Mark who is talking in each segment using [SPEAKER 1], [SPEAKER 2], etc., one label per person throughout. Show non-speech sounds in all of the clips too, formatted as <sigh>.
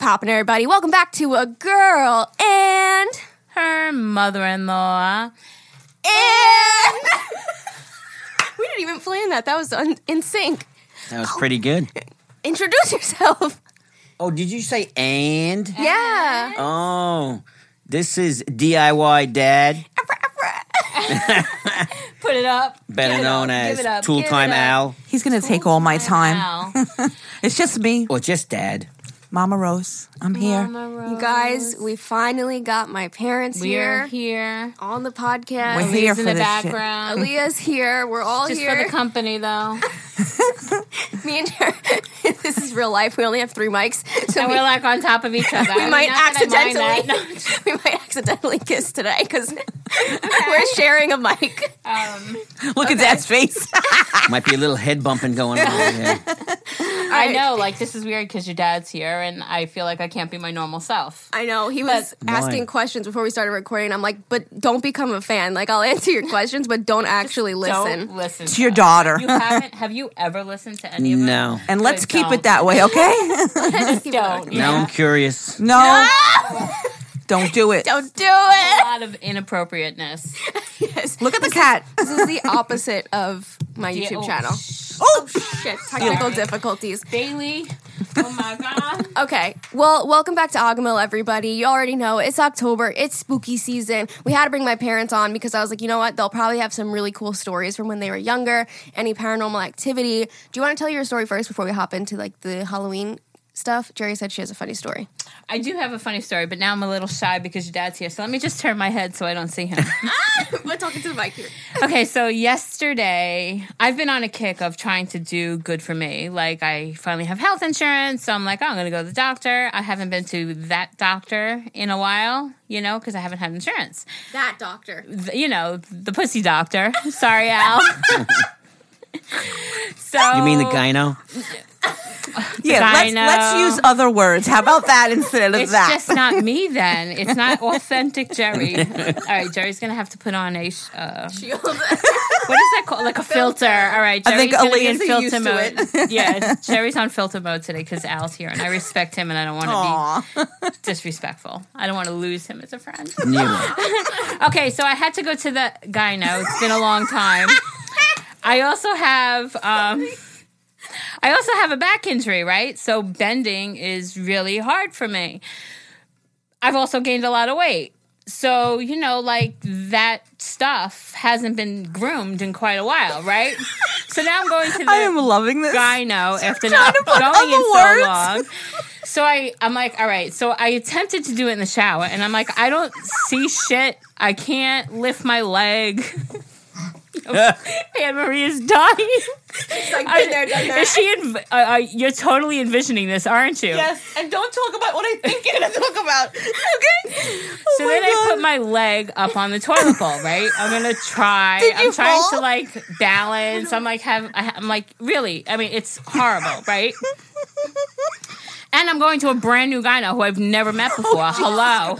[SPEAKER 1] happening, everybody? Welcome back to a girl and
[SPEAKER 2] Her mother-in-law.
[SPEAKER 1] and. <laughs> we didn't even plan that. That was un- in sync.
[SPEAKER 3] That was pretty good.
[SPEAKER 1] Introduce yourself.
[SPEAKER 3] Oh, did you say and?
[SPEAKER 1] Yeah.
[SPEAKER 3] Oh, this is DIY Dad,
[SPEAKER 2] Put it up.
[SPEAKER 3] better
[SPEAKER 2] Give it
[SPEAKER 3] known
[SPEAKER 2] up, give
[SPEAKER 3] as
[SPEAKER 2] it up,
[SPEAKER 3] Tool
[SPEAKER 2] give it
[SPEAKER 3] Time
[SPEAKER 2] up.
[SPEAKER 3] Al,
[SPEAKER 4] He's gonna take all my time.
[SPEAKER 2] Wow.
[SPEAKER 4] It's just me,
[SPEAKER 3] or just Dad.
[SPEAKER 4] Mama Rose. I'm here.
[SPEAKER 1] You Oh, guys, we finally got my parents here,
[SPEAKER 2] We're here.
[SPEAKER 1] on the podcast.
[SPEAKER 4] We're
[SPEAKER 2] He's
[SPEAKER 4] here for
[SPEAKER 2] in the
[SPEAKER 4] this shit.
[SPEAKER 1] <laughs>
[SPEAKER 2] background.
[SPEAKER 1] Leah's here. We're all
[SPEAKER 2] Just for
[SPEAKER 1] here.
[SPEAKER 2] the company, though.
[SPEAKER 1] <laughs> me and her. <laughs> this is real life. We only have three mics, so
[SPEAKER 2] And
[SPEAKER 1] we,
[SPEAKER 2] we're like on top of each other.
[SPEAKER 1] we might accidentally
[SPEAKER 2] No.
[SPEAKER 1] <laughs> we might accidentally kiss today <laughs> because we're sharing a mic.
[SPEAKER 2] Um,
[SPEAKER 4] Look at Dad's face.
[SPEAKER 3] <laughs> Might be a little head bumping going on here.
[SPEAKER 2] I know, like, this is weird because your dad's here, and I feel like I can't be my normal self.
[SPEAKER 1] I know he was
[SPEAKER 3] Why?
[SPEAKER 1] asking questions before we started recording. I'm like, but don't become a fan. Like I'll answer your questions, but don't actually listen. <laughs>
[SPEAKER 2] Don't listen
[SPEAKER 4] It's your
[SPEAKER 2] us.
[SPEAKER 4] daughter.
[SPEAKER 2] You haven't? Have you ever listened to any of them?
[SPEAKER 3] No.
[SPEAKER 4] <laughs> And let's
[SPEAKER 2] Good,
[SPEAKER 4] keep
[SPEAKER 2] don't.
[SPEAKER 4] it that way, <laughs> okay?
[SPEAKER 2] Don't.
[SPEAKER 3] Now
[SPEAKER 2] Yeah.
[SPEAKER 3] I'm curious.
[SPEAKER 4] no, don't do it.
[SPEAKER 1] Don't do it. <laughs>
[SPEAKER 2] A lot of inappropriateness.
[SPEAKER 4] <laughs> Look at the cat.
[SPEAKER 1] This is the opposite of my
[SPEAKER 2] Yeah,
[SPEAKER 1] YouTube
[SPEAKER 2] oh,
[SPEAKER 1] channel.
[SPEAKER 4] Oh,
[SPEAKER 1] Shit, technical
[SPEAKER 2] Sorry.
[SPEAKER 1] difficulties.
[SPEAKER 2] Bailey. Oh my God.
[SPEAKER 1] <laughs> Okay, well, welcome back to Agamil, everybody. You already know it's October, it's spooky season. We had to bring my parents on because I was like, you know what? They'll probably have some really cool stories from when they were younger, any paranormal activity. Do you want to tell your story first before we hop into like the Halloween stuff? Jerry said she has a funny story.
[SPEAKER 2] I do have a funny story, but now I'm a little shy because your dad's here. So let me just turn my head so I don't see him.
[SPEAKER 1] We're talking to the mic here.
[SPEAKER 2] okay, so yesterday, I've been on a kick of trying to do good for me. Like, I finally have health insurance, so I'm like, oh, I'm going to go to the doctor. I haven't been to that doctor in a while, you know, because I haven't had insurance.
[SPEAKER 1] That doctor.
[SPEAKER 2] Th- you know, the pussy doctor. <laughs> Sorry,
[SPEAKER 3] <laughs>
[SPEAKER 2] Al. so
[SPEAKER 3] You mean the gyno?
[SPEAKER 4] yeah. Let's,
[SPEAKER 2] Dino.
[SPEAKER 4] let's use other words. How about that instead of
[SPEAKER 2] It's
[SPEAKER 4] that?
[SPEAKER 2] just not me
[SPEAKER 4] <laughs>
[SPEAKER 2] then. It's not authentic Jerry. All right, Jerry's gonna have to put on a sh- uh, <laughs> what is that called? Like a filter. All right,
[SPEAKER 4] I
[SPEAKER 2] Jerry's
[SPEAKER 4] think
[SPEAKER 2] gonna be in
[SPEAKER 4] Aaliyah's used
[SPEAKER 2] filter
[SPEAKER 4] to <laughs>
[SPEAKER 2] mode. yeah, Jerry's on filter mode today because Al's here, and I respect him, and I don't want
[SPEAKER 4] Aw.
[SPEAKER 2] to be disrespectful. I don't want to lose him as a friend.
[SPEAKER 3] Yeah.
[SPEAKER 2] <laughs> Okay, so I had to go to the gyno. It's been a long time. I also have um I also have a back injury, right? So bending is really hard for me. I've also gained a lot of weight. So, you know, like that stuff hasn't been groomed in quite a while, right? So now I'm going to the
[SPEAKER 4] I am loving this. <laughs>
[SPEAKER 2] gyno after not
[SPEAKER 4] put
[SPEAKER 2] going in
[SPEAKER 4] other
[SPEAKER 2] so
[SPEAKER 4] words.
[SPEAKER 2] long. So I, I'm like, all right. So I attempted to do it in the shower, and I'm like, I don't see shit. I can't lift my leg. <laughs>
[SPEAKER 3] <laughs> Oh,
[SPEAKER 2] Anne Marie is dying. <laughs> I- Is she? Inv- uh, uh, you're totally envisioning this, aren't you?
[SPEAKER 4] Yes, and don't talk about what I think you're gonna talk about. <laughs> Okay.
[SPEAKER 2] So then I put my leg up on the toilet bowl, right? I'm gonna try.
[SPEAKER 4] Did
[SPEAKER 2] I'm
[SPEAKER 4] you
[SPEAKER 2] trying to
[SPEAKER 4] fall? Oh,
[SPEAKER 2] like balance. I'm like have. I- I'm like really. I mean, it's horrible, right? And I'm going to a brand new gyno who I've never met
[SPEAKER 4] Oh,
[SPEAKER 2] before. Hello.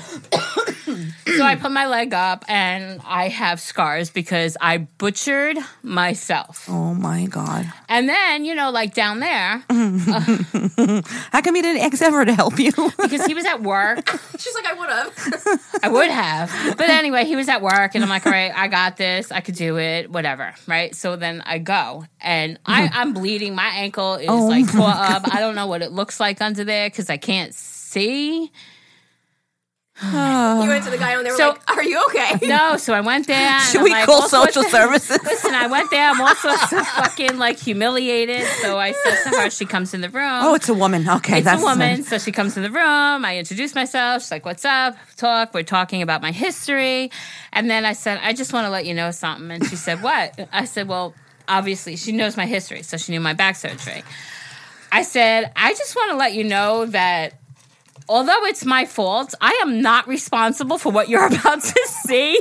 [SPEAKER 2] so I put my leg up and I have scars because I butchered myself.
[SPEAKER 4] Oh my god.
[SPEAKER 2] And then, you know, like down there,
[SPEAKER 4] How come you didn't ask ever to help you? <laughs>
[SPEAKER 2] because he was at work.
[SPEAKER 1] <laughs> She's like, I would have.
[SPEAKER 2] <laughs> I would have. But anyway, he was at work and I'm like, all right, I got this. I could do it, whatever. Right. So then I go and I, I'm bleeding. My ankle is
[SPEAKER 4] Hmm. Oh
[SPEAKER 2] like
[SPEAKER 4] my
[SPEAKER 2] tore up. I don't know what it looks like under there because I can't see.
[SPEAKER 1] You went to the guy and they were
[SPEAKER 2] So-
[SPEAKER 1] like, Are you <laughs> okay?
[SPEAKER 2] No. So I went there. and
[SPEAKER 4] Should
[SPEAKER 2] I'm
[SPEAKER 4] we
[SPEAKER 2] like,
[SPEAKER 4] call
[SPEAKER 2] all sorts
[SPEAKER 4] social
[SPEAKER 2] of-
[SPEAKER 4] services? <laughs>
[SPEAKER 2] Listen, I went there. I'm also so fucking like humiliated. So I said to her, she comes in the room.
[SPEAKER 4] Oh, it's a woman. Okay,
[SPEAKER 2] it's
[SPEAKER 4] that's
[SPEAKER 2] a woman. So she comes in the room. I introduce myself. She's like, What's up? Talk. We're talking about my history. And then I said, I just want to let you know something. And she said, What? I said, Well, obviously, she knows my history. So she knew my back surgery. I said, I just want to let you know that although it's my fault, I am not responsible for what you're <laughs> about to see.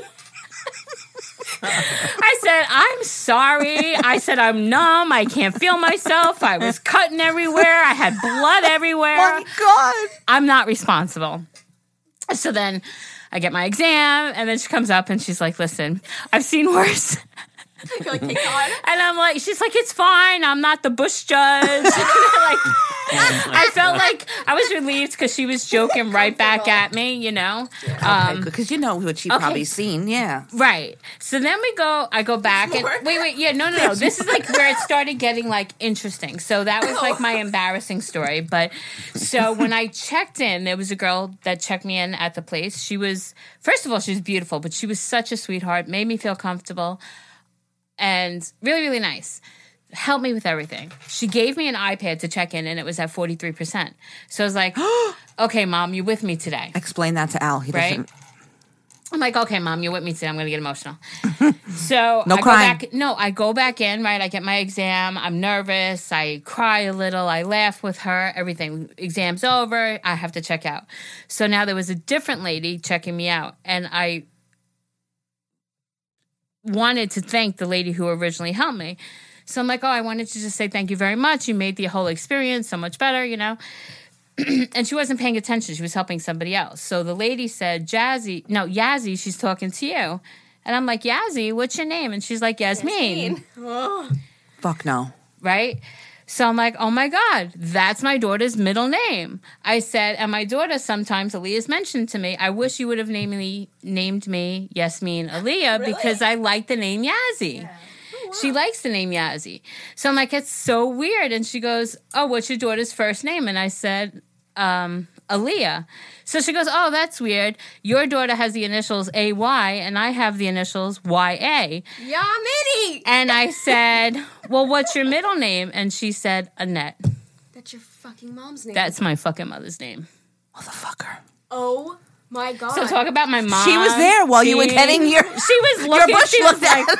[SPEAKER 2] I said, I'm sorry. I said, I'm numb. I can't feel myself. I was cutting everywhere. I had blood everywhere.
[SPEAKER 4] Oh my god.
[SPEAKER 2] I'm not responsible. So then I get my exam, and then she comes up and she's like, Listen, I've seen worse.
[SPEAKER 1] <laughs> You're like, "Thank God."
[SPEAKER 2] <laughs> And I'm like, she's like, it's fine. I'm not the Bush judge. <laughs> And like, I felt like I was relieved because she was joking right back at me, you know? Um,
[SPEAKER 5] because you know what you've probably seen. Yeah.
[SPEAKER 2] Right. So then we go. I go back and
[SPEAKER 4] more?
[SPEAKER 2] wait, wait. Yeah, no, no, no. This is like where it started getting like interesting. So that was like my embarrassing story. But so when I checked in, there was a girl that checked me in at the place. She was first of all, she was beautiful, but she was such a sweetheart. Made me feel comfortable, and really, really nice. Helped me with everything. She gave me an iPad to check in, and it was at forty three percent. So I was like, <gasps> "Okay, mom, you with me today?"
[SPEAKER 5] Explain that to Al. He
[SPEAKER 2] Right?
[SPEAKER 5] doesn't.
[SPEAKER 2] I'm like, okay, mom, you're with me today. I'm gonna get
[SPEAKER 5] <laughs>
[SPEAKER 2] emotional. So
[SPEAKER 5] No
[SPEAKER 2] I
[SPEAKER 5] crying.
[SPEAKER 2] Go back, no, I go back in. Right, I get my exam. I'm nervous. I cry a little. I laugh with her. Everything. Exam's over. I have to check out. So now there was a different lady checking me out, and I wanted to thank the lady who originally helped me. So I'm like, oh, I wanted to just say thank you very much. You made the whole experience so much better, you know? and she wasn't paying attention. She was helping somebody else. So the lady said, Jazzy, no, Yazzie, she's talking to you. And I'm like, Yazzie, what's your name? And she's like, Yasmin.
[SPEAKER 5] Fuck no.
[SPEAKER 2] Right? So I'm like, oh my God, that's my daughter's middle name. I said, and my daughter sometimes, Aaliyah's mentioned to me, I wish you would have named me, named me Yasmin Aaliyah because I like the name Yazzie. She likes the name Yazzie. So I'm like, it's so weird. And she goes, oh, what's your daughter's first name? And I said, um, Aaliyah. So she goes, Oh, that's weird. Your daughter has the initials AY and I have the initials YA.
[SPEAKER 1] Yamini.
[SPEAKER 2] And I said, Well, what's your middle name? And she said, Annette.
[SPEAKER 1] That's your fucking mom's name.
[SPEAKER 2] That's my fucking mother's name.
[SPEAKER 5] Motherfucker.
[SPEAKER 1] oh my god.
[SPEAKER 2] So talk about my mom.
[SPEAKER 5] She was there while you were
[SPEAKER 2] She- <laughs>
[SPEAKER 5] getting your <laughs>
[SPEAKER 2] She was
[SPEAKER 5] your
[SPEAKER 2] looking.
[SPEAKER 5] bush
[SPEAKER 2] she was
[SPEAKER 5] looked
[SPEAKER 2] like,
[SPEAKER 5] at.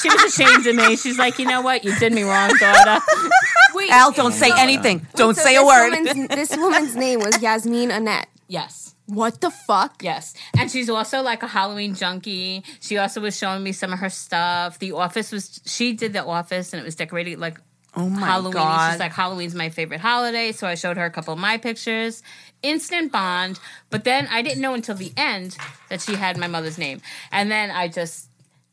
[SPEAKER 2] she was ashamed of me. She's like, you know what? You did me wrong, daughter.
[SPEAKER 1] Wait,
[SPEAKER 5] Al, don't say anything. Don't
[SPEAKER 1] so
[SPEAKER 5] say a
[SPEAKER 1] this
[SPEAKER 5] word.
[SPEAKER 1] Woman's, this woman's name was Yasmin Annette.
[SPEAKER 2] yes.
[SPEAKER 1] What the fuck?
[SPEAKER 2] Yes. And she's also like a Halloween junkie. She also was showing me some of her stuff. The office was she did the office and it was decorated like
[SPEAKER 5] Oh my
[SPEAKER 2] Halloween.
[SPEAKER 5] god.
[SPEAKER 2] She's like Halloween's my favorite holiday, so I showed her a couple of my pictures. Instant bond, but then I didn't know until the end that she had my mother's name. And then I just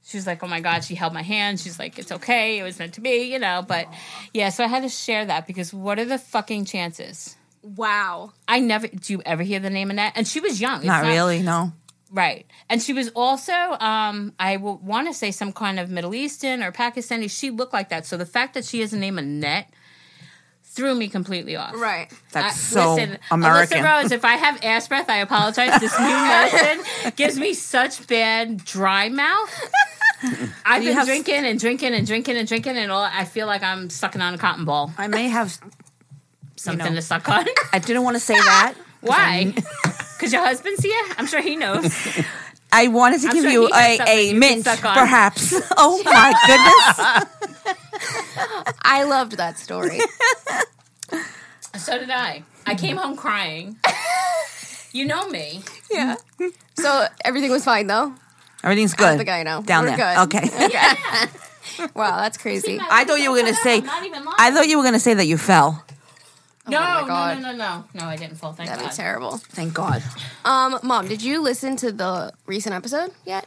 [SPEAKER 2] she was like, "Oh my god!" She held my hand. She's like, "It's okay. It was meant to be," you know. But yeah, so I had to share that because what are the fucking chances?
[SPEAKER 1] Wow.
[SPEAKER 2] I never. Do you ever hear the name Annette? And she was young. It's
[SPEAKER 5] not really. No.
[SPEAKER 2] Right. And she was also, um, I w- want to say some kind of Middle Eastern or Pakistani. She looked like that. So the fact that she has a name Annette threw me completely off.
[SPEAKER 1] Right.
[SPEAKER 5] That's
[SPEAKER 2] I-
[SPEAKER 5] so
[SPEAKER 2] Uh, listen,
[SPEAKER 5] American.
[SPEAKER 2] Alyssa Rose, if I have ass breath, I apologize. This new medicine gives me such bad dry mouth. I've been
[SPEAKER 5] have-
[SPEAKER 2] drinking and drinking and drinking and drinking and all. I feel like I'm sucking on a cotton ball,
[SPEAKER 5] I may have.
[SPEAKER 2] something to
[SPEAKER 5] know.
[SPEAKER 2] suck
[SPEAKER 5] <laughs>
[SPEAKER 2] on.
[SPEAKER 5] I didn't want
[SPEAKER 2] <laughs>
[SPEAKER 5] to say that.
[SPEAKER 2] Why? Because your husband see it? I'm sure he knows.
[SPEAKER 5] I wanted to
[SPEAKER 2] I'm
[SPEAKER 5] give
[SPEAKER 2] sure
[SPEAKER 5] you
[SPEAKER 2] he has
[SPEAKER 5] a,
[SPEAKER 2] something you
[SPEAKER 5] a
[SPEAKER 2] can
[SPEAKER 5] mint,
[SPEAKER 2] suck on. <laughs>
[SPEAKER 5] perhaps. <laughs> Oh my goodness.
[SPEAKER 1] I loved that story.
[SPEAKER 2] So did I. I came home crying. You know me.
[SPEAKER 1] yeah. So everything was fine though.
[SPEAKER 5] Everything's good.
[SPEAKER 1] the guy now.
[SPEAKER 5] Down
[SPEAKER 1] We're
[SPEAKER 5] there.
[SPEAKER 1] good.
[SPEAKER 2] <laughs>
[SPEAKER 5] Okay.
[SPEAKER 1] Wow, that's crazy.
[SPEAKER 5] I thought you were gonna say-
[SPEAKER 2] I'm not even lying.
[SPEAKER 5] I thought you Oh were going to say that you fell.
[SPEAKER 2] no,
[SPEAKER 1] my God.
[SPEAKER 2] no, no, no, no. No, I didn't fall. Thank
[SPEAKER 1] That'd
[SPEAKER 2] God.
[SPEAKER 1] be terrible.
[SPEAKER 5] Thank God.
[SPEAKER 1] Um, mom, did you listen to the recent episode yet?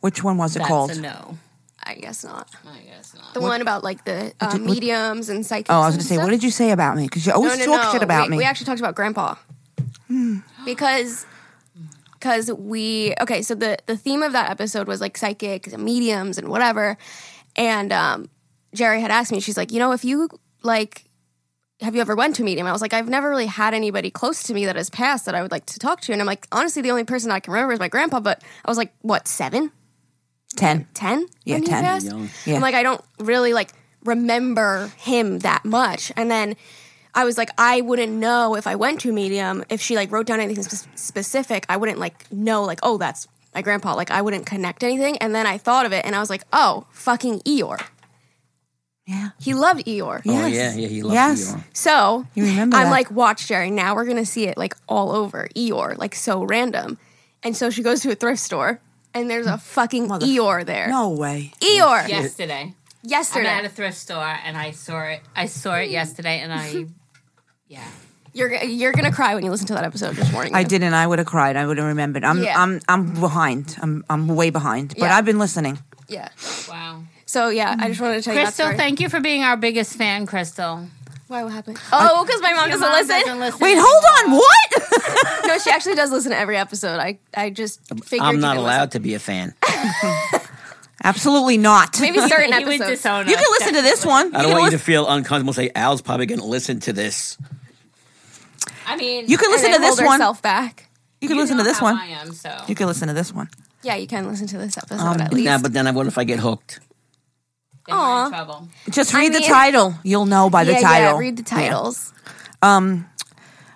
[SPEAKER 5] Which one was it
[SPEAKER 2] That's
[SPEAKER 5] called?
[SPEAKER 2] a no.
[SPEAKER 1] I guess not.
[SPEAKER 2] I guess not.
[SPEAKER 1] The one about like the uh,
[SPEAKER 5] did- what-
[SPEAKER 1] mediums and psychics.
[SPEAKER 5] Oh, I was going to say, what did you say about me? Because you always talk shit about
[SPEAKER 1] we,
[SPEAKER 5] me. Hmm.
[SPEAKER 1] We actually talked about grandpa. Because because we okay, so the the theme of that episode was like psychics and mediums and whatever. And um Jerry had asked me, she's like, "You know, if you like have you ever went to a medium?" I was like, "I've never really had anybody close to me that has passed that I would like to talk to." And I'm like, "Honestly, the only person I can remember is my grandpa, but I was like, what, 7?"
[SPEAKER 5] 10.
[SPEAKER 1] 10
[SPEAKER 5] Yeah,
[SPEAKER 1] when he
[SPEAKER 5] 10.
[SPEAKER 1] passed.
[SPEAKER 3] Young.
[SPEAKER 5] Yeah.
[SPEAKER 1] I'm like, I don't really like remember him that much. And then I was like, I wouldn't know if I went to a medium, if she like wrote down anything sp- specific, I wouldn't like know, like, oh, that's my grandpa. Like, I wouldn't connect anything. And then I thought of it and I was like, oh, fucking Eeyore.
[SPEAKER 5] Yeah.
[SPEAKER 1] He loved Eeyore.
[SPEAKER 3] Oh,
[SPEAKER 5] Yes.
[SPEAKER 3] yeah, yeah, he loved
[SPEAKER 5] Yes.
[SPEAKER 3] Eeyore.
[SPEAKER 1] So
[SPEAKER 5] You remember
[SPEAKER 1] I'm
[SPEAKER 5] that.
[SPEAKER 1] like, watch Jerry. Now we're gonna see it like all over Eeyore, like so random. And so she goes to a thrift store and there's a fucking Eeyore there.
[SPEAKER 5] No way.
[SPEAKER 1] Eeyore.
[SPEAKER 2] Yesterday, I'm
[SPEAKER 1] Yesterday.
[SPEAKER 2] at a thrift store and I saw it. I saw
[SPEAKER 5] Mm.
[SPEAKER 2] it yesterday, and
[SPEAKER 5] <laughs>
[SPEAKER 2] I, yeah.
[SPEAKER 1] You're g- you're gonna cry when you listen to that episode this morning.
[SPEAKER 5] I didn't. I would have cried. I would have remembered. I'm,
[SPEAKER 1] Yeah.
[SPEAKER 5] I'm, I'm behind. I'm, I'm way behind. But
[SPEAKER 1] Yeah.
[SPEAKER 5] I've been listening.
[SPEAKER 1] Yeah.
[SPEAKER 2] Wow.
[SPEAKER 1] So yeah, I just wanted to tell you that
[SPEAKER 2] Crystal,
[SPEAKER 1] story.
[SPEAKER 2] thank you for being our biggest fan, Crystal.
[SPEAKER 1] Why? What happened? Oh, because my mom
[SPEAKER 2] Your
[SPEAKER 1] doesn't
[SPEAKER 2] mom
[SPEAKER 1] listen.
[SPEAKER 2] doesn't listen.
[SPEAKER 5] Wait, hold on. What?
[SPEAKER 1] <laughs>
[SPEAKER 5] <laughs>
[SPEAKER 1] No, she actually does listen to every episode. I I just figured
[SPEAKER 3] I'm
[SPEAKER 1] you
[SPEAKER 3] not
[SPEAKER 1] didn't
[SPEAKER 3] allowed to be a fan.
[SPEAKER 5] Absolutely not.
[SPEAKER 1] Listen. Maybe certain
[SPEAKER 2] He was
[SPEAKER 1] episodes.
[SPEAKER 2] disowned
[SPEAKER 5] <laughs> you
[SPEAKER 2] us.
[SPEAKER 5] can listen to this
[SPEAKER 3] I
[SPEAKER 5] one. you
[SPEAKER 3] don't
[SPEAKER 5] can
[SPEAKER 3] want you
[SPEAKER 5] lis-
[SPEAKER 3] to feel uncomfortable. Say Al's probably going to listen to this.
[SPEAKER 2] I mean,
[SPEAKER 5] you can
[SPEAKER 1] And
[SPEAKER 5] listen to
[SPEAKER 1] then
[SPEAKER 5] this
[SPEAKER 1] hold
[SPEAKER 5] one.
[SPEAKER 1] herself back.
[SPEAKER 5] You can
[SPEAKER 2] you
[SPEAKER 5] listen
[SPEAKER 2] know
[SPEAKER 5] to this
[SPEAKER 2] how
[SPEAKER 5] one.
[SPEAKER 2] I am, so.
[SPEAKER 5] You can listen to this one.
[SPEAKER 1] Yeah, you can listen to this episode
[SPEAKER 5] Um,
[SPEAKER 1] at least.
[SPEAKER 3] Nah, but then I, what if I get hooked?
[SPEAKER 2] Then we're
[SPEAKER 1] Aw.
[SPEAKER 2] in trouble.
[SPEAKER 5] Just read the
[SPEAKER 1] mean-
[SPEAKER 5] title. You'll know by the
[SPEAKER 1] yeah,
[SPEAKER 5] title.
[SPEAKER 1] yeah. Read the
[SPEAKER 5] Yeah.
[SPEAKER 1] titles.
[SPEAKER 5] Um,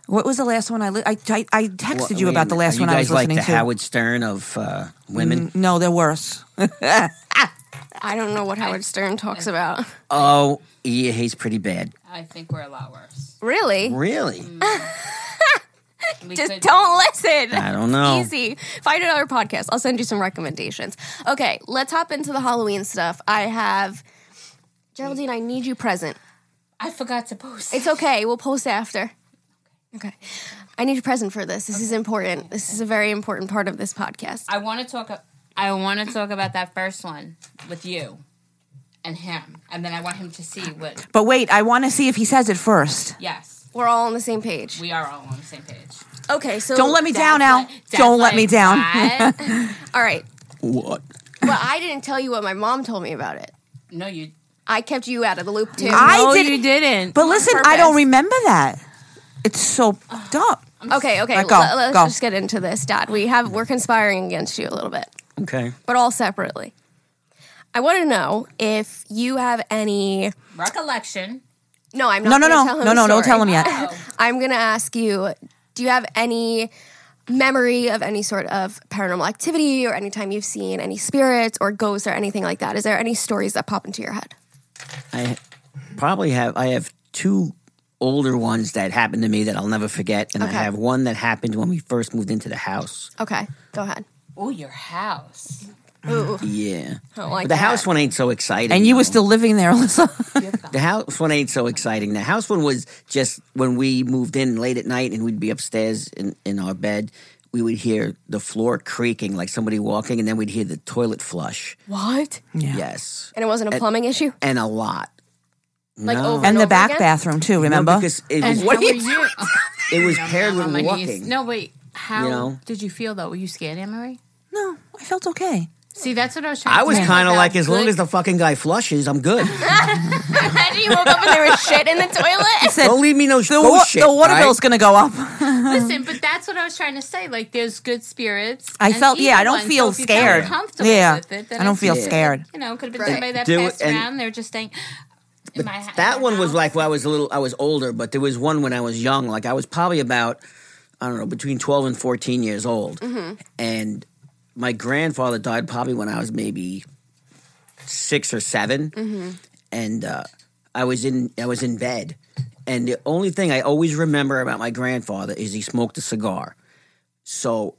[SPEAKER 5] what was the last one I li- I, I I texted
[SPEAKER 3] Wha-
[SPEAKER 5] you
[SPEAKER 3] wait a
[SPEAKER 5] about the
[SPEAKER 3] minute.
[SPEAKER 5] last
[SPEAKER 3] Are
[SPEAKER 5] one
[SPEAKER 3] you
[SPEAKER 5] I
[SPEAKER 3] guys
[SPEAKER 5] was
[SPEAKER 3] like
[SPEAKER 5] listening
[SPEAKER 3] the
[SPEAKER 5] to? Mm,
[SPEAKER 3] Howard Stern of uh, women.
[SPEAKER 5] No, they're worse.
[SPEAKER 1] I don't know what Howard Stern talks about. <laughs>
[SPEAKER 3] Oh, yeah, he's pretty bad.
[SPEAKER 2] I think we're a lot worse.
[SPEAKER 1] Really?
[SPEAKER 3] Really?
[SPEAKER 2] We
[SPEAKER 1] Just
[SPEAKER 2] could-
[SPEAKER 1] don't listen.
[SPEAKER 3] I don't know.
[SPEAKER 1] <laughs> Easy. Find another podcast. I'll send you some recommendations. Okay, let's hop into the Halloween stuff. I have Geraldine. I need you present.
[SPEAKER 2] I forgot to post.
[SPEAKER 1] It's okay. We'll post after. Okay. I need you present for this. This is important. This is a very important part of this podcast.
[SPEAKER 2] I want to talk. I want to talk about that first one with you and him, and then I want him to see what.
[SPEAKER 5] but wait, I want to see if he says it first.
[SPEAKER 2] Yes,
[SPEAKER 1] We're all on the same page.
[SPEAKER 2] we are all on the same page.
[SPEAKER 5] <laughs>
[SPEAKER 1] Okay, so
[SPEAKER 5] Don't let me down, Al.
[SPEAKER 2] Dad's
[SPEAKER 5] Don't let
[SPEAKER 2] like,
[SPEAKER 5] me down.
[SPEAKER 2] "What?"
[SPEAKER 1] All right.
[SPEAKER 3] What?
[SPEAKER 1] Well, I didn't tell you what my mom told me about it.
[SPEAKER 2] no, you.
[SPEAKER 1] I kept you out of the loop too.
[SPEAKER 5] I
[SPEAKER 2] no,
[SPEAKER 5] didn't-
[SPEAKER 2] you didn't.
[SPEAKER 5] <laughs> But listen, I don't
[SPEAKER 1] purpose.
[SPEAKER 5] remember that. It's so dumb.
[SPEAKER 1] okay, okay.
[SPEAKER 5] Let go,
[SPEAKER 1] let- let's
[SPEAKER 5] go.
[SPEAKER 1] just get into this, Dad. We have we're conspiring against you a little bit.
[SPEAKER 3] Okay.
[SPEAKER 1] but all separately. I want to know if you have any.
[SPEAKER 2] recollection.
[SPEAKER 1] No, I'm
[SPEAKER 5] No,
[SPEAKER 1] not.
[SPEAKER 5] no,
[SPEAKER 1] gonna
[SPEAKER 5] no,
[SPEAKER 1] tell him
[SPEAKER 5] no,
[SPEAKER 1] the
[SPEAKER 5] no, don't
[SPEAKER 1] story.
[SPEAKER 5] tell him yet.
[SPEAKER 2] <laughs>
[SPEAKER 1] I'm gonna ask you. Do you have any memory of any sort of paranormal activity, or any time you've seen any spirits or ghosts or anything like that? Is there any stories that pop into your head?
[SPEAKER 3] I probably have. I have two older ones that happened to me that I'll never forget, and
[SPEAKER 1] Okay.
[SPEAKER 3] I have one that happened when we first moved into the house.
[SPEAKER 1] Okay, go
[SPEAKER 3] <sighs>
[SPEAKER 1] ahead.
[SPEAKER 2] Oh, your house.
[SPEAKER 1] Ooh,
[SPEAKER 3] Yeah.
[SPEAKER 1] I don't like
[SPEAKER 3] But the
[SPEAKER 1] that.
[SPEAKER 3] house one ain't so exciting.
[SPEAKER 5] And you were
[SPEAKER 3] though.
[SPEAKER 5] still living there, <laughs> Alyssa.
[SPEAKER 3] The house one ain't so exciting. The house one was just when we moved in late at night and we'd be upstairs in, in our bed, we would hear the floor creaking like somebody walking, and then we'd hear the toilet flush.
[SPEAKER 1] What?
[SPEAKER 3] Yes.
[SPEAKER 1] And it wasn't a plumbing issue.
[SPEAKER 3] And a lot.
[SPEAKER 1] Like over
[SPEAKER 5] and the
[SPEAKER 1] over
[SPEAKER 5] back
[SPEAKER 1] again?
[SPEAKER 5] bathroom too.
[SPEAKER 3] No,
[SPEAKER 5] Remember?
[SPEAKER 3] because it was, what <laughs>
[SPEAKER 2] how
[SPEAKER 3] are
[SPEAKER 2] were
[SPEAKER 3] you-
[SPEAKER 2] you?
[SPEAKER 5] <laughs>
[SPEAKER 2] <laughs>
[SPEAKER 3] it was paired
[SPEAKER 2] I'm on my
[SPEAKER 3] with
[SPEAKER 2] knees.
[SPEAKER 3] walking.
[SPEAKER 2] No, wait. How
[SPEAKER 3] You know?
[SPEAKER 2] did you feel though? Were you scared, Anne Marie?
[SPEAKER 5] no, I felt okay.
[SPEAKER 2] See, that's what I was trying.
[SPEAKER 3] I
[SPEAKER 2] to
[SPEAKER 3] was
[SPEAKER 2] say
[SPEAKER 3] kind of
[SPEAKER 2] about
[SPEAKER 3] like, as long
[SPEAKER 2] good- <laughs>
[SPEAKER 3] as the <laughs> fucking guy flushes, I'm
[SPEAKER 5] <laughs>
[SPEAKER 3] good.
[SPEAKER 1] Imagine you woke up and there was shit in the toilet.
[SPEAKER 5] Said,
[SPEAKER 3] Don't leave me no
[SPEAKER 5] the,
[SPEAKER 3] ghost
[SPEAKER 5] wa-
[SPEAKER 3] shit.
[SPEAKER 5] the water
[SPEAKER 3] right?
[SPEAKER 5] bill's gonna go
[SPEAKER 2] <laughs>
[SPEAKER 5] up. <laughs>
[SPEAKER 2] Listen, but that's what I was trying to say. Like, there's good spirits.
[SPEAKER 5] I
[SPEAKER 2] and
[SPEAKER 5] felt- yeah,
[SPEAKER 2] evil
[SPEAKER 5] I don't
[SPEAKER 2] ones.
[SPEAKER 5] feel
[SPEAKER 2] So if you felt
[SPEAKER 5] scared.
[SPEAKER 2] comfortable
[SPEAKER 5] Yeah.
[SPEAKER 2] with it, then
[SPEAKER 5] I don't
[SPEAKER 2] it's
[SPEAKER 5] feel
[SPEAKER 2] good.
[SPEAKER 5] scared.
[SPEAKER 2] You know, it could have been
[SPEAKER 1] Right.
[SPEAKER 2] somebody that
[SPEAKER 3] Do it,
[SPEAKER 2] passed
[SPEAKER 3] and-
[SPEAKER 2] around. They're just staying. In my, ha-
[SPEAKER 3] That
[SPEAKER 2] my
[SPEAKER 3] one was
[SPEAKER 2] house.
[SPEAKER 3] like when I was a little, I was older, but there was one when I was young. Like I was probably about, I don't know, between 12 and 14 years old.
[SPEAKER 5] Mm-hmm.
[SPEAKER 3] And my grandfather died probably when I was maybe six or 7 And uh, I was in, I was in bed. And the only thing I always remember about my grandfather is he smoked a cigar. So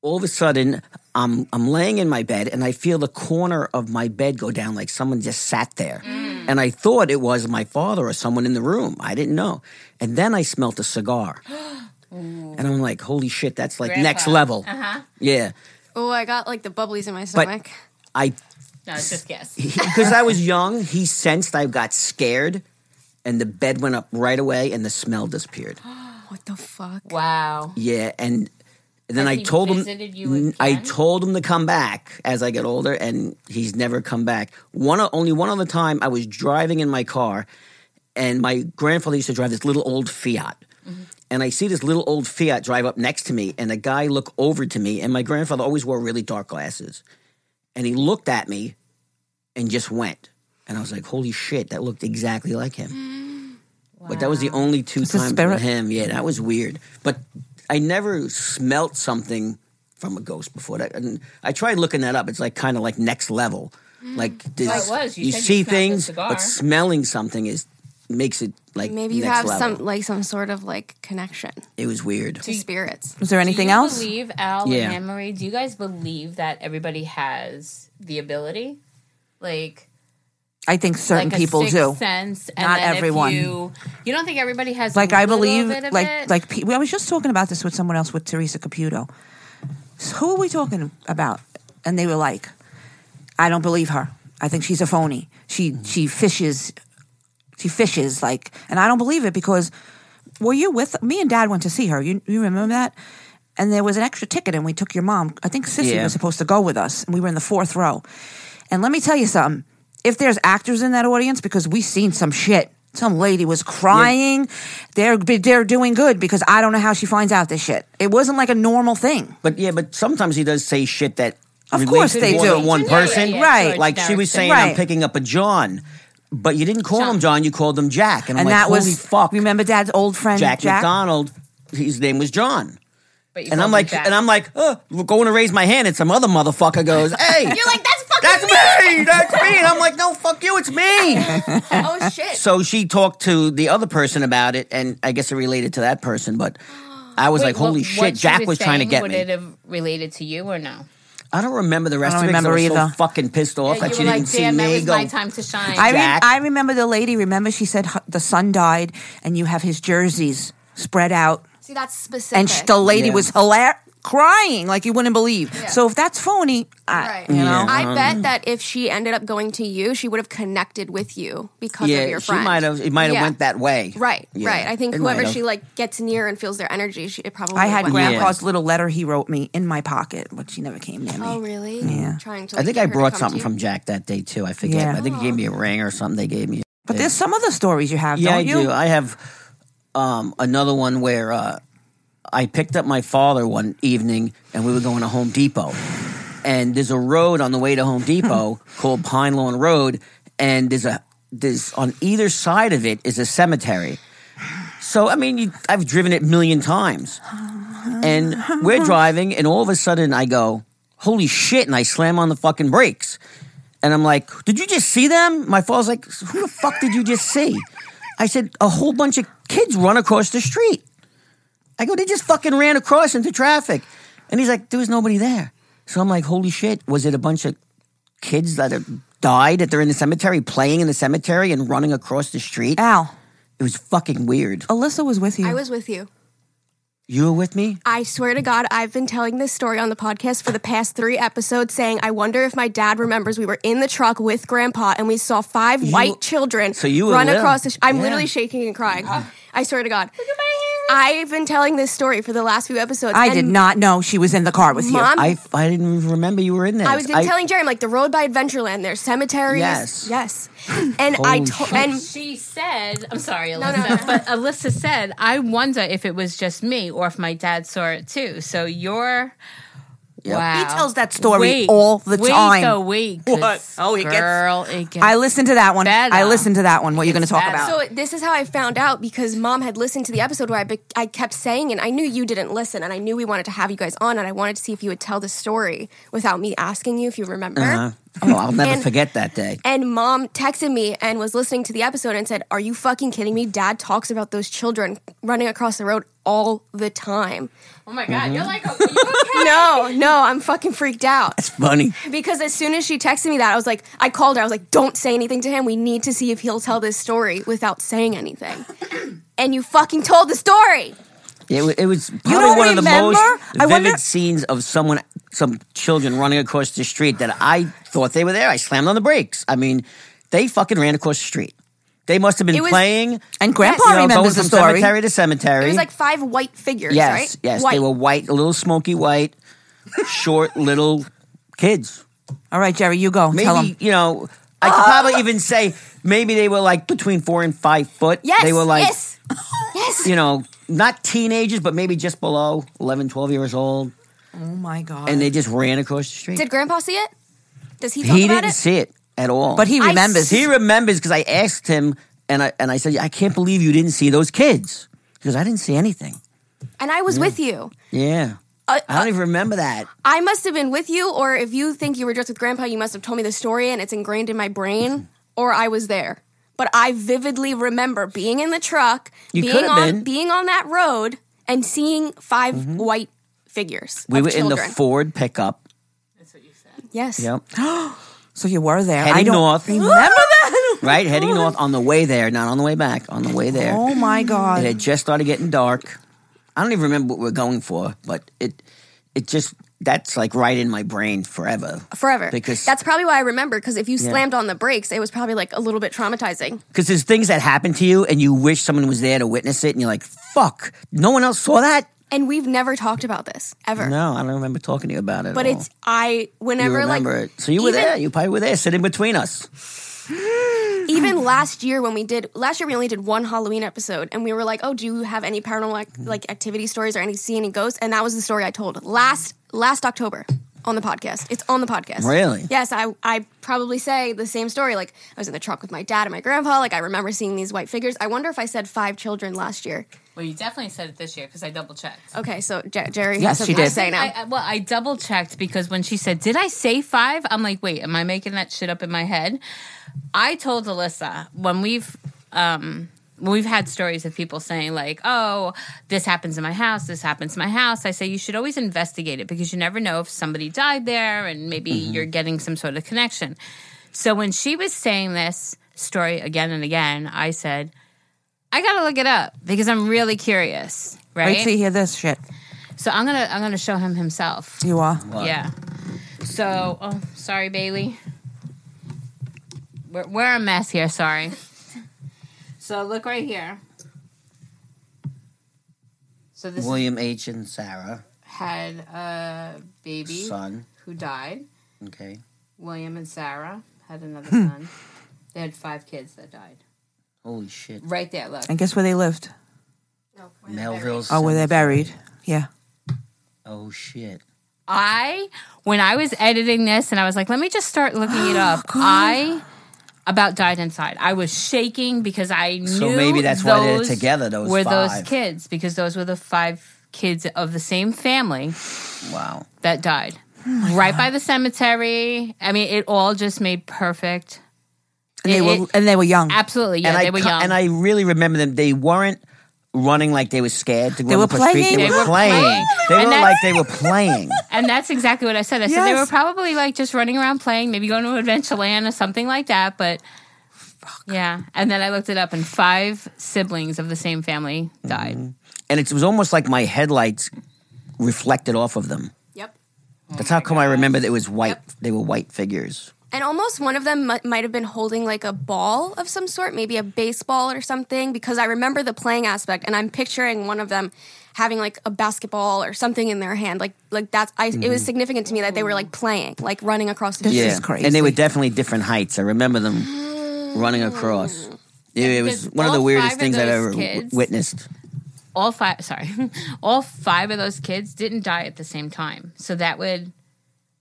[SPEAKER 3] all of a sudden, I'm I'm laying in my bed and I feel the corner of my bed go down like someone just sat there. And I thought it was my father or someone in the room. I didn't know. And then I smelt a cigar. and I'm like, holy shit, that's like next
[SPEAKER 2] Grandpa.
[SPEAKER 3] level. Yeah.
[SPEAKER 1] Oh, I got like the bubblies in my stomach.
[SPEAKER 3] I
[SPEAKER 2] No, it's just guess.
[SPEAKER 3] because I was young, he sensed I got scared and the bed went up right away and the smell
[SPEAKER 2] <gasps>
[SPEAKER 3] disappeared.
[SPEAKER 1] what the fuck?
[SPEAKER 2] Wow.
[SPEAKER 3] Yeah, and then
[SPEAKER 2] Has
[SPEAKER 3] I
[SPEAKER 2] he
[SPEAKER 3] told him
[SPEAKER 2] visited you
[SPEAKER 3] n- I
[SPEAKER 2] again?
[SPEAKER 3] told him to come back as I get older, and he's never come back. One o- only one other time I was driving in my car, and my grandfather used to drive this little old Fiat.
[SPEAKER 2] Mm-hmm.
[SPEAKER 3] And I see this little old Fiat drive up next to me, and a guy look over to me. And my grandfather always wore really dark glasses, and he looked at me, and just went. And I was like, "Holy shit, that looked exactly like him." But that was the only two
[SPEAKER 5] a
[SPEAKER 3] times
[SPEAKER 5] spirit.
[SPEAKER 3] with him. Yeah, that was weird. But I never smelt something from a ghost before that. And I tried looking that up. It's like kind of like next level. Like this,
[SPEAKER 2] Well, it was. You
[SPEAKER 3] you
[SPEAKER 2] said you
[SPEAKER 3] see
[SPEAKER 2] smelled the
[SPEAKER 3] things,
[SPEAKER 2] cigar.
[SPEAKER 3] but smelling something is makes it like
[SPEAKER 1] Maybe you
[SPEAKER 3] next
[SPEAKER 1] have
[SPEAKER 3] level.
[SPEAKER 1] some like some sort of like connection
[SPEAKER 3] It was weird.
[SPEAKER 1] to spirits.
[SPEAKER 5] Was there anything else?
[SPEAKER 2] Do you believe Al
[SPEAKER 3] Yeah.
[SPEAKER 2] and Anne Marie? Do you guys believe that everybody has the ability, like
[SPEAKER 5] I think certain
[SPEAKER 2] like a
[SPEAKER 5] people
[SPEAKER 2] sixth
[SPEAKER 5] do.
[SPEAKER 2] sense? And
[SPEAKER 5] Not
[SPEAKER 2] then if
[SPEAKER 5] everyone.
[SPEAKER 2] you, you don't think everybody has?
[SPEAKER 5] Like
[SPEAKER 2] I
[SPEAKER 5] I believe,
[SPEAKER 2] bit of
[SPEAKER 5] like
[SPEAKER 2] it?
[SPEAKER 5] like pe- I was just talking about this with someone else with Teresa Caputo. So who are we talking about? And they were like, I don't believe her. I think she's a phony. She
[SPEAKER 3] Mm.
[SPEAKER 5] she fishes, she fishes like, and I don't believe it because were you with me and Dad went to see her? You you remember that? And there was an extra ticket, and we took your mom. I think Sissy
[SPEAKER 3] Yeah.
[SPEAKER 5] was supposed to go with us, and we were in the fourth row. And let me tell you something: if there's actors in that audience, because we seen some shit. Some lady was crying. They're they're doing good because I don't know how she finds out this shit. It wasn't like a normal thing.
[SPEAKER 3] But yeah, but sometimes he does say shit that
[SPEAKER 5] Of
[SPEAKER 3] relates
[SPEAKER 5] course
[SPEAKER 3] to
[SPEAKER 5] they
[SPEAKER 3] more
[SPEAKER 5] do.
[SPEAKER 3] than one
[SPEAKER 2] Yeah, yeah,
[SPEAKER 3] person.
[SPEAKER 2] yeah,
[SPEAKER 5] Right.
[SPEAKER 2] George
[SPEAKER 3] Like she was
[SPEAKER 2] Harrison.
[SPEAKER 3] saying, I'm
[SPEAKER 5] Right.
[SPEAKER 3] picking up a John, but you didn't call him John. You called him Jack, and, I'm
[SPEAKER 5] and
[SPEAKER 3] like,
[SPEAKER 5] that
[SPEAKER 3] holy
[SPEAKER 5] was
[SPEAKER 3] fuck.
[SPEAKER 5] Remember Dad's old friend
[SPEAKER 3] Jack,
[SPEAKER 5] Jack,
[SPEAKER 3] McDonald. His name was John,
[SPEAKER 2] But you
[SPEAKER 3] and
[SPEAKER 2] called
[SPEAKER 3] I'm
[SPEAKER 2] him
[SPEAKER 3] like,
[SPEAKER 2] Jack.
[SPEAKER 3] and I'm like, oh, we're going to raise my hand, and some other motherfucker goes, hey,
[SPEAKER 1] You're like, that's fucking
[SPEAKER 3] that's me, that's me, and I'm like, no, fuck you, it's me.
[SPEAKER 1] oh shit.
[SPEAKER 3] So she talked to the other person about it, and I guess it related to that person. But I was
[SPEAKER 2] Wait,
[SPEAKER 3] like, holy
[SPEAKER 2] what-
[SPEAKER 3] shit,
[SPEAKER 2] what she
[SPEAKER 3] Jack was, trying
[SPEAKER 2] saying,
[SPEAKER 3] to get
[SPEAKER 2] would
[SPEAKER 3] me.
[SPEAKER 2] it have related to you or no?
[SPEAKER 3] I don't remember the rest
[SPEAKER 5] I don't
[SPEAKER 3] of it. 'cause I was
[SPEAKER 5] remember
[SPEAKER 3] so
[SPEAKER 5] either.
[SPEAKER 3] fucking pissed off that
[SPEAKER 2] you
[SPEAKER 3] she
[SPEAKER 2] were
[SPEAKER 3] Oh, didn't
[SPEAKER 2] like,
[SPEAKER 3] see
[SPEAKER 2] damn, that
[SPEAKER 3] me
[SPEAKER 2] was
[SPEAKER 3] go.
[SPEAKER 2] my time to shine.
[SPEAKER 5] I, re-
[SPEAKER 3] Jack.
[SPEAKER 5] I remember the lady. Remember she said h- the son died, and you have his jerseys spread out,
[SPEAKER 1] See, that's specific.
[SPEAKER 5] and sh- the lady
[SPEAKER 3] Yeah.
[SPEAKER 5] was hilarious, crying like you wouldn't believe. So if that's phony, I,
[SPEAKER 1] Right.
[SPEAKER 5] you know,
[SPEAKER 3] Um,
[SPEAKER 1] I bet that if she ended up going to you, she would have connected with you because
[SPEAKER 3] yeah,
[SPEAKER 1] of your
[SPEAKER 3] she
[SPEAKER 1] friend.
[SPEAKER 3] might have. It might have
[SPEAKER 1] Yeah.
[SPEAKER 3] went that way.
[SPEAKER 1] Right,
[SPEAKER 3] Yeah,
[SPEAKER 1] right. I think
[SPEAKER 3] it might
[SPEAKER 1] whoever
[SPEAKER 3] have.
[SPEAKER 1] she like gets near and feels their energy, she it probably.
[SPEAKER 5] I had
[SPEAKER 1] went that way.
[SPEAKER 5] Grandpa's little letter he wrote me in my pocket, but she never came near me.
[SPEAKER 1] Oh really?
[SPEAKER 5] Yeah.
[SPEAKER 1] Trying to.
[SPEAKER 3] I
[SPEAKER 1] like,
[SPEAKER 3] think
[SPEAKER 1] get
[SPEAKER 3] I
[SPEAKER 1] her to
[SPEAKER 3] brought
[SPEAKER 1] come to
[SPEAKER 3] something
[SPEAKER 1] you. Oh.
[SPEAKER 3] from Jack that day too. I forget.
[SPEAKER 5] Yeah.
[SPEAKER 3] I think he gave me a ring or something. They gave me.
[SPEAKER 5] But there's some other stories you have,
[SPEAKER 3] Yeah,
[SPEAKER 5] don't
[SPEAKER 3] I
[SPEAKER 5] you?
[SPEAKER 3] do. I have um, another one where uh, I picked up my father one evening, and we were going to Home Depot. And there's a road on the way to
[SPEAKER 5] <laughs>
[SPEAKER 3] Home Depot called Pine Lawn Road, and there's a there's on either side of it is a cemetery. So I mean, you, I've driven it a million times, and we're driving, and all of a sudden I go, "Holy shit!" and I slam on the fucking brakes. And I'm like, did you just see them? My father's like, who the fuck did you just see? I said, a whole bunch of kids run across the street. I go, they just fucking ran across into traffic. And he's like, there was nobody there. So I'm like, holy shit, was it a bunch of kids that are- died that they're in the cemetery, playing in the cemetery and running across the street?
[SPEAKER 5] Al,
[SPEAKER 3] It was fucking weird.
[SPEAKER 5] Alyssa was with you.
[SPEAKER 1] I was with you.
[SPEAKER 3] You were with me?
[SPEAKER 1] I swear to God, I've been telling this story on the podcast for the past three episodes, saying, I wonder if my dad remembers we were in the truck with grandpa and we saw five white children
[SPEAKER 3] so you were
[SPEAKER 1] run
[SPEAKER 3] little.
[SPEAKER 1] across the. Sh- I'm
[SPEAKER 3] Yeah. Uh-huh.
[SPEAKER 1] literally shaking and crying. I swear to God. Look at my hair. I've been telling this story for the last few episodes.
[SPEAKER 5] I
[SPEAKER 1] and
[SPEAKER 5] did not know she was in the car with you.
[SPEAKER 1] Mom,
[SPEAKER 3] I, I didn't even remember you were in there.
[SPEAKER 1] I was gonna telling Jerry, I'm like the road by Adventureland. There's cemeteries.
[SPEAKER 3] Yes.
[SPEAKER 1] yes. And I
[SPEAKER 3] Holy
[SPEAKER 1] told
[SPEAKER 3] shit.
[SPEAKER 1] and
[SPEAKER 2] <laughs> She said, I'm sorry,
[SPEAKER 1] no,
[SPEAKER 2] Alyssa,
[SPEAKER 1] no.
[SPEAKER 2] but Alyssa said, I wonder if it was just me or if my dad saw it too. So you're. Wow.
[SPEAKER 5] He tells that story
[SPEAKER 2] Wait,
[SPEAKER 5] all the
[SPEAKER 2] wait
[SPEAKER 5] time.
[SPEAKER 2] a week. 'cause
[SPEAKER 5] What? Oh, it gets-
[SPEAKER 2] girl, it gets.
[SPEAKER 5] I listened to that one.
[SPEAKER 2] Better.
[SPEAKER 5] I listened to that one. What are you going to talk
[SPEAKER 2] better.
[SPEAKER 5] about?
[SPEAKER 1] So this is how I found out because mom had listened to the episode where I, be- I kept saying, and I knew you didn't listen, and I knew we wanted to have you guys on, and I wanted to see if you would tell the story without me asking you if you remember.
[SPEAKER 3] oh, I'll never
[SPEAKER 1] And-
[SPEAKER 3] forget that day.
[SPEAKER 1] And mom texted me and was listening to the episode and said, Are you fucking kidding me? Dad talks about those children running across the road all the time.
[SPEAKER 2] oh my God. You're
[SPEAKER 3] Mm-hmm.
[SPEAKER 2] like, are you <laughs> okay?
[SPEAKER 1] No, no, I'm fucking freaked out.
[SPEAKER 3] It's funny.
[SPEAKER 1] Because as soon as she texted me that, I was like, I called her. I was like, don't say anything to him. We need to see if he'll tell this story without saying
[SPEAKER 3] <coughs>
[SPEAKER 1] anything. and you fucking told the story.
[SPEAKER 3] It, wa- it was probably
[SPEAKER 5] don't
[SPEAKER 3] one of the
[SPEAKER 5] remember?
[SPEAKER 3] most
[SPEAKER 5] I
[SPEAKER 3] vivid
[SPEAKER 5] wonder-
[SPEAKER 3] scenes of someone, some children running across the street that I thought they were there. I slammed on the brakes. I mean, they fucking ran across the street. They must have been
[SPEAKER 1] It was-
[SPEAKER 3] playing.
[SPEAKER 5] and
[SPEAKER 1] Yes.
[SPEAKER 5] Grandpa
[SPEAKER 3] you know, going
[SPEAKER 5] remembers the
[SPEAKER 3] from
[SPEAKER 5] story.
[SPEAKER 3] cemetery to cemetery.
[SPEAKER 1] It was like five white figures,
[SPEAKER 3] yes,
[SPEAKER 1] right?
[SPEAKER 3] yes,
[SPEAKER 1] white.
[SPEAKER 3] they were white, a little smoky white, short little kids.
[SPEAKER 5] All right, Jerry, you go. Tell Ah!
[SPEAKER 3] Maybe
[SPEAKER 5] him.
[SPEAKER 3] you know. I could probably even say maybe they were like between four and five foot.
[SPEAKER 1] Yes,
[SPEAKER 3] they were like <laughs>
[SPEAKER 1] yes, yes.
[SPEAKER 3] you know not teenagers, but maybe just below 11, 12 years old.
[SPEAKER 5] Oh my god!
[SPEAKER 3] and they just ran across the street.
[SPEAKER 1] Did Grandpa see it? Does he talk
[SPEAKER 3] he
[SPEAKER 1] about
[SPEAKER 3] didn't
[SPEAKER 1] it?
[SPEAKER 3] see it at all.
[SPEAKER 5] but he
[SPEAKER 1] I
[SPEAKER 5] remembers.
[SPEAKER 3] he remembers because I asked him and I and I said, I can't believe you didn't see those kids. He goes, I didn't see anything.
[SPEAKER 1] and I was with you.
[SPEAKER 3] Yeah.
[SPEAKER 1] Uh,
[SPEAKER 3] Mm. I don't even remember that.
[SPEAKER 1] I must have been with you, or if you think you were just with grandpa, you must have told me the story and it's ingrained in my
[SPEAKER 3] <laughs>
[SPEAKER 1] brain, or I was there. But I vividly remember being in the truck,
[SPEAKER 3] You could
[SPEAKER 1] being
[SPEAKER 3] have
[SPEAKER 1] on
[SPEAKER 3] been. Mm-hmm.
[SPEAKER 1] being on that road and seeing 5 white figures.
[SPEAKER 3] We
[SPEAKER 1] of
[SPEAKER 3] were in the
[SPEAKER 1] children.
[SPEAKER 3] Ford pickup.
[SPEAKER 1] Yes.
[SPEAKER 5] <gasps>
[SPEAKER 3] Yep.
[SPEAKER 5] so you were there. I
[SPEAKER 3] Heading
[SPEAKER 5] don't
[SPEAKER 3] north.
[SPEAKER 5] remember that.
[SPEAKER 3] Right? Heading north on the way there, not on the way back, on the way there.
[SPEAKER 5] Oh my
[SPEAKER 3] It
[SPEAKER 5] god!
[SPEAKER 3] had just started getting dark. I don't even remember what we were going for, but it it just that's like right in my brain forever.
[SPEAKER 1] forever.
[SPEAKER 3] Because-
[SPEAKER 1] that's probably why I remember. Because if you slammed on the brakes, it was probably like a little bit traumatizing.
[SPEAKER 3] Because there's things that happen to you and you wish someone was there to witness it, and you're like, fuck, no one else saw that.
[SPEAKER 1] And we've never talked about this ever.
[SPEAKER 3] No, I don't remember talking to you about it.
[SPEAKER 1] But
[SPEAKER 3] at all.
[SPEAKER 1] it's I
[SPEAKER 3] you
[SPEAKER 1] whenever
[SPEAKER 3] remember
[SPEAKER 1] like
[SPEAKER 3] it. So you were
[SPEAKER 1] even-
[SPEAKER 3] there. You probably were there, sitting between us.
[SPEAKER 1] even last year when we did last year we only did one Halloween episode and we were like, "Oh, do you have any paranormal ac- like activity stories or any see any ghosts?" And that was the story I told last last October on the podcast. It's on the podcast.
[SPEAKER 3] Really?
[SPEAKER 1] Yes, I I probably say the same story like I was in the truck with my dad and my grandpa, like I remember seeing these white figures. I wonder if I said five children last year.
[SPEAKER 2] Well, you definitely said it this year because I double checked.
[SPEAKER 1] Okay, so Jer- Jerry
[SPEAKER 5] Yes,
[SPEAKER 1] has
[SPEAKER 5] she
[SPEAKER 1] something to
[SPEAKER 5] did.
[SPEAKER 1] say now.
[SPEAKER 2] I, I- well, I double checked because when she said, "Did I say five? I'm like, "Wait, am I making that shit up in my head?" I told Alyssa when we've um, when we've had stories of people saying like, "Oh, this happens in my house. This happens in my house." I say you should always investigate it because you never know if somebody died there and maybe you're getting some sort of connection. So when she was saying this story again and again, I said, "I got to look it up because I'm really curious." Right?
[SPEAKER 5] Wait till you hear this shit.
[SPEAKER 2] so I'm gonna I'm gonna show him himself.
[SPEAKER 5] You are.
[SPEAKER 2] Yeah. So, oh, sorry, Bailey. We're, we're a mess here. Sorry. So look right here. So this
[SPEAKER 3] William H. and Sarah,
[SPEAKER 2] had a baby
[SPEAKER 3] son.
[SPEAKER 2] who died.
[SPEAKER 3] Okay.
[SPEAKER 2] William and Sarah had another son. They had five kids that died.
[SPEAKER 3] Holy shit.
[SPEAKER 2] Right there. Look.
[SPEAKER 5] And guess where they lived?
[SPEAKER 3] Melville's.
[SPEAKER 5] Oh, where
[SPEAKER 3] son.
[SPEAKER 5] they're buried. Yeah.
[SPEAKER 3] Oh shit.
[SPEAKER 2] I when I was editing this and I was like, let me just start looking it
[SPEAKER 3] <gasps>
[SPEAKER 2] up.
[SPEAKER 3] Oh,
[SPEAKER 2] I about died inside. I was shaking because I knew
[SPEAKER 3] So maybe that's why they're
[SPEAKER 2] those
[SPEAKER 3] together, those
[SPEAKER 2] were
[SPEAKER 3] five.
[SPEAKER 2] those kids because those were the five kids of the same family
[SPEAKER 3] Wow.
[SPEAKER 2] that died
[SPEAKER 3] Oh
[SPEAKER 2] right by the cemetery. I mean, it all just made perfect.
[SPEAKER 5] And they
[SPEAKER 2] It-
[SPEAKER 5] were
[SPEAKER 2] it-
[SPEAKER 5] and they were young.
[SPEAKER 2] absolutely yeah.
[SPEAKER 3] and
[SPEAKER 2] they
[SPEAKER 3] I
[SPEAKER 2] were
[SPEAKER 3] ca-
[SPEAKER 2] young.
[SPEAKER 3] and I really remember them. They weren't running like they were scared to go
[SPEAKER 5] They
[SPEAKER 3] on
[SPEAKER 5] were
[SPEAKER 3] the street.
[SPEAKER 5] playing.
[SPEAKER 3] They,
[SPEAKER 2] They
[SPEAKER 3] were
[SPEAKER 2] were
[SPEAKER 3] playing.
[SPEAKER 2] playing.
[SPEAKER 3] They
[SPEAKER 2] And
[SPEAKER 3] were
[SPEAKER 2] that's-
[SPEAKER 3] like they were playing. <laughs>
[SPEAKER 2] And that's exactly what I said. I said they
[SPEAKER 5] Yes.
[SPEAKER 2] were probably like just running around playing, maybe going to Adventureland or something like that. But yeah. And then I looked it up, and five siblings of the same family died.
[SPEAKER 5] Mm-hmm.
[SPEAKER 3] And it was almost like my headlights reflected off of them.
[SPEAKER 1] yep.
[SPEAKER 3] That's
[SPEAKER 2] Oh
[SPEAKER 3] how come I remember that it was white. They were white figures.
[SPEAKER 1] And almost one of them mi- might have been holding like a ball of some sort, maybe a baseball or something, because I remember the playing aspect, and I'm picturing one of them having like a basketball or something in their hand. Like, like that's I.
[SPEAKER 3] Mm-hmm.
[SPEAKER 1] It was significant to me that they were like playing, like running across the.
[SPEAKER 5] This
[SPEAKER 1] street.
[SPEAKER 5] is crazy.
[SPEAKER 3] And they were definitely different heights. I remember them running across. Yeah, it was
[SPEAKER 2] Because
[SPEAKER 3] one of the
[SPEAKER 2] all
[SPEAKER 3] weirdest
[SPEAKER 2] five of
[SPEAKER 3] things I've
[SPEAKER 2] those
[SPEAKER 3] ever w-
[SPEAKER 2] kids-
[SPEAKER 3] witnessed.
[SPEAKER 2] All five, sorry, <laughs> all five of those kids didn't die at the same time. So that would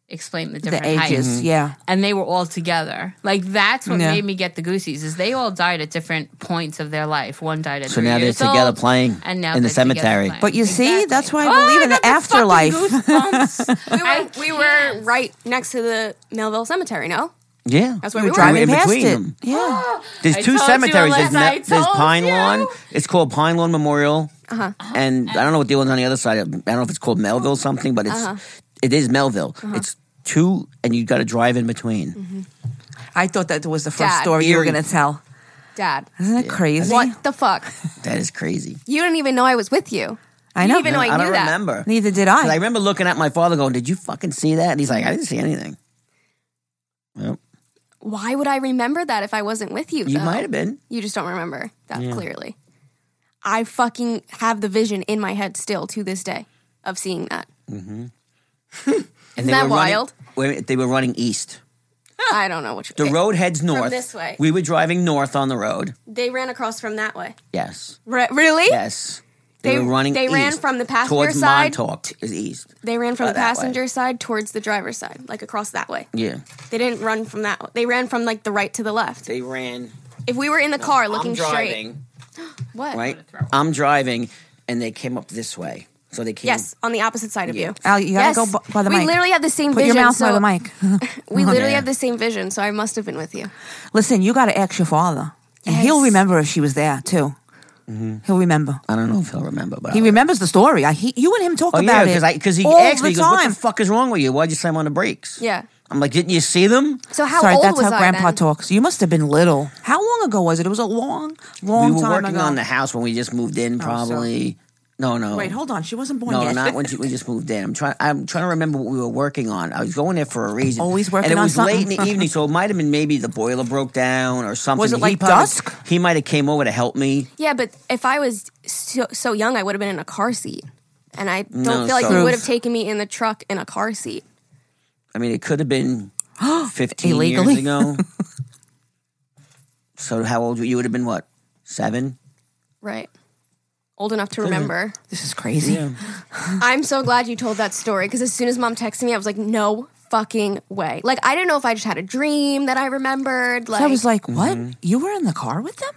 [SPEAKER 2] explain the different
[SPEAKER 5] the ages. Mm-hmm.
[SPEAKER 2] heights.
[SPEAKER 5] Yeah.
[SPEAKER 2] And they were all together. Like that's what
[SPEAKER 5] Yeah.
[SPEAKER 2] made me get the goosies. Is they all died at different points of their life. One died at
[SPEAKER 3] So now they're
[SPEAKER 2] years
[SPEAKER 3] together
[SPEAKER 2] old,
[SPEAKER 3] playing
[SPEAKER 2] and now
[SPEAKER 3] in the
[SPEAKER 2] they're together
[SPEAKER 3] cemetery.
[SPEAKER 2] playing.
[SPEAKER 5] But you see, that's why I
[SPEAKER 2] Oh,
[SPEAKER 5] believe in
[SPEAKER 2] I
[SPEAKER 5] the
[SPEAKER 2] got fucking
[SPEAKER 5] afterlife.
[SPEAKER 1] <laughs>
[SPEAKER 2] goosebumps.
[SPEAKER 1] We were, we were right next to the Melville Cemetery. No,
[SPEAKER 3] Yeah,
[SPEAKER 1] that's
[SPEAKER 5] We
[SPEAKER 1] where
[SPEAKER 5] were
[SPEAKER 1] we were.
[SPEAKER 5] driving
[SPEAKER 3] in
[SPEAKER 5] past
[SPEAKER 3] between
[SPEAKER 5] it.
[SPEAKER 3] them.
[SPEAKER 5] Yeah.
[SPEAKER 3] There's
[SPEAKER 2] I
[SPEAKER 3] two
[SPEAKER 2] told you,
[SPEAKER 3] cemeteries. There's,
[SPEAKER 2] Alyssa, I
[SPEAKER 3] Me- there's
[SPEAKER 2] told
[SPEAKER 3] Pine
[SPEAKER 2] you.
[SPEAKER 3] Lawn. It's called Pine Lawn Memorial. Uh-huh. And I don't know what the one's on the other side. of- I don't know if it's called Melville something, but it's it is Melville. It's two, and you got to drive in between.
[SPEAKER 5] I thought that was the first
[SPEAKER 1] Dad.
[SPEAKER 5] story you were
[SPEAKER 3] Eerie.
[SPEAKER 5] going to tell.
[SPEAKER 1] Dad.
[SPEAKER 5] Isn't that crazy?
[SPEAKER 1] What the fuck?
[SPEAKER 3] That is crazy.
[SPEAKER 1] You didn't even know I was with you.
[SPEAKER 5] I
[SPEAKER 1] You
[SPEAKER 5] know.
[SPEAKER 1] didn't even know I,
[SPEAKER 3] I
[SPEAKER 1] knew
[SPEAKER 3] don't
[SPEAKER 1] that.
[SPEAKER 3] remember.
[SPEAKER 5] Neither did
[SPEAKER 3] 'Cause I
[SPEAKER 5] I.
[SPEAKER 3] remember looking at my father, going, "Did you fucking see that?" And he's like, "I didn't see anything." Well,
[SPEAKER 1] Why would I remember that if I wasn't with you?
[SPEAKER 3] you
[SPEAKER 1] though?
[SPEAKER 3] might have been.
[SPEAKER 1] You just don't remember that clearly. I fucking have the vision in my head still to this day of seeing that.
[SPEAKER 3] And
[SPEAKER 1] Isn't that
[SPEAKER 3] were running-
[SPEAKER 1] wild?
[SPEAKER 3] wait, they were running east.
[SPEAKER 1] I don't know which
[SPEAKER 3] The road heads north.
[SPEAKER 1] this way.
[SPEAKER 3] We were driving north on the road.
[SPEAKER 1] They ran across from that way.
[SPEAKER 3] Yes.
[SPEAKER 1] Re- really?
[SPEAKER 3] Yes. They,
[SPEAKER 1] They-
[SPEAKER 3] were running.
[SPEAKER 1] they ran
[SPEAKER 3] east,
[SPEAKER 1] from the passenger
[SPEAKER 3] towards
[SPEAKER 1] side?
[SPEAKER 3] Montauk is east.
[SPEAKER 1] They ran from
[SPEAKER 3] Oh,
[SPEAKER 1] the
[SPEAKER 3] that way.
[SPEAKER 1] passenger side towards the driver's side, like across that way.
[SPEAKER 3] Yeah,
[SPEAKER 1] They didn't run from that. They ran from like the right to the left.
[SPEAKER 3] they ran.
[SPEAKER 1] If we were in the car looking
[SPEAKER 3] I'm
[SPEAKER 1] straight,
[SPEAKER 3] driving,
[SPEAKER 1] what?
[SPEAKER 3] right? I'm driving, and they came up this way. So they came.
[SPEAKER 1] Yes, on the opposite side of you.
[SPEAKER 5] Al, you gotta
[SPEAKER 1] yes.
[SPEAKER 5] go b- by the
[SPEAKER 1] we
[SPEAKER 5] mic.
[SPEAKER 1] literally have the same
[SPEAKER 5] Put
[SPEAKER 1] vision.
[SPEAKER 5] your mouth
[SPEAKER 1] so
[SPEAKER 5] by the mic. Oh,
[SPEAKER 1] We literally
[SPEAKER 3] Yeah.
[SPEAKER 1] have the same vision, so I must have been with you.
[SPEAKER 5] Listen, you got to ask your father. And
[SPEAKER 1] Yes.
[SPEAKER 5] he'll remember if she was there, too. He'll remember.
[SPEAKER 3] I don't know if he'll remember, but
[SPEAKER 5] He remembers the story. I, he, you and him talk
[SPEAKER 3] Oh yeah,
[SPEAKER 5] about it.
[SPEAKER 3] because because he
[SPEAKER 5] all
[SPEAKER 3] asked
[SPEAKER 5] the
[SPEAKER 3] me, he goes,
[SPEAKER 5] time.
[SPEAKER 3] "What the fuck is wrong with you? Why'd you slam on the brakes?"
[SPEAKER 1] Yeah.
[SPEAKER 3] I'm like, "Didn't you see them?"
[SPEAKER 1] So how
[SPEAKER 5] Sorry,
[SPEAKER 1] old
[SPEAKER 5] that's
[SPEAKER 1] was
[SPEAKER 5] how
[SPEAKER 1] I
[SPEAKER 5] Grandpa
[SPEAKER 1] then?
[SPEAKER 5] talks. You must have been little. How long ago was it? It was a long, long
[SPEAKER 3] we were
[SPEAKER 5] time
[SPEAKER 3] working
[SPEAKER 5] ago.
[SPEAKER 3] on the house when we just moved in, probably No, no.
[SPEAKER 5] Wait, hold on. She wasn't born <laughs>
[SPEAKER 3] No,
[SPEAKER 5] yet.
[SPEAKER 3] not when she, we just moved in. I'm trying. I'm trying to remember what we were working on. I was going there for a reason.
[SPEAKER 5] Always
[SPEAKER 3] And
[SPEAKER 5] working
[SPEAKER 3] it
[SPEAKER 5] on
[SPEAKER 3] was late in the
[SPEAKER 5] something.
[SPEAKER 3] evening, so it might have been maybe the boiler broke down or something.
[SPEAKER 5] Was it
[SPEAKER 3] He
[SPEAKER 5] like
[SPEAKER 3] probably-
[SPEAKER 5] dusk?
[SPEAKER 3] He might have came over to help me.
[SPEAKER 1] Yeah, but if I was so, so young, I would have been in a car seat. And I don't
[SPEAKER 3] No,
[SPEAKER 1] feel like
[SPEAKER 3] so-
[SPEAKER 1] you would have taken me in the truck in a car seat.
[SPEAKER 3] I mean, it could have been 15 years
[SPEAKER 5] <gasps> Illegally.
[SPEAKER 3] ago. <laughs> so how old were you? You would have been what? Seven?
[SPEAKER 1] Right. Old enough to remember. <laughs>
[SPEAKER 5] This is crazy.
[SPEAKER 1] I'm so glad you told that story because as soon as mom texted me, I was like, no fucking way. Like, I didn't know if I just had a dream that I remembered. Like,
[SPEAKER 5] So I was like, "What?
[SPEAKER 3] mm-hmm.
[SPEAKER 5] You were in the car with them?"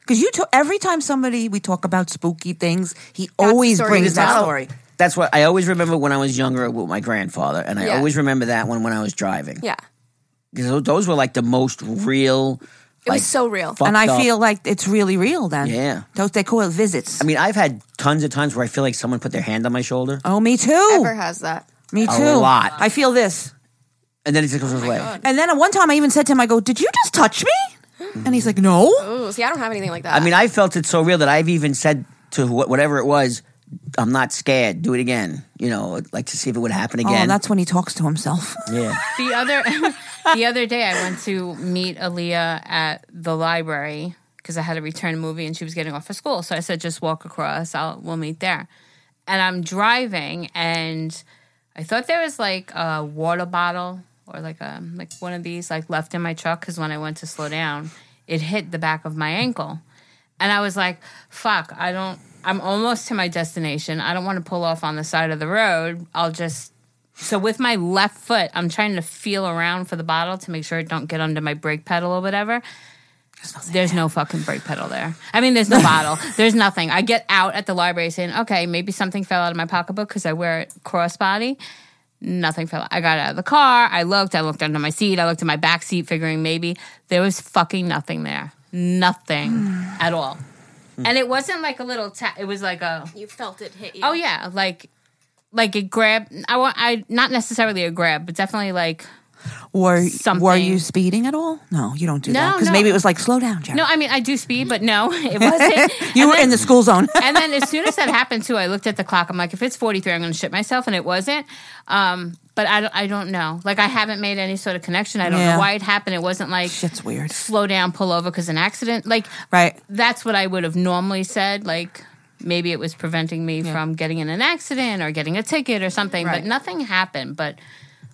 [SPEAKER 5] Because you to- every time somebody we talk about spooky things, he
[SPEAKER 1] the
[SPEAKER 5] always
[SPEAKER 1] story
[SPEAKER 5] brings
[SPEAKER 1] to
[SPEAKER 5] that
[SPEAKER 1] tell.
[SPEAKER 5] story.
[SPEAKER 3] That's what I always remember when I was younger with my grandfather, and I
[SPEAKER 1] Yeah.
[SPEAKER 3] always remember that one when I was driving.
[SPEAKER 1] yeah.
[SPEAKER 3] Because tho- those were like the most real.
[SPEAKER 1] It was so real.
[SPEAKER 5] And I feel like it's really real. Then,
[SPEAKER 3] Yeah.
[SPEAKER 5] those they call it visits.
[SPEAKER 3] I mean, I've had tons of times where I feel like someone put their hand on my shoulder,
[SPEAKER 5] oh, me too.
[SPEAKER 1] Ever has that.
[SPEAKER 5] me too.
[SPEAKER 3] lot.
[SPEAKER 5] I feel this.
[SPEAKER 3] and then it
[SPEAKER 1] Oh
[SPEAKER 3] just goes away.
[SPEAKER 5] And then at one time, I even said to him, "I go, did you just touch me?" And he's like, "No."
[SPEAKER 1] Ooh, see, I don't have anything like that.
[SPEAKER 3] I mean, I felt it so real that I've even said to wh- whatever it was, "I'm not scared. Do it again." You know, like to see if it would happen
[SPEAKER 5] Oh,
[SPEAKER 3] again.
[SPEAKER 5] that's when he talks to himself.
[SPEAKER 1] <laughs>
[SPEAKER 3] yeah.
[SPEAKER 2] The other <laughs> the other day, I went to meet Aaliyah at the library because I had to return a movie and she was getting off for school. So I said, just walk across. I'll we'll meet there. And I'm driving, and I thought there was like a water bottle or like a like one of these like left in my truck because when I went to slow down, it hit the back of my ankle. And I was like, fuck, I don't, I'm almost to my destination. I don't want to pull off on the side of the road. I'll just, so with my left foot, I'm trying to feel around for the bottle to make sure it don't get under my brake pedal or whatever. There's no fucking brake pedal there. I
[SPEAKER 1] <laughs>
[SPEAKER 2] mean, there's no bottle. There's nothing. I get out at the library saying, okay, maybe something fell out of my pocketbook because I wear it crossbody. Nothing fell. out. I got out of the car. I looked. I looked under my seat. I looked at my back seat, figuring maybe there was fucking nothing there. Nothing
[SPEAKER 1] Hmm.
[SPEAKER 2] at all. And it wasn't like a little tap. It was like a
[SPEAKER 1] you felt it hit you.
[SPEAKER 2] oh yeah, like like a grab. I want I not necessarily a grab, but definitely like
[SPEAKER 5] Were
[SPEAKER 2] Something.
[SPEAKER 5] Were you speeding at all? No, you don't do that.
[SPEAKER 2] No,
[SPEAKER 5] Because
[SPEAKER 2] no.
[SPEAKER 5] maybe it was like, slow down, Jerry.
[SPEAKER 2] no. I mean, I do speed, but no, <laughs> it wasn't.
[SPEAKER 5] you
[SPEAKER 2] And
[SPEAKER 5] were
[SPEAKER 2] then-
[SPEAKER 5] in the school zone. <laughs>
[SPEAKER 2] and then as soon as that happened too, I looked at the clock. I'm like, if it's 43, I'm going to shit myself, and it wasn't. Um, but I don't, I don't know. Like I haven't made any sort of connection. I don't
[SPEAKER 5] Yeah.
[SPEAKER 2] know why it happened. It wasn't like
[SPEAKER 5] Shit's weird.
[SPEAKER 2] slow down, pull over because an accident. Like
[SPEAKER 5] Right.
[SPEAKER 2] that's what I would have normally said. Like maybe it was preventing me from getting in an accident or getting a ticket or something.
[SPEAKER 5] Right.
[SPEAKER 2] But nothing happened. But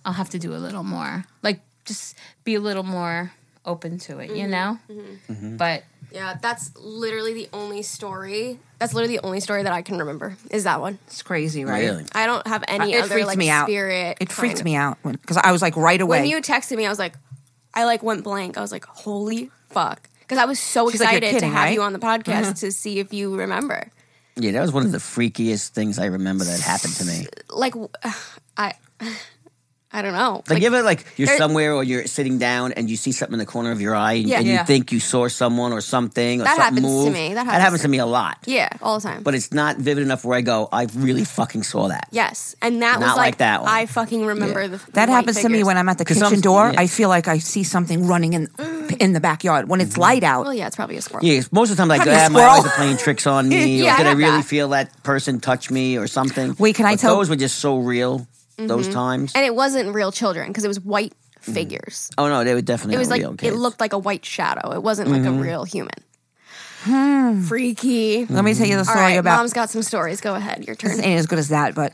[SPEAKER 2] I'll have to do a little more. Like just be a little more open to it. You know.
[SPEAKER 3] Mm-hmm.
[SPEAKER 2] But
[SPEAKER 1] Yeah, that's literally the only story. That's literally the only story that I can remember is that one.
[SPEAKER 5] It's crazy, right?
[SPEAKER 3] Really?
[SPEAKER 1] I don't have any
[SPEAKER 5] it
[SPEAKER 1] other
[SPEAKER 5] freaked
[SPEAKER 1] like
[SPEAKER 5] me out.
[SPEAKER 1] spirit.
[SPEAKER 5] It freaked
[SPEAKER 1] kind of-
[SPEAKER 5] me out because I was like right away.
[SPEAKER 1] When you texted me, I was like, I like went blank. I was like, holy fuck. Because I was so
[SPEAKER 5] She's like, "You're
[SPEAKER 1] excited
[SPEAKER 5] kidding,
[SPEAKER 1] to have
[SPEAKER 5] right?" Uh-huh.
[SPEAKER 1] you on the podcast to see if you remember.
[SPEAKER 3] Yeah, that was one of the freakiest things I remember that happened to me.
[SPEAKER 1] Like, <sighs> w- I, I don't know.
[SPEAKER 3] Like, you ever like you're
[SPEAKER 1] there-
[SPEAKER 3] somewhere or you're sitting down and you see something in the corner of your eye and,
[SPEAKER 1] Yeah.
[SPEAKER 3] and you
[SPEAKER 5] Yeah.
[SPEAKER 3] think you saw someone or something or
[SPEAKER 1] That
[SPEAKER 3] something
[SPEAKER 1] happens to
[SPEAKER 3] moved.
[SPEAKER 1] me. That
[SPEAKER 3] that
[SPEAKER 1] happens
[SPEAKER 3] happens
[SPEAKER 1] to
[SPEAKER 3] to me a lot.
[SPEAKER 1] yeah, all the time.
[SPEAKER 3] But it's not vivid enough where I go, I really fucking saw that.
[SPEAKER 1] yes, and that was
[SPEAKER 3] Not like that one.
[SPEAKER 1] I fucking remember
[SPEAKER 3] Yeah.
[SPEAKER 1] the. the
[SPEAKER 5] that
[SPEAKER 1] white
[SPEAKER 5] happens to me
[SPEAKER 1] figures.
[SPEAKER 5] when I'm at the
[SPEAKER 3] 'Cause
[SPEAKER 5] kitchen
[SPEAKER 3] I'm-
[SPEAKER 5] door.
[SPEAKER 3] yeah.
[SPEAKER 5] I feel like I see something running in in the backyard when it's light out.
[SPEAKER 1] Well, yeah, it's probably a squirrel.
[SPEAKER 3] Yeah, 'cause most of the time like,
[SPEAKER 5] Have you
[SPEAKER 3] ah, my
[SPEAKER 5] squirrel?
[SPEAKER 3] eyes are playing tricks on
[SPEAKER 5] <laughs>
[SPEAKER 3] me,
[SPEAKER 1] Yeah,
[SPEAKER 3] or
[SPEAKER 1] I
[SPEAKER 3] did I
[SPEAKER 1] have
[SPEAKER 3] really
[SPEAKER 1] that.
[SPEAKER 3] feel that person touch me or something?
[SPEAKER 5] Wait, can I
[SPEAKER 3] But
[SPEAKER 5] tell- Mm-hmm.
[SPEAKER 3] Those were just so real. Those times.
[SPEAKER 1] And it wasn't real children because it was white
[SPEAKER 5] Mm.
[SPEAKER 1] figures.
[SPEAKER 3] oh no, they were definitely
[SPEAKER 1] It was
[SPEAKER 3] not
[SPEAKER 1] like
[SPEAKER 3] real
[SPEAKER 1] it
[SPEAKER 3] kids.
[SPEAKER 1] looked like a white shadow. It wasn't like
[SPEAKER 5] Mm-hmm.
[SPEAKER 1] a real human.
[SPEAKER 5] Hmm.
[SPEAKER 1] Freaky.
[SPEAKER 5] Let me tell you
[SPEAKER 1] All
[SPEAKER 5] the story
[SPEAKER 1] right,
[SPEAKER 5] about.
[SPEAKER 1] mom's got some stories. Go ahead, your
[SPEAKER 5] this
[SPEAKER 1] turn.
[SPEAKER 5] ain't as good as that, but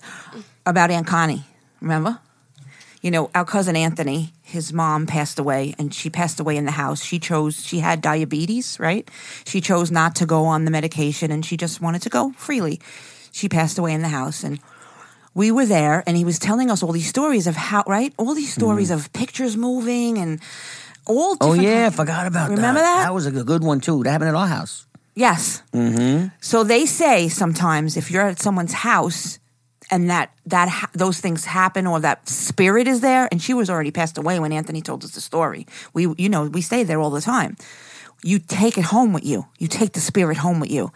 [SPEAKER 5] about Aunt Connie. Remember? You know, our cousin Anthony, his mom passed away and she passed away in the house. She chose, she had diabetes, right? She chose not to go on the medication and she just wanted to go freely. She passed away in the house and we were there and he was telling us all these stories of how, right? All these stories of pictures moving and all
[SPEAKER 3] Mm. oh
[SPEAKER 5] different
[SPEAKER 3] yeah, I
[SPEAKER 5] kinds-
[SPEAKER 3] forgot about that.
[SPEAKER 5] Remember that?
[SPEAKER 3] That was a good good one too. That happened at our house.
[SPEAKER 5] Yes. Mm-hmm. So they say sometimes if you're at someone's house and that that ha- those things happen or that spirit is there, and she was already passed away when Anthony told us the story. We you know we stay there all the time. You take it home with you. You take the spirit home with you.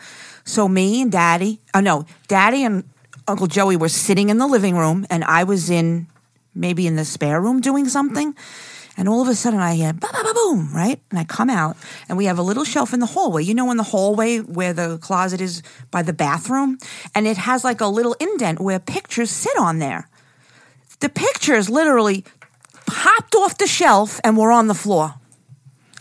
[SPEAKER 5] So me and Daddy, oh no, Daddy and Uncle Joey were sitting in the living room, and I was in maybe in the spare room doing something. And all of a sudden, I hear ba ba ba boom, right? And I come out, and we have a little shelf in the hallway. You know, in the hallway where the closet is by the bathroom, and it has like a little indent where pictures sit on there. The pictures literally popped off the shelf and were on the floor.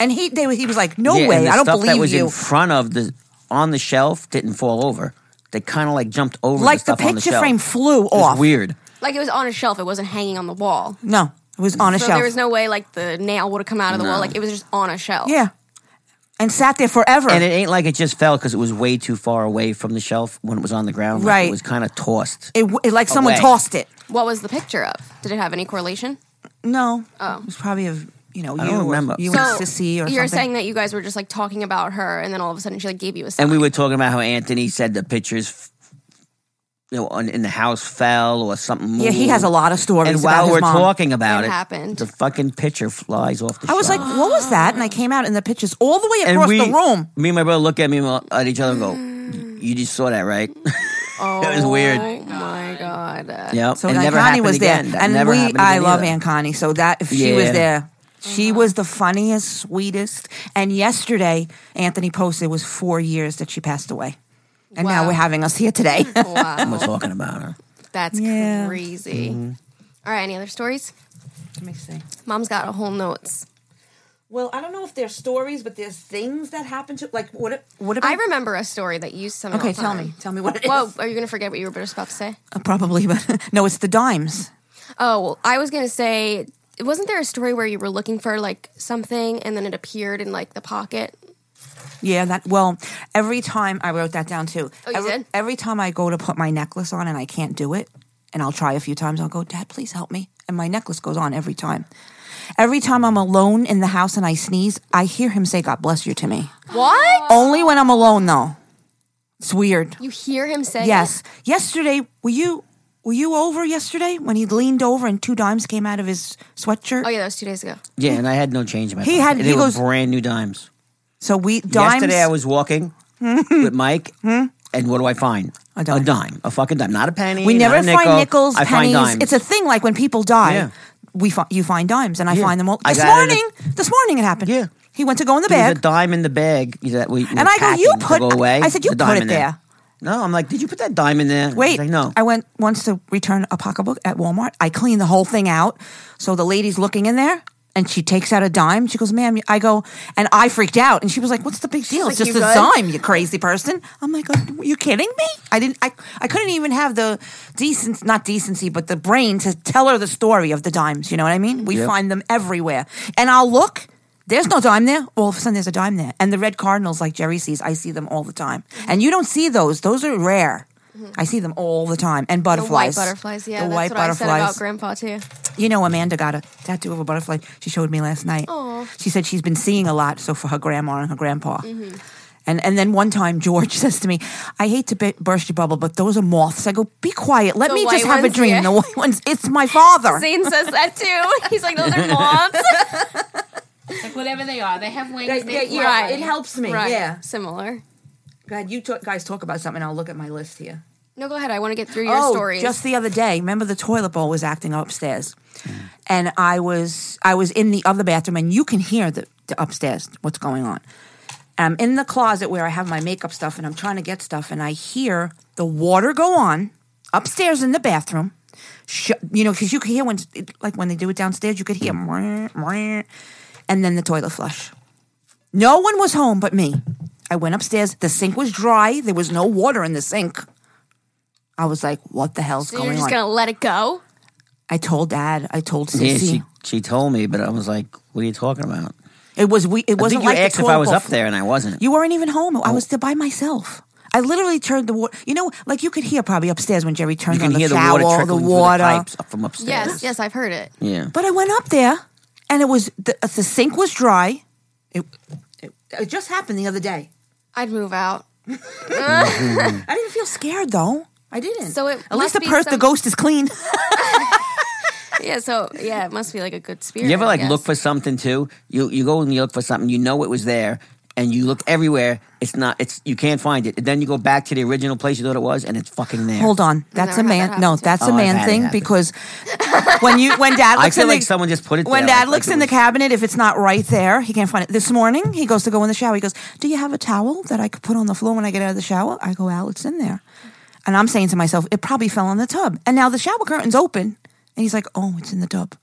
[SPEAKER 5] And he, they, he was like, "No
[SPEAKER 3] Yeah, and
[SPEAKER 5] way!
[SPEAKER 3] the
[SPEAKER 5] I don't
[SPEAKER 3] stuff
[SPEAKER 5] believe
[SPEAKER 3] that was
[SPEAKER 5] you."
[SPEAKER 3] in front of the on the shelf didn't fall over. They kind of like jumped over
[SPEAKER 5] like
[SPEAKER 3] the,
[SPEAKER 5] the,
[SPEAKER 3] stuff on the
[SPEAKER 5] picture
[SPEAKER 3] shelf.
[SPEAKER 5] frame flew
[SPEAKER 3] It was
[SPEAKER 5] off.
[SPEAKER 3] weird.
[SPEAKER 1] Like it was on a shelf. It wasn't hanging on the wall.
[SPEAKER 5] No, it was on a
[SPEAKER 1] So
[SPEAKER 5] shelf.
[SPEAKER 1] there was no way like the nail would have come out of the wall.
[SPEAKER 3] No.
[SPEAKER 1] Like it was just on a shelf.
[SPEAKER 5] yeah, and sat there forever.
[SPEAKER 3] And it ain't like it just fell because it was way too far away from the shelf when it was on the ground. Like,
[SPEAKER 5] Right.
[SPEAKER 3] It was kind of tossed.
[SPEAKER 5] It, it like someone
[SPEAKER 3] Away.
[SPEAKER 5] tossed it.
[SPEAKER 1] What was the picture of? Did it have any correlation?
[SPEAKER 5] No, it was probably of you know
[SPEAKER 3] I
[SPEAKER 5] you
[SPEAKER 3] don't
[SPEAKER 5] or-
[SPEAKER 3] remember.
[SPEAKER 5] you
[SPEAKER 3] So,
[SPEAKER 5] and Sissy or
[SPEAKER 1] Oh. you're
[SPEAKER 5] something.
[SPEAKER 1] saying that you guys were just like talking about her, and then all of a sudden she like gave you a.
[SPEAKER 3] And we were talking about how Anthony said the pictures, f- you know, on, in the house fell or something.
[SPEAKER 5] yeah, he has a lot of stories.
[SPEAKER 3] And
[SPEAKER 5] about
[SPEAKER 3] while
[SPEAKER 5] his
[SPEAKER 3] we're
[SPEAKER 5] mom.
[SPEAKER 3] talking about
[SPEAKER 1] It
[SPEAKER 3] it,
[SPEAKER 1] happened.
[SPEAKER 3] the fucking picture flies off the
[SPEAKER 5] I was
[SPEAKER 3] shelf.
[SPEAKER 5] like, "What was that?" And I came out, and the pictures all the way
[SPEAKER 3] and
[SPEAKER 5] across
[SPEAKER 3] we,
[SPEAKER 5] the room.
[SPEAKER 3] Me and my brother look at me at each other and
[SPEAKER 1] Mm.
[SPEAKER 3] go, "You just saw that, right?" <laughs>
[SPEAKER 1] oh,
[SPEAKER 3] it was weird.
[SPEAKER 1] Oh my god.
[SPEAKER 3] yep.
[SPEAKER 5] So
[SPEAKER 3] it never
[SPEAKER 5] Ankani
[SPEAKER 3] happened
[SPEAKER 5] was there,
[SPEAKER 3] again. That
[SPEAKER 5] and
[SPEAKER 3] never
[SPEAKER 5] we.
[SPEAKER 3] happened
[SPEAKER 5] I
[SPEAKER 3] again
[SPEAKER 5] love
[SPEAKER 3] either.
[SPEAKER 5] Ankani. So that if she was
[SPEAKER 3] Yeah.
[SPEAKER 5] there, she
[SPEAKER 1] Mm-hmm.
[SPEAKER 5] was the funniest, sweetest. And yesterday, Anthony posted it was four years that she passed away, and now
[SPEAKER 1] Wow.
[SPEAKER 5] we're having us here today.
[SPEAKER 1] <laughs> Wow.
[SPEAKER 3] <laughs> We're talking about her.
[SPEAKER 1] That's
[SPEAKER 5] Yeah.
[SPEAKER 1] crazy.
[SPEAKER 3] Mm-hmm.
[SPEAKER 1] All right. Any other stories?
[SPEAKER 5] Let me see.
[SPEAKER 1] Mom's got a whole notes.
[SPEAKER 5] Well, I don't know if there's stories, but there's things that happen to like what? What
[SPEAKER 1] I remember a story that you somehow.
[SPEAKER 5] Okay, tell
[SPEAKER 1] found.
[SPEAKER 5] me. Tell me what it is.
[SPEAKER 1] Whoa, are you going to forget what you were just about to say?
[SPEAKER 5] Uh, Probably, but <laughs> no, it's the dimes.
[SPEAKER 1] Oh, well, I was going to say, wasn't there a story where you were looking for like something and then it appeared in like the pocket?
[SPEAKER 5] Yeah, that. Well, every time I wrote that down too.
[SPEAKER 1] Oh, you
[SPEAKER 5] every,
[SPEAKER 1] did?
[SPEAKER 5] every time I go to put my necklace on and I can't do it, and I'll try a few times. I'll go, Dad, please help me, and my necklace goes on every time. Every time I'm alone in the house and I sneeze, I hear him say, "God bless you" to me.
[SPEAKER 1] What?
[SPEAKER 5] <gasps> Only when I'm alone, though. It's weird.
[SPEAKER 1] You hear him say,
[SPEAKER 5] Yes. Yesterday, were you were you over yesterday when he leaned over and two dimes came out of his sweatshirt?
[SPEAKER 1] Oh, yeah, that was two days ago.
[SPEAKER 3] Yeah, and I had no change in my.
[SPEAKER 5] He
[SPEAKER 3] pocket.
[SPEAKER 5] had-
[SPEAKER 3] And
[SPEAKER 5] he
[SPEAKER 3] they
[SPEAKER 5] goes-
[SPEAKER 3] were brand new dimes.
[SPEAKER 5] So we dimes. Hmm.
[SPEAKER 3] Yesterday I was walking with Mike, and what do I find?
[SPEAKER 5] A dime.
[SPEAKER 3] a fucking dime, not a penny.
[SPEAKER 5] We
[SPEAKER 3] not
[SPEAKER 5] never
[SPEAKER 3] a nickel.
[SPEAKER 5] find nickels,
[SPEAKER 3] I
[SPEAKER 5] pennies.
[SPEAKER 3] find dimes.
[SPEAKER 5] It's a thing like when people die,
[SPEAKER 3] Yeah.
[SPEAKER 5] we fi- you find dimes, and I
[SPEAKER 3] Yeah.
[SPEAKER 5] find them all.
[SPEAKER 3] I
[SPEAKER 5] This
[SPEAKER 3] got it in a-
[SPEAKER 5] morning, this morning it happened.
[SPEAKER 3] Yeah.
[SPEAKER 5] he went to go in the
[SPEAKER 3] There was
[SPEAKER 5] bag,
[SPEAKER 3] a dime in the bag that we, we
[SPEAKER 5] and
[SPEAKER 3] were
[SPEAKER 5] I go,
[SPEAKER 3] packing
[SPEAKER 5] "You
[SPEAKER 3] to
[SPEAKER 5] put."
[SPEAKER 3] go away.
[SPEAKER 5] I said, "You
[SPEAKER 3] the
[SPEAKER 5] put
[SPEAKER 3] dime in
[SPEAKER 5] it there."
[SPEAKER 3] No, I'm like, did you put that dime in there?
[SPEAKER 5] Wait,
[SPEAKER 3] He's like, no.
[SPEAKER 5] I went once to return a pocketbook at Walmart. I cleaned the whole thing out, so the lady's looking in there. And she takes out a dime. She goes, "Ma'am," I go, and I freaked out. And she was like, "What's the big deal? It's
[SPEAKER 1] like,
[SPEAKER 5] just a
[SPEAKER 1] "You good?"
[SPEAKER 5] dime, you crazy person." I'm like, "Are you kidding me?" I didn't. I, I couldn't even have the decency, not decency, but the brain to tell her the story of the dimes. You know what I mean? We
[SPEAKER 3] Yeah.
[SPEAKER 5] find them everywhere, and I'll look. There's no dime there. All of a sudden, there's a dime there, and the red cardinals, like Jerry sees, I see them all the time. And you don't see those; those are rare. I see them all the time, and
[SPEAKER 1] Mm-hmm. The white
[SPEAKER 5] butterflies.
[SPEAKER 1] butterflies. Yeah,
[SPEAKER 5] the
[SPEAKER 1] that's
[SPEAKER 5] white
[SPEAKER 1] what
[SPEAKER 5] butterflies.
[SPEAKER 1] I said about Grandpa, too.
[SPEAKER 5] You know, Amanda got a tattoo of a butterfly. She showed me last night. She said she's been seeing a lot, so for her grandma and her grandpa.
[SPEAKER 1] Mm-hmm.
[SPEAKER 5] And and then one time George <laughs> says to me, "I hate to bu- burst your bubble, but those are moths." I go, "Be quiet. Let
[SPEAKER 1] The
[SPEAKER 5] me just
[SPEAKER 1] white
[SPEAKER 5] have a
[SPEAKER 1] ones,
[SPEAKER 5] dream."
[SPEAKER 1] yeah.
[SPEAKER 5] The white ones. It's
[SPEAKER 1] <laughs>
[SPEAKER 5] my father.
[SPEAKER 1] Zane says that, too. <laughs> He's like, those
[SPEAKER 5] <laughs>
[SPEAKER 1] are moths.
[SPEAKER 2] Like whatever they are, they have wings.
[SPEAKER 5] They-
[SPEAKER 2] they
[SPEAKER 5] they- yeah,
[SPEAKER 2] fly.
[SPEAKER 5] it helps
[SPEAKER 1] <laughs>
[SPEAKER 5] me.
[SPEAKER 1] right.
[SPEAKER 5] Yeah.
[SPEAKER 1] Similar.
[SPEAKER 5] Go ahead. You talk, guys talk about something. I'll look at my list here.
[SPEAKER 1] No, go ahead. I want to get through your
[SPEAKER 5] oh,
[SPEAKER 1] stories.
[SPEAKER 5] Just the other day, remember the toilet bowl was acting upstairs, and I was I was in the other bathroom, and you can hear the, the upstairs what's going on. I'm um, in the closet where I have my makeup stuff, and I'm trying to get stuff, and I hear the water go on upstairs in the bathroom. Sh- you know, because you can hear when it- like when they do it downstairs, you could hear, "Mwah, mwah," and then the toilet flush. No one was home but me. I went upstairs. The sink was dry. There was no water in the sink. I was like, "What the hell's
[SPEAKER 1] So
[SPEAKER 5] going
[SPEAKER 1] you're just
[SPEAKER 5] on?"
[SPEAKER 1] going to let it go?
[SPEAKER 5] I told Dad. I told
[SPEAKER 3] Yeah,
[SPEAKER 5] Sissy.
[SPEAKER 3] she she told me, but I was like, what are you talking about?
[SPEAKER 5] it was we. It
[SPEAKER 3] I
[SPEAKER 5] wasn't
[SPEAKER 3] think you
[SPEAKER 5] like
[SPEAKER 3] asked
[SPEAKER 5] the
[SPEAKER 3] if
[SPEAKER 5] toilet
[SPEAKER 3] I was
[SPEAKER 5] bowl
[SPEAKER 3] up there, and I wasn't.
[SPEAKER 5] You weren't even home.
[SPEAKER 3] Oh.
[SPEAKER 5] I was there by myself. I literally turned the water. You know, like you could hear probably upstairs when Jerry turned
[SPEAKER 3] You
[SPEAKER 5] on
[SPEAKER 3] can hear the
[SPEAKER 5] shower,
[SPEAKER 3] water
[SPEAKER 5] the
[SPEAKER 3] trickling through
[SPEAKER 5] water.
[SPEAKER 3] the pipes up from upstairs.
[SPEAKER 1] Yes, yes, I've heard it.
[SPEAKER 3] Yeah.
[SPEAKER 5] But I went up there, and it was the, uh, the sink was dry. It, it it just happened the other day.
[SPEAKER 1] I'd move out.
[SPEAKER 5] I didn't feel scared though. I didn't.
[SPEAKER 1] So it
[SPEAKER 5] at
[SPEAKER 1] must
[SPEAKER 5] least the
[SPEAKER 1] be
[SPEAKER 5] purse, the
[SPEAKER 1] some-
[SPEAKER 5] ghost
[SPEAKER 1] <laughs>
[SPEAKER 5] is clean.
[SPEAKER 1] Yeah, so yeah, it must be like a good spirit.
[SPEAKER 3] You ever
[SPEAKER 1] I
[SPEAKER 3] like
[SPEAKER 1] guess.
[SPEAKER 3] look for something too? You you go and you look for something. You know it was there, and you look everywhere. It's not. It's you can't find it. And then you go back to the original place you thought it was, and it's fucking there.
[SPEAKER 5] Hold on, that's
[SPEAKER 1] never
[SPEAKER 5] a
[SPEAKER 1] had
[SPEAKER 5] man.
[SPEAKER 1] that
[SPEAKER 5] no,
[SPEAKER 1] happen to
[SPEAKER 5] that's
[SPEAKER 3] me.
[SPEAKER 5] a
[SPEAKER 3] Oh, I've
[SPEAKER 5] man
[SPEAKER 3] had it
[SPEAKER 5] thing
[SPEAKER 1] <laughs>
[SPEAKER 3] happen.
[SPEAKER 5] because when you when dad
[SPEAKER 3] I
[SPEAKER 5] looks
[SPEAKER 3] feel
[SPEAKER 5] in
[SPEAKER 3] like
[SPEAKER 5] the,
[SPEAKER 3] someone just put it
[SPEAKER 5] when
[SPEAKER 3] there,
[SPEAKER 5] dad
[SPEAKER 3] like-
[SPEAKER 5] looks
[SPEAKER 3] like it
[SPEAKER 5] in the
[SPEAKER 3] was-
[SPEAKER 5] cabinet if it's not right there he can't find it. This morning he goes to go in the shower. He goes, "Do you have a towel that I could put on the floor when I get out of the shower?" I go, "Al, it's in there," and I'm saying to myself, "It probably fell in the tub." And now the shower curtain's open, and he's like, "Oh, it's in the tub."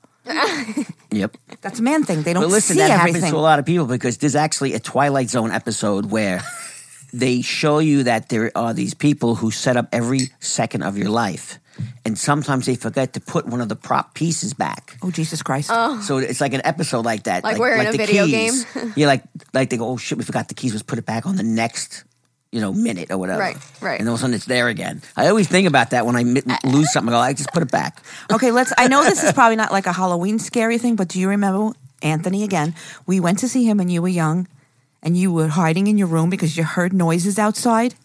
[SPEAKER 3] Yep.
[SPEAKER 5] That's a man thing. They don't
[SPEAKER 3] But listen,
[SPEAKER 5] see
[SPEAKER 3] that
[SPEAKER 5] everything.
[SPEAKER 3] happens to a lot of people because there's actually a Twilight Zone episode where they show you that there are these people who set up every second of your life. And sometimes they forget to put one of the prop pieces back.
[SPEAKER 5] Oh Jesus Christ!
[SPEAKER 3] So it's like an episode like that.
[SPEAKER 1] Like we're in a
[SPEAKER 3] the
[SPEAKER 1] video
[SPEAKER 3] keys. <laughs> yeah, like like they go, oh shit, we forgot the keys. Let's put it back on the next, you know, minute or whatever.
[SPEAKER 1] Right, right.
[SPEAKER 3] And all of a sudden it's there again. I always think about that when I mi- lose something. I go, I just put it back.
[SPEAKER 5] Okay, let's. I
[SPEAKER 3] <laughs>
[SPEAKER 5] know this is probably not like a Halloween scary thing, but do you remember Anthony again? We went to see him and you were young and you were hiding in your room because you heard noises outside.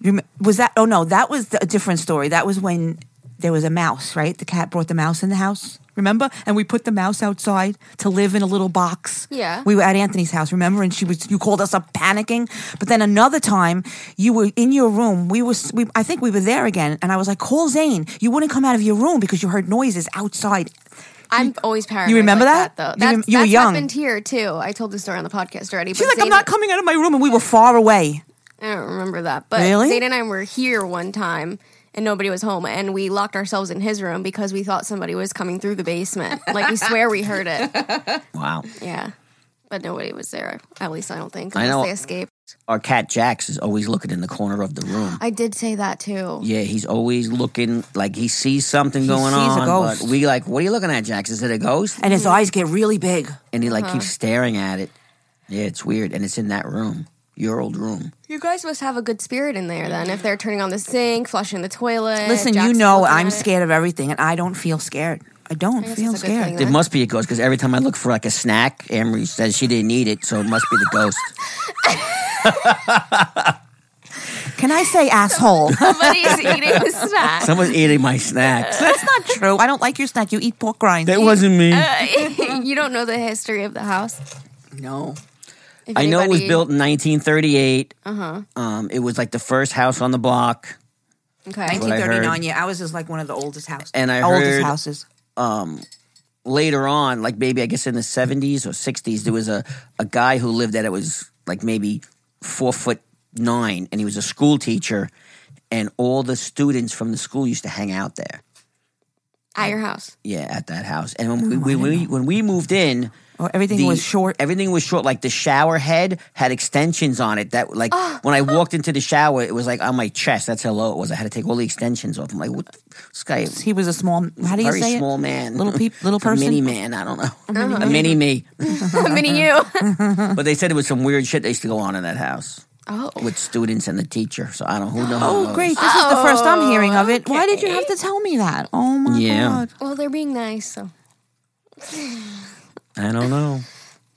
[SPEAKER 5] You, rem- was that? Oh, no, that was a different story. That was when there was a mouse, right? The cat brought the mouse in the house. Remember? And we put the mouse outside to live in a little box.
[SPEAKER 1] Yeah.
[SPEAKER 5] We were at Anthony's house, remember? And she was you called us up panicking. But then another time, you were in your room. We were we, I think we were there again, and I was like, "Call Zane." You wouldn't come out of your room because you heard noises outside.
[SPEAKER 1] I'm always paranoid.
[SPEAKER 5] You remember
[SPEAKER 1] like
[SPEAKER 5] that?
[SPEAKER 1] though?
[SPEAKER 5] You
[SPEAKER 1] That's,
[SPEAKER 5] rem- you were
[SPEAKER 1] that's
[SPEAKER 5] young.
[SPEAKER 1] happened here too. I told this story on the podcast already.
[SPEAKER 5] She's like, "I'm not coming out of my room," and we were far away.
[SPEAKER 1] I don't remember that. But
[SPEAKER 5] Really?
[SPEAKER 1] Zane and I were here one time and nobody was home and we locked ourselves in his room because we thought somebody was coming through the basement. like we swear we heard it.
[SPEAKER 5] <laughs>
[SPEAKER 3] Wow.
[SPEAKER 1] Yeah. But nobody was there. At least I don't think.
[SPEAKER 3] I
[SPEAKER 1] Unless
[SPEAKER 3] know.
[SPEAKER 1] they escaped.
[SPEAKER 3] Our cat Jax is always looking in the corner of the room.
[SPEAKER 1] I did say that too.
[SPEAKER 3] Yeah, he's always looking like he sees something going
[SPEAKER 5] sees a
[SPEAKER 3] on.
[SPEAKER 5] ghost.
[SPEAKER 3] But we like, what are you looking at, Jax? Is it a ghost?
[SPEAKER 5] And
[SPEAKER 1] Mm-hmm.
[SPEAKER 5] his eyes get really big.
[SPEAKER 3] And he like keeps
[SPEAKER 1] Uh-huh.
[SPEAKER 3] staring at it. Yeah, it's weird, and it's in that room, your old room.
[SPEAKER 1] You guys must have a good spirit in there then if they're turning on the sink, flushing the toilet.
[SPEAKER 5] Listen, you
[SPEAKER 1] Jack's
[SPEAKER 5] know,
[SPEAKER 1] looking
[SPEAKER 5] I'm
[SPEAKER 1] at it.
[SPEAKER 5] scared of everything, and I don't feel scared. I don't
[SPEAKER 1] guess
[SPEAKER 5] feel
[SPEAKER 1] that's a good
[SPEAKER 5] scared.
[SPEAKER 1] thing.
[SPEAKER 3] There
[SPEAKER 1] What?
[SPEAKER 3] must be a ghost because every time I look for like a snack, Amory says she didn't eat it, so it must be the ghost.
[SPEAKER 5] Can I say asshole?
[SPEAKER 1] <laughs>
[SPEAKER 5] <laughs>
[SPEAKER 1] Somebody's eating a snack.
[SPEAKER 3] Someone's eating my snacks.
[SPEAKER 5] That's not true. I don't like your snack. You eat pork rinds.
[SPEAKER 3] That wasn't me.
[SPEAKER 1] Uh, <laughs>
[SPEAKER 5] <laughs>
[SPEAKER 1] you don't know the history of the house.
[SPEAKER 5] no.
[SPEAKER 1] If
[SPEAKER 3] I know it was
[SPEAKER 1] anybody-
[SPEAKER 3] built in 1938. Uh huh. Um, it was like the first house on the block.
[SPEAKER 1] Okay.
[SPEAKER 3] what I heard.
[SPEAKER 5] 1939. Yeah, ours is like one of the oldest houses.
[SPEAKER 3] And I
[SPEAKER 5] oldest
[SPEAKER 3] heard-
[SPEAKER 5] houses.
[SPEAKER 3] later on, like maybe I guess in the 70s or 60s, there was a, a guy who lived that it was like maybe four foot nine, and he was a school teacher, and all the students from the school used to hang out there.
[SPEAKER 1] At your <laughs> house.
[SPEAKER 3] Yeah, at that house. And when we, we, we when we moved in,
[SPEAKER 5] Oh, everything
[SPEAKER 3] the-
[SPEAKER 5] was short.
[SPEAKER 3] Everything was short. Like the shower head had extensions on it. That like
[SPEAKER 5] Ah.
[SPEAKER 3] when I walked into the shower, it was like on my chest. That's how low it was. I had to take all the extensions off. I'm like, what? the- This guy
[SPEAKER 5] He was a small. How do you
[SPEAKER 3] very
[SPEAKER 5] say
[SPEAKER 3] small
[SPEAKER 5] it?
[SPEAKER 3] man, <laughs>
[SPEAKER 5] Little peep- little person?
[SPEAKER 3] mini man. I don't know, a mini me.
[SPEAKER 5] <laughs>
[SPEAKER 1] Mini you. <laughs>
[SPEAKER 3] But they said it was some weird shit that used to go on in that house
[SPEAKER 1] Oh.
[SPEAKER 3] with students and the teacher. So I don't who knows.
[SPEAKER 5] Oh, great! This is the first I'm hearing of it. Why did you have to tell me that? Oh my
[SPEAKER 3] Yeah.
[SPEAKER 5] god!
[SPEAKER 1] Well, they're being nice, so
[SPEAKER 3] I don't know.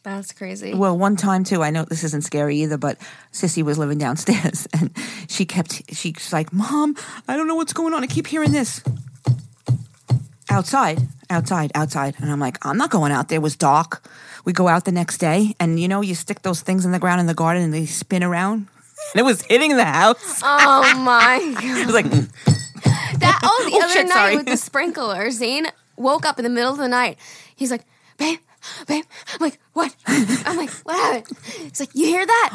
[SPEAKER 1] that's crazy.
[SPEAKER 5] Well, one time too, I know this isn't scary either, but Sissy was living downstairs <laughs> and she kept, she's like, Mom, I don't know what's going on. I keep hearing this outside, outside, outside. And I'm like, I'm not going out there. It was dark. We go out the next day and you know, you stick those things in the ground in the garden and they spin around. <laughs> <laughs> And it was hitting the house.
[SPEAKER 3] <laughs>
[SPEAKER 1] oh <laughs> my god!
[SPEAKER 5] It was like,
[SPEAKER 3] Mm.
[SPEAKER 1] That oh, the
[SPEAKER 5] Oh,
[SPEAKER 1] other
[SPEAKER 5] shit,
[SPEAKER 1] night
[SPEAKER 5] sorry.
[SPEAKER 1] <laughs> with the sprinkler, Zane woke up in the middle of the night. He's like, "Babe, babe." I'm like, "What?" I'm like, "What happened?" He's like, "You hear that?"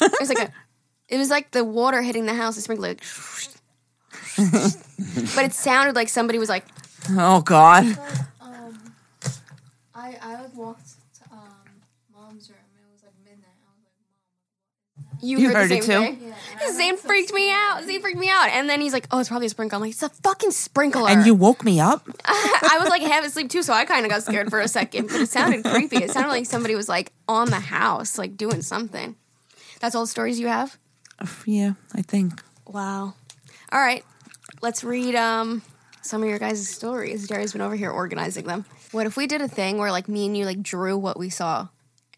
[SPEAKER 1] It was like a, it was like the water hitting the house. The sprinkler, like, <laughs> but it sounded like somebody was like,
[SPEAKER 5] oh God.
[SPEAKER 6] I I like walked to um mom's room and it was like midnight. I was like,
[SPEAKER 1] "You,
[SPEAKER 5] You
[SPEAKER 1] heard,
[SPEAKER 5] heard it
[SPEAKER 1] the same
[SPEAKER 5] too?
[SPEAKER 1] thing." Zane freaked me out. Zane freaked me out, and then he's like, "Oh, it's probably a sprinkler." I'm like, "It's a fucking sprinkler."
[SPEAKER 5] And you woke me up.
[SPEAKER 1] <laughs> I was like half asleep too, so I kind of got scared for a second. But it sounded creepy. It sounded like somebody was like on the house, like doing something. That's all the stories you have.
[SPEAKER 5] Yeah, I think.
[SPEAKER 1] Wow. All right, let's read um some of your guys' stories. Jerry's been over here organizing them. What if we did a thing where like me and you like drew what we saw,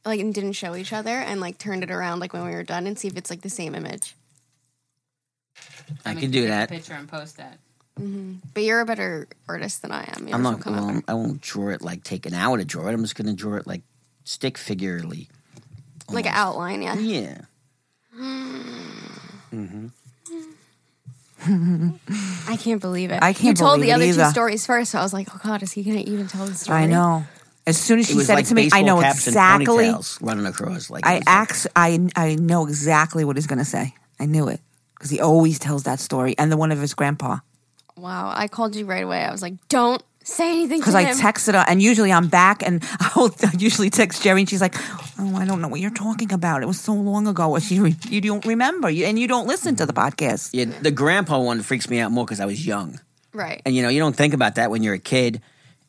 [SPEAKER 1] like and didn't show each other, and like turned it around like when we were done, and see if it's like the same image.
[SPEAKER 3] I can do that.
[SPEAKER 2] picture and post that.
[SPEAKER 1] But you're a better artist than I am. Yours
[SPEAKER 3] I'm
[SPEAKER 1] will
[SPEAKER 3] not.
[SPEAKER 1] come out
[SPEAKER 3] Well, I won't draw it like take an hour to draw it. I'm just going to draw it like stick figurely.
[SPEAKER 1] like an outline.
[SPEAKER 5] Ah.
[SPEAKER 1] Yeah.
[SPEAKER 3] Yeah.
[SPEAKER 1] I can't believe it.
[SPEAKER 5] I can't
[SPEAKER 1] You told
[SPEAKER 5] believe
[SPEAKER 1] the
[SPEAKER 5] it
[SPEAKER 1] other two
[SPEAKER 5] either.
[SPEAKER 1] stories first, so I was like, oh god, is he gonna even tell the story?
[SPEAKER 5] I know. As soon as
[SPEAKER 3] It
[SPEAKER 5] she
[SPEAKER 3] was
[SPEAKER 5] said
[SPEAKER 3] like
[SPEAKER 5] it to me, I
[SPEAKER 3] baseball
[SPEAKER 5] know
[SPEAKER 3] caps
[SPEAKER 5] exactly.
[SPEAKER 3] and ponytails running across. Like it
[SPEAKER 5] I
[SPEAKER 3] was like-
[SPEAKER 5] ax- I I know exactly what he's going to say. I knew it because he always tells that story and the one of his grandpa.
[SPEAKER 1] Wow. I called you right away. I was like, don't say anything
[SPEAKER 5] Because
[SPEAKER 1] to
[SPEAKER 5] I
[SPEAKER 1] him.
[SPEAKER 5] texted her, and usually I'm back, and <laughs> I'll I usually text Jerry, and she's like, "Oh, I don't know what you're talking about. It was so long ago. Or she, re- you don't remember, you, and you don't listen to the podcast."
[SPEAKER 3] yeah, the grandpa one freaks me out more because I was young,
[SPEAKER 1] right.
[SPEAKER 3] and you know you don't think about that when you're a kid,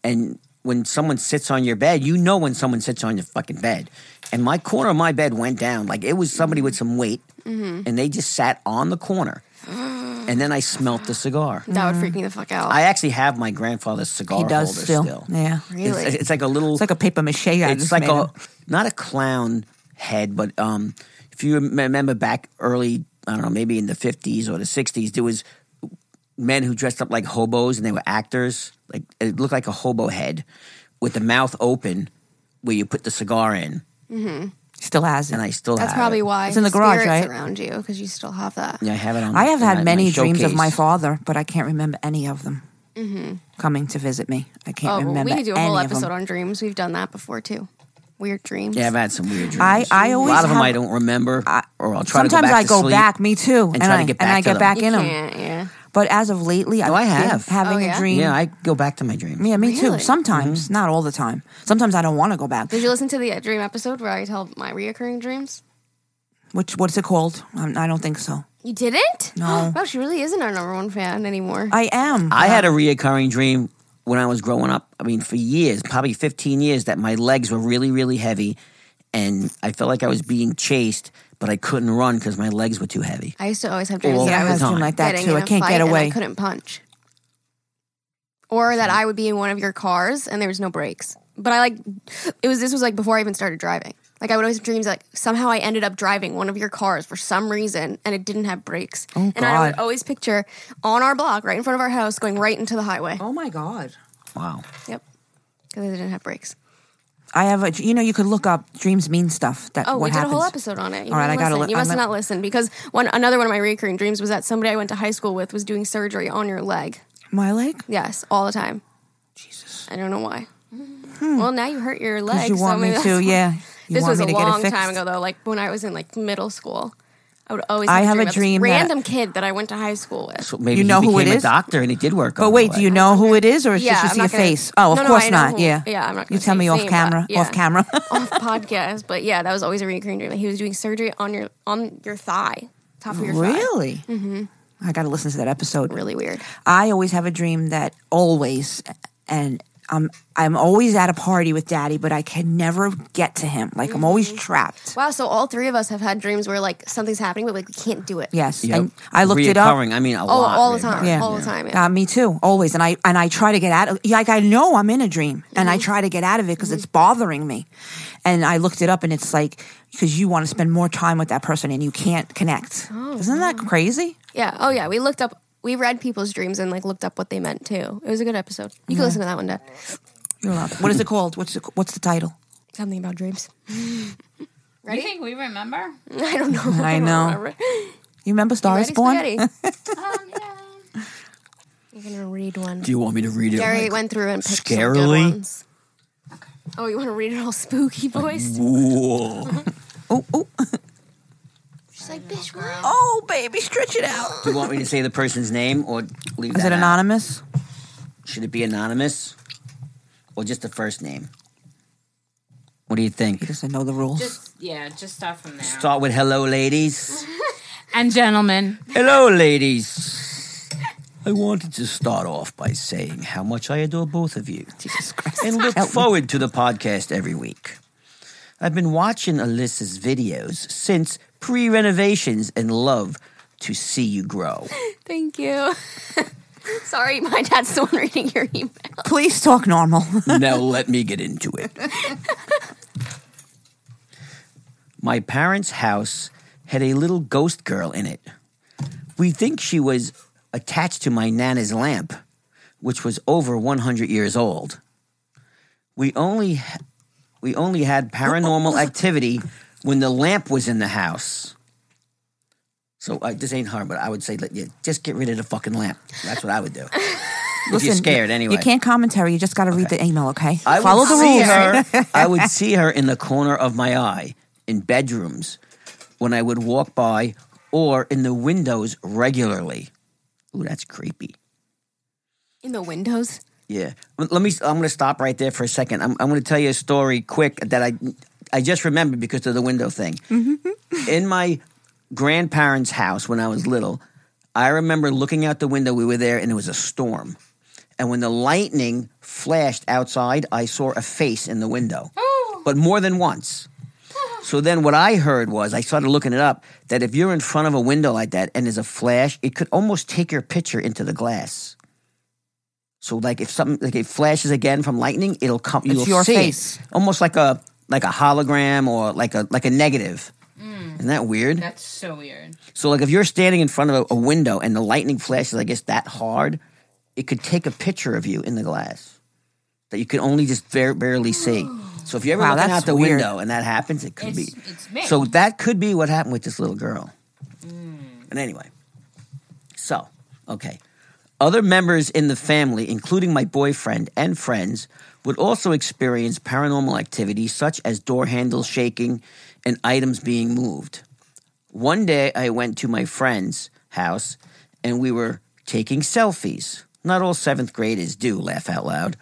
[SPEAKER 3] and when someone sits on your bed, you know when someone sits on your fucking bed, and my corner of my bed went down like it was somebody with some weight,
[SPEAKER 5] Mm-hmm.
[SPEAKER 3] and they just sat on the corner, and then I smelt the cigar.
[SPEAKER 1] that
[SPEAKER 5] Mm.
[SPEAKER 1] would freak me the fuck out.
[SPEAKER 3] I actually have my grandfather's cigar
[SPEAKER 5] He does
[SPEAKER 3] holder
[SPEAKER 5] still.
[SPEAKER 3] still.
[SPEAKER 5] yeah.
[SPEAKER 1] Really?
[SPEAKER 3] It's, it's like a little.
[SPEAKER 5] It's like a paper mache. I
[SPEAKER 3] it's
[SPEAKER 5] just
[SPEAKER 3] like
[SPEAKER 5] made
[SPEAKER 3] a
[SPEAKER 5] up.
[SPEAKER 3] not a clown head, but um, if you rem- remember back early, I don't know, maybe in the fifties or the sixties, there was men who dressed up like hobos and they were actors. Like it looked like a hobo head with the mouth open where you put the cigar in,
[SPEAKER 5] still has it.
[SPEAKER 3] and I still
[SPEAKER 1] That's
[SPEAKER 3] have
[SPEAKER 1] probably
[SPEAKER 3] it.
[SPEAKER 1] why
[SPEAKER 5] It's in the garage,
[SPEAKER 1] spirits
[SPEAKER 5] right?
[SPEAKER 1] around you because you still have that.
[SPEAKER 3] Yeah, I have it on.
[SPEAKER 5] I have
[SPEAKER 3] in
[SPEAKER 5] had
[SPEAKER 3] my-
[SPEAKER 5] many
[SPEAKER 3] my
[SPEAKER 5] dreams of my
[SPEAKER 3] showcase.
[SPEAKER 5] father, but I can't remember any of them coming to visit me. I can't
[SPEAKER 1] Mm-hmm. Oh,
[SPEAKER 5] remember.
[SPEAKER 1] we could do a whole
[SPEAKER 5] any of them.
[SPEAKER 1] episode on dreams. We've done that before too. Weird dreams.
[SPEAKER 3] Yeah, I've had some weird dreams.
[SPEAKER 5] I- I always
[SPEAKER 3] a lot of them
[SPEAKER 5] have-
[SPEAKER 3] I don't remember, or I'll try
[SPEAKER 5] Sometimes
[SPEAKER 3] to go back
[SPEAKER 5] I
[SPEAKER 3] to
[SPEAKER 5] go
[SPEAKER 3] sleep.
[SPEAKER 5] back. Me too,
[SPEAKER 3] and try
[SPEAKER 5] I,
[SPEAKER 3] to get
[SPEAKER 5] and
[SPEAKER 3] back
[SPEAKER 5] I
[SPEAKER 3] to
[SPEAKER 5] get
[SPEAKER 3] them.
[SPEAKER 5] back
[SPEAKER 1] you
[SPEAKER 5] in them.
[SPEAKER 1] can't. Yeah.
[SPEAKER 5] But as of lately, I've
[SPEAKER 3] I
[SPEAKER 5] been
[SPEAKER 3] have.
[SPEAKER 5] having
[SPEAKER 1] Oh, yeah?
[SPEAKER 5] a dream.
[SPEAKER 3] Yeah, I Mm-hmm. go back to my dreams.
[SPEAKER 5] Yeah, me too.
[SPEAKER 1] Really?
[SPEAKER 5] Sometimes, not all the time. Sometimes I don't want to go back.
[SPEAKER 1] Did you listen to the uh, dream episode where I tell my reoccurring dreams?
[SPEAKER 5] Which what's it called? Um, I don't think so.
[SPEAKER 1] You didn't?
[SPEAKER 5] No.
[SPEAKER 1] <gasps> Wow, she really isn't our number one fan anymore.
[SPEAKER 5] I am.
[SPEAKER 3] I had a reoccurring dream when I was growing up. I mean, for years, probably 15 years, that my legs were really, really heavy. And I felt like I was being chased, but I couldn't run because my legs were too heavy.
[SPEAKER 1] I used to always have dreams
[SPEAKER 3] Well,
[SPEAKER 1] that
[SPEAKER 5] I
[SPEAKER 1] I
[SPEAKER 5] had
[SPEAKER 1] was
[SPEAKER 5] a dream
[SPEAKER 3] time.
[SPEAKER 5] like that
[SPEAKER 1] getting
[SPEAKER 5] too.
[SPEAKER 1] in
[SPEAKER 5] I
[SPEAKER 1] a
[SPEAKER 5] can't
[SPEAKER 1] fight
[SPEAKER 5] get
[SPEAKER 1] and I
[SPEAKER 5] away.
[SPEAKER 1] couldn't punch, or that I would be in one of your cars and there was no brakes. But I like it was this was like before I even started driving. Like I would always have dreams like somehow I ended up driving one of your cars for some reason and it didn't have brakes.
[SPEAKER 5] Oh,
[SPEAKER 1] and I would
[SPEAKER 5] God.
[SPEAKER 1] always picture on our block right in front of our house going right into the highway.
[SPEAKER 5] Oh my god.
[SPEAKER 3] Wow.
[SPEAKER 1] Yep, because it didn't have brakes.
[SPEAKER 5] I have a. You know, you could look up dreams mean stuff. That
[SPEAKER 1] Oh,
[SPEAKER 5] what
[SPEAKER 1] we
[SPEAKER 5] happens.
[SPEAKER 1] did a whole episode on it. You
[SPEAKER 5] All right,
[SPEAKER 1] gotta
[SPEAKER 5] I gotta
[SPEAKER 1] listen.
[SPEAKER 5] li-
[SPEAKER 1] You
[SPEAKER 5] I'm
[SPEAKER 1] must
[SPEAKER 5] a-
[SPEAKER 1] not listen because one another one of my recurring dreams was that somebody I went to high school with was doing surgery on your leg.
[SPEAKER 5] My leg.
[SPEAKER 1] Yes, all the time. Jesus, I don't know why. Well, now you hurt your leg.
[SPEAKER 5] Hmm. you
[SPEAKER 1] so
[SPEAKER 5] want
[SPEAKER 1] maybe
[SPEAKER 5] me
[SPEAKER 1] that's <laughs>
[SPEAKER 5] to?
[SPEAKER 1] why.
[SPEAKER 5] Yeah. You
[SPEAKER 1] this
[SPEAKER 5] want
[SPEAKER 1] was
[SPEAKER 5] me
[SPEAKER 1] a
[SPEAKER 5] to get it
[SPEAKER 1] long
[SPEAKER 5] fixed?
[SPEAKER 1] time ago, though. Like when I was in like middle school, I would always.
[SPEAKER 5] I
[SPEAKER 1] Have
[SPEAKER 5] have a
[SPEAKER 1] a dream
[SPEAKER 5] dream
[SPEAKER 1] about
[SPEAKER 5] that-
[SPEAKER 1] this random kid that I went to high school with.
[SPEAKER 3] So maybe he
[SPEAKER 5] You know who
[SPEAKER 3] became
[SPEAKER 5] it
[SPEAKER 3] a
[SPEAKER 5] is?
[SPEAKER 3] doctor and it did work.
[SPEAKER 5] But
[SPEAKER 3] on
[SPEAKER 5] wait,
[SPEAKER 3] the
[SPEAKER 5] do you
[SPEAKER 3] leg.
[SPEAKER 5] know who it is, or it's
[SPEAKER 1] Yeah,
[SPEAKER 5] just you
[SPEAKER 1] I'm
[SPEAKER 5] see a
[SPEAKER 1] not gonna-
[SPEAKER 5] face? Oh, of
[SPEAKER 1] No, no,
[SPEAKER 5] course
[SPEAKER 1] I know
[SPEAKER 5] not.
[SPEAKER 1] who-
[SPEAKER 5] yeah.
[SPEAKER 1] yeah, I'm not
[SPEAKER 5] You
[SPEAKER 1] gonna
[SPEAKER 5] tell
[SPEAKER 1] say
[SPEAKER 5] me
[SPEAKER 1] his
[SPEAKER 5] off
[SPEAKER 1] name,
[SPEAKER 5] camera.
[SPEAKER 1] but
[SPEAKER 5] Off
[SPEAKER 1] yeah.
[SPEAKER 5] camera.
[SPEAKER 1] <laughs>
[SPEAKER 5] <laughs>
[SPEAKER 1] Off podcast, but yeah, that was always a recurring dream. Like he was doing surgery on your on your thigh, top of your thigh.
[SPEAKER 5] really? Mm-hmm. I got to listen to that episode.
[SPEAKER 1] Really weird.
[SPEAKER 5] I always have a dream that always, and I'm I'm always at a party with Daddy, but I can never get to him. Like I'm
[SPEAKER 1] Mm-hmm.
[SPEAKER 5] always trapped.
[SPEAKER 1] Wow, so all three of us have had dreams where like something's happening, but like we can't do it.
[SPEAKER 5] Yes,
[SPEAKER 3] Yep.
[SPEAKER 5] and I looked it up.
[SPEAKER 3] Reoccurring, I mean, a
[SPEAKER 1] Oh,
[SPEAKER 3] lot.
[SPEAKER 1] all the time.
[SPEAKER 5] Yeah.
[SPEAKER 1] All the time. Yeah.
[SPEAKER 5] Uh, me too, always, and I and I try to get out. Of, like I know I'm in a dream, and
[SPEAKER 1] Mm-hmm.
[SPEAKER 5] I try to get out of it because it's bothering me. And I looked it up, and it's like because you want to spend more time with that person, and you can't connect.
[SPEAKER 1] Oh,
[SPEAKER 5] Isn't that crazy?
[SPEAKER 1] yeah. Oh yeah. We looked up we read people's dreams and like looked up what they meant too. It was a good episode. You can listen to that one, Dad.
[SPEAKER 5] You're allowed. What is it called? What's the, what's the title?
[SPEAKER 1] Something about
[SPEAKER 3] <laughs>
[SPEAKER 1] dreams.
[SPEAKER 2] You think we remember?
[SPEAKER 1] <laughs> I don't know.
[SPEAKER 5] I
[SPEAKER 1] don't
[SPEAKER 5] know.
[SPEAKER 1] remember.
[SPEAKER 5] You remember Star
[SPEAKER 1] Ready,
[SPEAKER 5] is
[SPEAKER 3] <laughs>
[SPEAKER 5] Born?
[SPEAKER 1] Spaghetti?
[SPEAKER 2] Um, yeah.
[SPEAKER 1] You're gonna read one.
[SPEAKER 3] Do you want me to read it?
[SPEAKER 1] Gary
[SPEAKER 3] like,
[SPEAKER 1] went through and picked some good
[SPEAKER 3] scarily?
[SPEAKER 1] ones. Oh, you want to read it all spooky
[SPEAKER 3] <laughs>
[SPEAKER 1] voiced?
[SPEAKER 3] Whoa.
[SPEAKER 5] Oh, oh,
[SPEAKER 1] She's like, bitch, what?
[SPEAKER 5] oh, baby, stretch it out.
[SPEAKER 3] Do you want me to say the person's name or leave
[SPEAKER 5] Is
[SPEAKER 3] that
[SPEAKER 5] it
[SPEAKER 3] out?
[SPEAKER 5] anonymous?
[SPEAKER 3] Should it be anonymous or just the first name? What do you think?
[SPEAKER 5] Because I know the rules.
[SPEAKER 2] Just yeah, just start from there.
[SPEAKER 3] Start with hello, ladies.
[SPEAKER 2] And gentlemen,
[SPEAKER 3] Hello, ladies. I wanted to start off by saying how much I adore both of you
[SPEAKER 5] Jesus Christ.
[SPEAKER 3] and look
[SPEAKER 5] Help me.
[SPEAKER 3] forward to the podcast every week. I've been watching Alyssa's videos since pre renovations and love to see you grow.
[SPEAKER 1] Thank you. <laughs> Sorry, my dad's the one reading your email.
[SPEAKER 5] Please talk normal.
[SPEAKER 3] now let me get into it. My parents' house had a little ghost girl in it. We think she was attached to my nana's lamp, which was over 100 years old. We only we only had paranormal activity when the lamp was in the house. So I, this ain't hard, but I would say, like, yeah, just get rid of the fucking lamp. That's what I would do. if you're scared, anyway.
[SPEAKER 5] You can't commentary. You just got to read the email, okay?
[SPEAKER 3] I
[SPEAKER 5] Follow
[SPEAKER 3] would
[SPEAKER 5] the
[SPEAKER 3] see
[SPEAKER 5] rules.
[SPEAKER 3] her- I
[SPEAKER 5] <laughs>
[SPEAKER 3] would see her in the corner of my eye, in bedrooms, when I would walk by, or in the windows regularly. Ooh, that's creepy.
[SPEAKER 1] in the windows.
[SPEAKER 3] Yeah. Let let me. I'm going to stop right there for a second. I'm, I'm going to tell you a story quick that I I just remembered because of the window thing. In my grandparents' house when I was little, I remember looking out the window. We were there, and it was a storm. And when the lightning flashed outside, I saw a face in the window,
[SPEAKER 5] Oh.
[SPEAKER 3] but more than once. So then what I heard was I started looking it up that if you're in front of a window like that and there's a flash, it could almost take your picture into the glass. So like if something like it flashes again from lightning, it'll come you'll
[SPEAKER 5] your
[SPEAKER 3] see it.
[SPEAKER 5] face.
[SPEAKER 3] Almost like a like a hologram or like a like a negative. Isn't that weird?
[SPEAKER 2] That's so weird.
[SPEAKER 3] So like if you're standing in front of a, a window and the lightning flashes, I guess that hard, it could take a picture of you in the glass that you could only just ver- barely see. So if you're ever
[SPEAKER 5] Wow,
[SPEAKER 3] looking
[SPEAKER 5] that's
[SPEAKER 3] out the
[SPEAKER 5] weird.
[SPEAKER 3] window and that happens, it could
[SPEAKER 2] It's-
[SPEAKER 3] be.
[SPEAKER 2] it's me. Mm.
[SPEAKER 3] So that could be what happened with this little girl. And anyway, so okay. Other members in the family, including my boyfriend and friends, would also experience paranormal activity such as door handles shaking and items being moved. One day I went to my friend's house and we were taking selfies. Not all seventh graders do, laugh out loud.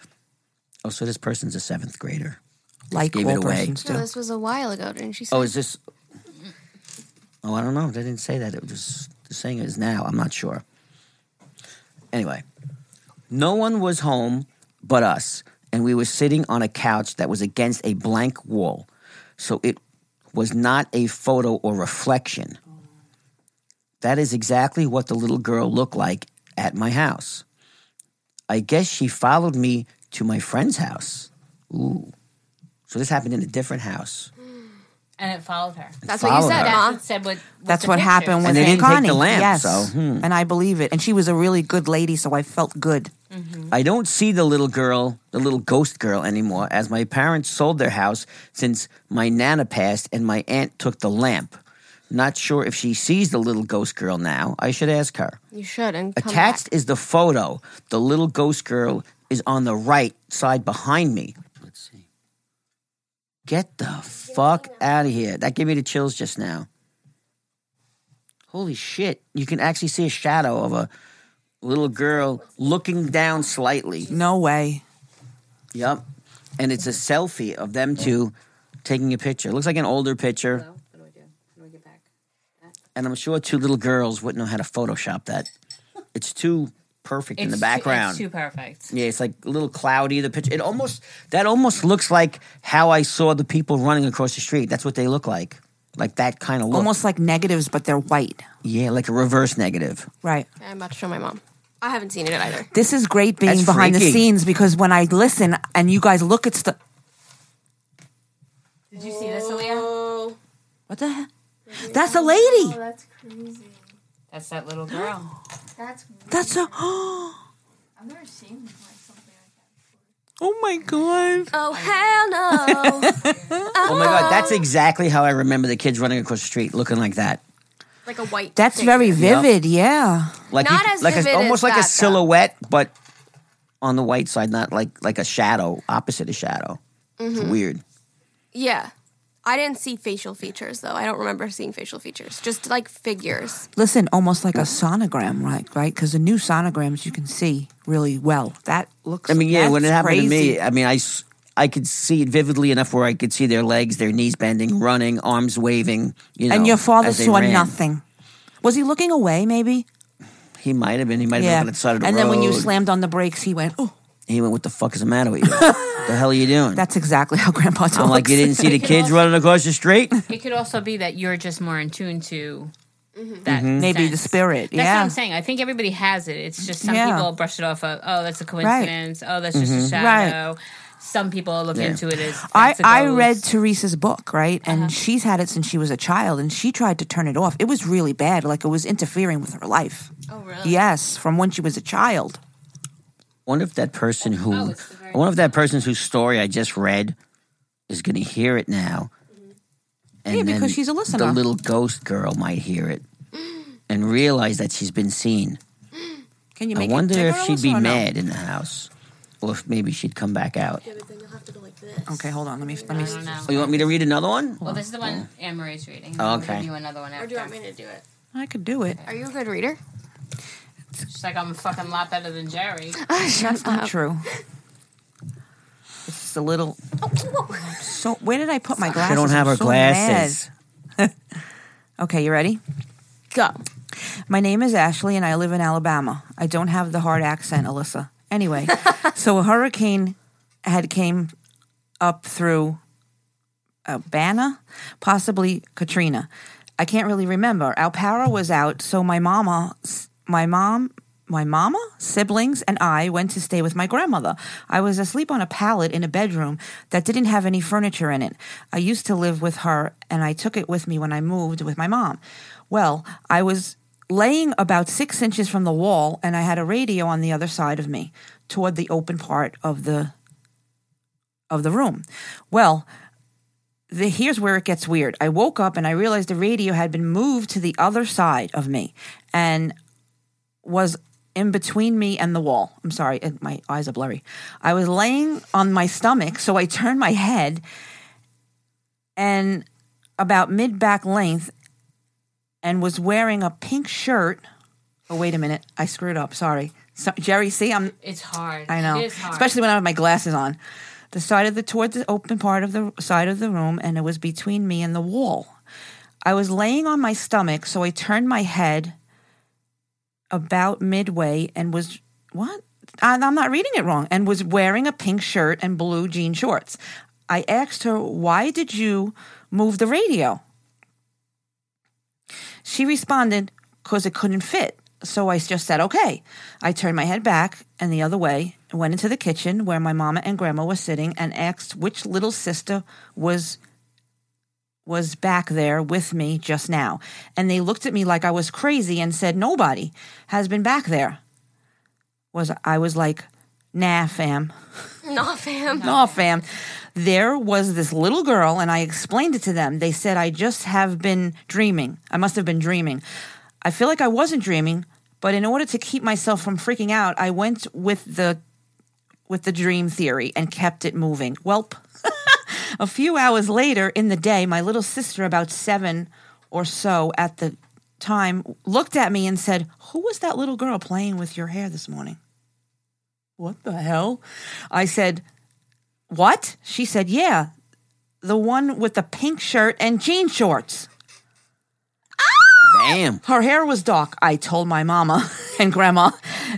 [SPEAKER 3] Oh, so this person's a seventh grader.
[SPEAKER 5] Like
[SPEAKER 3] Gave it
[SPEAKER 5] all
[SPEAKER 3] away.
[SPEAKER 5] persons
[SPEAKER 1] No,
[SPEAKER 5] do.
[SPEAKER 1] this was a while ago, didn't she? Say?
[SPEAKER 3] Oh, is this? Oh, I don't know. They didn't say that. It was the saying is now. I'm not sure. Anyway, no one was home but us, and we were sitting on a couch that was against a blank wall, so it was not a photo or reflection. That is exactly what the little girl looked like at my house. I guess she followed me to my friend's house. Ooh. So this happened in a different house.
[SPEAKER 2] And it followed her.
[SPEAKER 1] that's what you
[SPEAKER 3] follow
[SPEAKER 1] said,
[SPEAKER 3] her.
[SPEAKER 1] Ma.
[SPEAKER 2] It said what, with
[SPEAKER 5] That's
[SPEAKER 2] the
[SPEAKER 5] what happened
[SPEAKER 2] pictures.
[SPEAKER 5] with
[SPEAKER 3] they didn't take
[SPEAKER 5] Connie.
[SPEAKER 3] the lamp,
[SPEAKER 5] yes.
[SPEAKER 3] so, hmm.
[SPEAKER 5] And I believe it. And she was a really good lady, so I felt good.
[SPEAKER 3] I don't see the little girl, the little ghost girl anymore, as my parents sold their house since my nana passed and my aunt took the lamp. Not sure if she sees the little ghost girl now. I should ask her.
[SPEAKER 1] You should and come back.
[SPEAKER 3] Attached is the photo. The little ghost girl is on the right side behind me. Let's see. Get the fuck out of here. That gave me the chills just now. Holy shit. You can actually see a shadow of a little girl looking down slightly.
[SPEAKER 5] No way.
[SPEAKER 3] Yep. And it's a selfie of them two taking a picture. It looks like an older picture. And I'm sure two little girls wouldn't know how to Photoshop that. It's too perfect in the
[SPEAKER 2] It's too-
[SPEAKER 3] background.
[SPEAKER 2] it's too perfect.
[SPEAKER 3] yeah, it's like a little cloudy. The picture, it almost that almost looks like how I saw the people running across the street. That's what they look like, like that kind of look.
[SPEAKER 5] Almost like negatives, but they're white.
[SPEAKER 3] yeah, like a reverse negative.
[SPEAKER 5] Right.
[SPEAKER 1] I'm about to show my mom. I haven't seen it either.
[SPEAKER 5] This is great being
[SPEAKER 3] That's
[SPEAKER 5] behind the
[SPEAKER 3] freaky.
[SPEAKER 5] scenes because when I listen and you guys look at stuff.
[SPEAKER 2] Did you see this, Aaliyah?
[SPEAKER 5] Oh. What the heck? That's a lady.
[SPEAKER 6] Oh, that's crazy.
[SPEAKER 2] That's that little girl.
[SPEAKER 6] That's weird.
[SPEAKER 5] That's a. <gasps> Oh
[SPEAKER 6] I've never seen like something like that before.
[SPEAKER 5] my God.
[SPEAKER 1] Oh hell no!
[SPEAKER 3] Oh my god, that's exactly how I remember the kids running across the street, looking like that.
[SPEAKER 1] like a white.
[SPEAKER 5] That's
[SPEAKER 1] figure.
[SPEAKER 5] very vivid, yeah.
[SPEAKER 3] like
[SPEAKER 1] Not
[SPEAKER 3] you-
[SPEAKER 1] as
[SPEAKER 3] like a,
[SPEAKER 1] vivid as
[SPEAKER 3] almost like
[SPEAKER 1] that,
[SPEAKER 3] a
[SPEAKER 1] though.
[SPEAKER 3] silhouette, but on the white side, not like like a shadow, opposite a shadow. It's
[SPEAKER 5] Mm-hmm.
[SPEAKER 3] weird.
[SPEAKER 1] Yeah. I didn't see facial features though. I don't remember seeing facial features. Just like figures.
[SPEAKER 5] Listen, almost like a sonogram, right? Right? Because the new sonograms you can see really well. That looks.
[SPEAKER 3] I mean, yeah, when it
[SPEAKER 5] that's
[SPEAKER 3] happened to me,
[SPEAKER 5] crazy.
[SPEAKER 3] I mean, I s- I could see it vividly enough where I could see their legs, their knees bending, running, arms waving. You know,
[SPEAKER 5] and your father
[SPEAKER 3] as they
[SPEAKER 5] saw
[SPEAKER 3] ran.
[SPEAKER 5] nothing. Was he looking away? Maybe.
[SPEAKER 3] He might have been. He might have been looking at the side of the
[SPEAKER 5] and then when you
[SPEAKER 3] road.
[SPEAKER 5] slammed on the brakes, he went, "Oh,
[SPEAKER 3] he went, "What the fuck is the matter
[SPEAKER 5] <laughs>
[SPEAKER 3] with you? the hell are you doing?"
[SPEAKER 5] that's exactly how Grandpa talks."
[SPEAKER 3] I'm like, "You didn't
[SPEAKER 5] <laughs>
[SPEAKER 3] see the kids running across the street."
[SPEAKER 2] <gasps> It could also be that you're just more in tune to
[SPEAKER 1] Mm-hmm.
[SPEAKER 2] that.
[SPEAKER 5] Mm-hmm. Maybe the
[SPEAKER 2] sense.
[SPEAKER 5] spirit.
[SPEAKER 2] That's
[SPEAKER 5] yeah.
[SPEAKER 2] what I'm saying. I think everybody has it. It's just some
[SPEAKER 5] Yeah. Mm-hmm.
[SPEAKER 2] people brush it off of, oh, that's a coincidence. Oh, that's just a shadow. Some people look into it as
[SPEAKER 5] I,
[SPEAKER 2] that's a
[SPEAKER 5] I
[SPEAKER 2] ghost.
[SPEAKER 5] read Teresa's book, right? And she's had it since she was a child, and she tried to turn it off. It was really bad. Like, it was interfering with her life.
[SPEAKER 1] Oh really?
[SPEAKER 5] Yes, from when she was a child.
[SPEAKER 3] wonder if that
[SPEAKER 5] Oh,
[SPEAKER 3] person who
[SPEAKER 2] it's the very
[SPEAKER 3] I wonder if that person whose story I just read is going to hear it now And
[SPEAKER 5] Mm-hmm. Yeah, because
[SPEAKER 3] then
[SPEAKER 5] she's a listener.
[SPEAKER 3] The little ghost girl might hear
[SPEAKER 5] <gasps>
[SPEAKER 3] it and realize that she's been seen.
[SPEAKER 5] Can you
[SPEAKER 3] I
[SPEAKER 5] make
[SPEAKER 3] wonder
[SPEAKER 5] it
[SPEAKER 3] if
[SPEAKER 5] bigger
[SPEAKER 3] she'd be
[SPEAKER 5] or no?
[SPEAKER 3] mad in the house, or if maybe she'd come back out.
[SPEAKER 1] Yeah, but then you'll have to go like this.
[SPEAKER 5] Okay, hold on. Let me let me
[SPEAKER 2] don't know.
[SPEAKER 3] Oh, you want me to read another one?
[SPEAKER 2] Well, Oh, this is the one Anne Marie's reading.
[SPEAKER 3] Oh,
[SPEAKER 2] I'll
[SPEAKER 3] okay.
[SPEAKER 2] give you another one
[SPEAKER 1] Or do
[SPEAKER 2] after.
[SPEAKER 1] you want me to do it?
[SPEAKER 5] I could do it.
[SPEAKER 1] Are you a good reader?
[SPEAKER 2] She's like, I'm a fucking lot better than Jerry.
[SPEAKER 1] Shut
[SPEAKER 5] Not true. It's a little
[SPEAKER 1] Oh,
[SPEAKER 5] so where did I put my glasses?
[SPEAKER 3] They don't have
[SPEAKER 5] I'm
[SPEAKER 3] her
[SPEAKER 5] so
[SPEAKER 3] glasses.
[SPEAKER 5] mad. Okay, you ready?
[SPEAKER 1] Go.
[SPEAKER 5] My name is Ashley and I live in Alabama. I don't have the hard accent, Alyssa. Anyway, <laughs> so a hurricane had came up through Abana, possibly Katrina. I can't really remember. Our power was out, so my mama, my mom, my mama, siblings, and I went to stay with my grandmother. I was asleep on a pallet in a bedroom that didn't have any furniture in it. I used to live with her, and I took it with me when I moved with my mom. Well, I was laying about six inches from the wall, and I had a radio on the other side of me toward the open part of the of the room. Well, the, here's where it gets weird. I woke up and I realized the radio had been moved to the other side of me and was in between me and the wall. I'm sorry, uh, my eyes are blurry. I was laying on my stomach, so I turned my head and about mid back length and was wearing a pink shirt. Oh, wait a minute. I screwed up. Sorry. So, Jerry, see, I'm
[SPEAKER 2] It's hard.
[SPEAKER 5] I know,
[SPEAKER 2] It is hard.
[SPEAKER 5] especially when I have my glasses on. The side of the towards the open part of the side of the room, and it was between me and the wall. I was laying on my stomach, so I turned my head about midway and was what? I, I'm not reading it wrong. And was wearing a pink shirt and blue jean shorts. I asked her, "Why did you move the radio?" She responded, because it couldn't fit. So I just said, okay. I turned my head back and the other way, went into the kitchen where my mama and grandma were sitting and asked which little sister was was back there with me just now. And they looked at me like I was crazy and said, Nobody has been back there. Was I was like, nah, fam.
[SPEAKER 1] Nah, fam.
[SPEAKER 5] <laughs> No, fam. There was this little girl, and I explained it to them. They said, I just have been dreaming. I must have been dreaming. I feel like I wasn't dreaming, but in order to keep myself from freaking out, I went with the with the dream theory and kept it moving. Welp. <laughs> A few hours later in the day, my little sister, about seven or so at the time, looked at me and said, Who was that little girl playing with your hair this morning? What the hell? I said, what? She said, Yeah, the one with the pink shirt and jean shorts.
[SPEAKER 3] Damn.
[SPEAKER 5] Her hair was dark. I told my mama <laughs> and grandma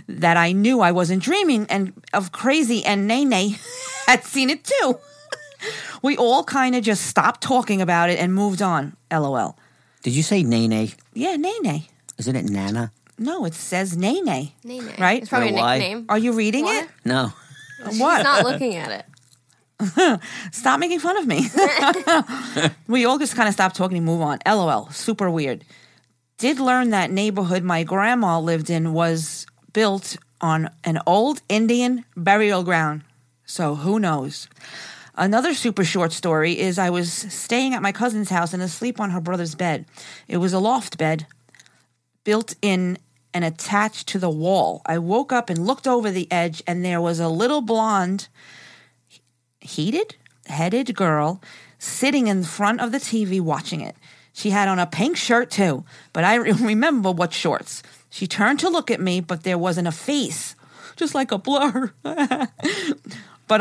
[SPEAKER 5] that I knew I wasn't dreaming and of crazy and Nene <laughs> had seen it too. <laughs> we all kind of just stopped talking about it and moved on. LOL.
[SPEAKER 3] Did you say Nene?
[SPEAKER 5] Yeah, Nene.
[SPEAKER 3] Isn't it Nana?
[SPEAKER 5] No, it says Nene.
[SPEAKER 1] Nene.
[SPEAKER 5] Right?
[SPEAKER 1] It's probably a
[SPEAKER 3] Or why?
[SPEAKER 1] nickname.
[SPEAKER 5] Are you reading
[SPEAKER 1] What?
[SPEAKER 5] it?
[SPEAKER 3] No.
[SPEAKER 5] What?
[SPEAKER 1] She's not looking at it.
[SPEAKER 5] Stop making fun of me. <laughs> we all just kind of stopped talking and move on. LOL. Super weird. Did learn that neighborhood my grandma lived in was built on an old Indian burial ground. So who knows? Another super short story is I was staying at my cousin's house and asleep on her brother's bed. It was a loft bed built in and attached to the wall. I woke up and looked over the edge, and there was a little blonde heated headed girl sitting in front of the TV watching it. She had on a pink shirt too, but I <laughs> re- remember what shorts. She turned to look at me, but there wasn't a face, just like a blur. <laughs> but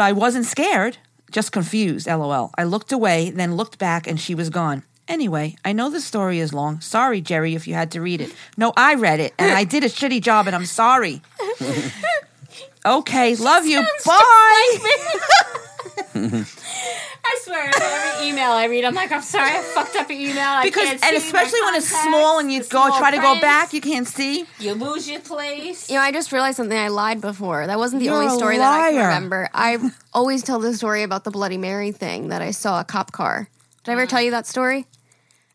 [SPEAKER 5] I wasn't scared, just confused, lol. I looked away, then looked back, and she was gone. Anyway, I know the story is long. Sorry, Jerry, if you had to read it. No, I read it, and I did a shitty job, and I'm sorry. Okay, love you. Bye.
[SPEAKER 2] I swear, every email I read, I'm like, I'm sorry, I fucked up your email. I
[SPEAKER 5] because
[SPEAKER 2] can't
[SPEAKER 5] and
[SPEAKER 2] see
[SPEAKER 5] especially
[SPEAKER 2] my
[SPEAKER 5] when it's
[SPEAKER 2] contacts,
[SPEAKER 5] small and you
[SPEAKER 2] the
[SPEAKER 5] go
[SPEAKER 2] small
[SPEAKER 5] try to go
[SPEAKER 2] print,
[SPEAKER 5] back, you can't see.
[SPEAKER 2] you lose your place.
[SPEAKER 1] <laughs> You know, I just realized something. I lied before. That wasn't the
[SPEAKER 5] You're
[SPEAKER 1] only
[SPEAKER 5] a
[SPEAKER 1] story that I can
[SPEAKER 5] liar.
[SPEAKER 1] remember.
[SPEAKER 5] <laughs>
[SPEAKER 1] I always tell the story about the Bloody Mary thing that I saw a cop car. Did I ever tell you that story?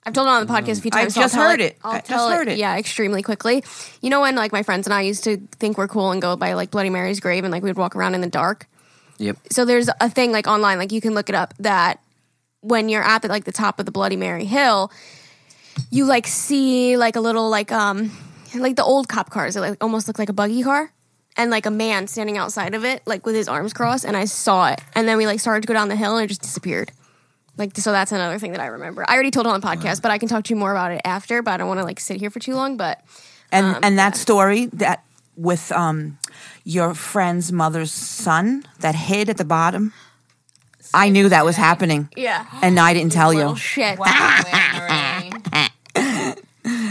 [SPEAKER 1] I've told it on the podcast a few
[SPEAKER 5] I
[SPEAKER 1] times. so I'll
[SPEAKER 5] just
[SPEAKER 1] tell
[SPEAKER 5] heard it.
[SPEAKER 1] I'll
[SPEAKER 5] I just
[SPEAKER 1] tell
[SPEAKER 5] heard it.
[SPEAKER 1] Yeah, extremely quickly. You know when like my friends and I used to think we're cool and go by like Bloody Mary's grave and like we'd walk around in the dark.
[SPEAKER 3] Yep.
[SPEAKER 1] So there's a thing like online, like you can look it up that when you're at the, like the top of the Bloody Mary hill, you like see like a little like um like the old cop cars. It like almost looked like a buggy car. And like a man standing outside of it, like with his arms crossed, and I saw it. And then we like started to go down the hill and it just disappeared. Like so that's another thing that I remember. I already told it on the podcast, but I can talk to you more about it after, but I don't want to like sit here for too long. But
[SPEAKER 5] And
[SPEAKER 2] Um,
[SPEAKER 5] and that story that with um your friend's mother's son that hid at the bottom. I knew that was happening.
[SPEAKER 1] yeah.
[SPEAKER 5] And I didn't tell
[SPEAKER 1] Little
[SPEAKER 5] you.
[SPEAKER 1] Oh, shit.
[SPEAKER 2] Wow,
[SPEAKER 5] <laughs>
[SPEAKER 2] Anne-Marie.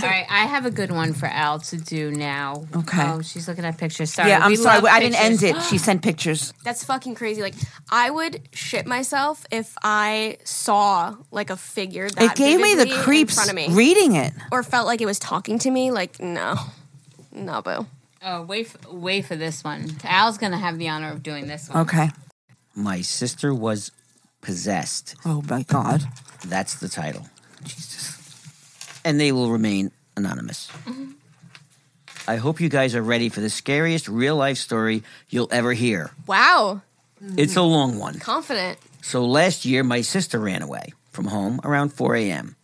[SPEAKER 2] All right, I have a good one for Al to do now.
[SPEAKER 5] Okay.
[SPEAKER 2] Oh, she's looking at pictures. Sorry.
[SPEAKER 5] Yeah, I'm
[SPEAKER 2] we
[SPEAKER 5] sorry.
[SPEAKER 2] love
[SPEAKER 5] I didn't
[SPEAKER 2] pictures.
[SPEAKER 5] end it. She sent
[SPEAKER 2] <gasps>
[SPEAKER 5] pictures.
[SPEAKER 1] That's fucking crazy. Like I would shit myself if I saw like a figure that
[SPEAKER 5] It gave me the
[SPEAKER 1] vividly
[SPEAKER 5] creeps
[SPEAKER 1] in front of me
[SPEAKER 5] reading it.
[SPEAKER 1] or felt like it was talking to me. Like no, no, boo.
[SPEAKER 2] Oh, wait, f- wait for this one. Al's gonna have the honor of doing this one.
[SPEAKER 5] Okay.
[SPEAKER 3] My sister was possessed.
[SPEAKER 5] Oh my God.
[SPEAKER 3] That's the title. Jesus. And they will remain anonymous. I hope you guys are ready for the scariest real life story you'll ever hear.
[SPEAKER 1] Wow,
[SPEAKER 3] It's a long one.
[SPEAKER 1] confident.
[SPEAKER 3] So last year, my sister ran away from home around 4 a.m.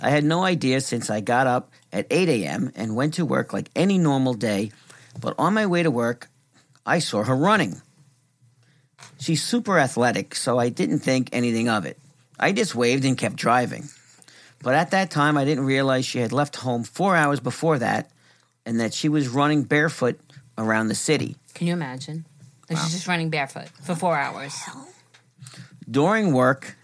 [SPEAKER 3] I had no idea since I got up at 8 a.m. and went to work like any normal day, but on my way to work, I saw her running. She's super athletic, so I didn't think anything of it. I just waved and kept driving. But at that time, I didn't realize she had left home four hours before that and that she was running barefoot around the city.
[SPEAKER 2] Can you imagine? Like she's just running barefoot for four hours.
[SPEAKER 3] During work,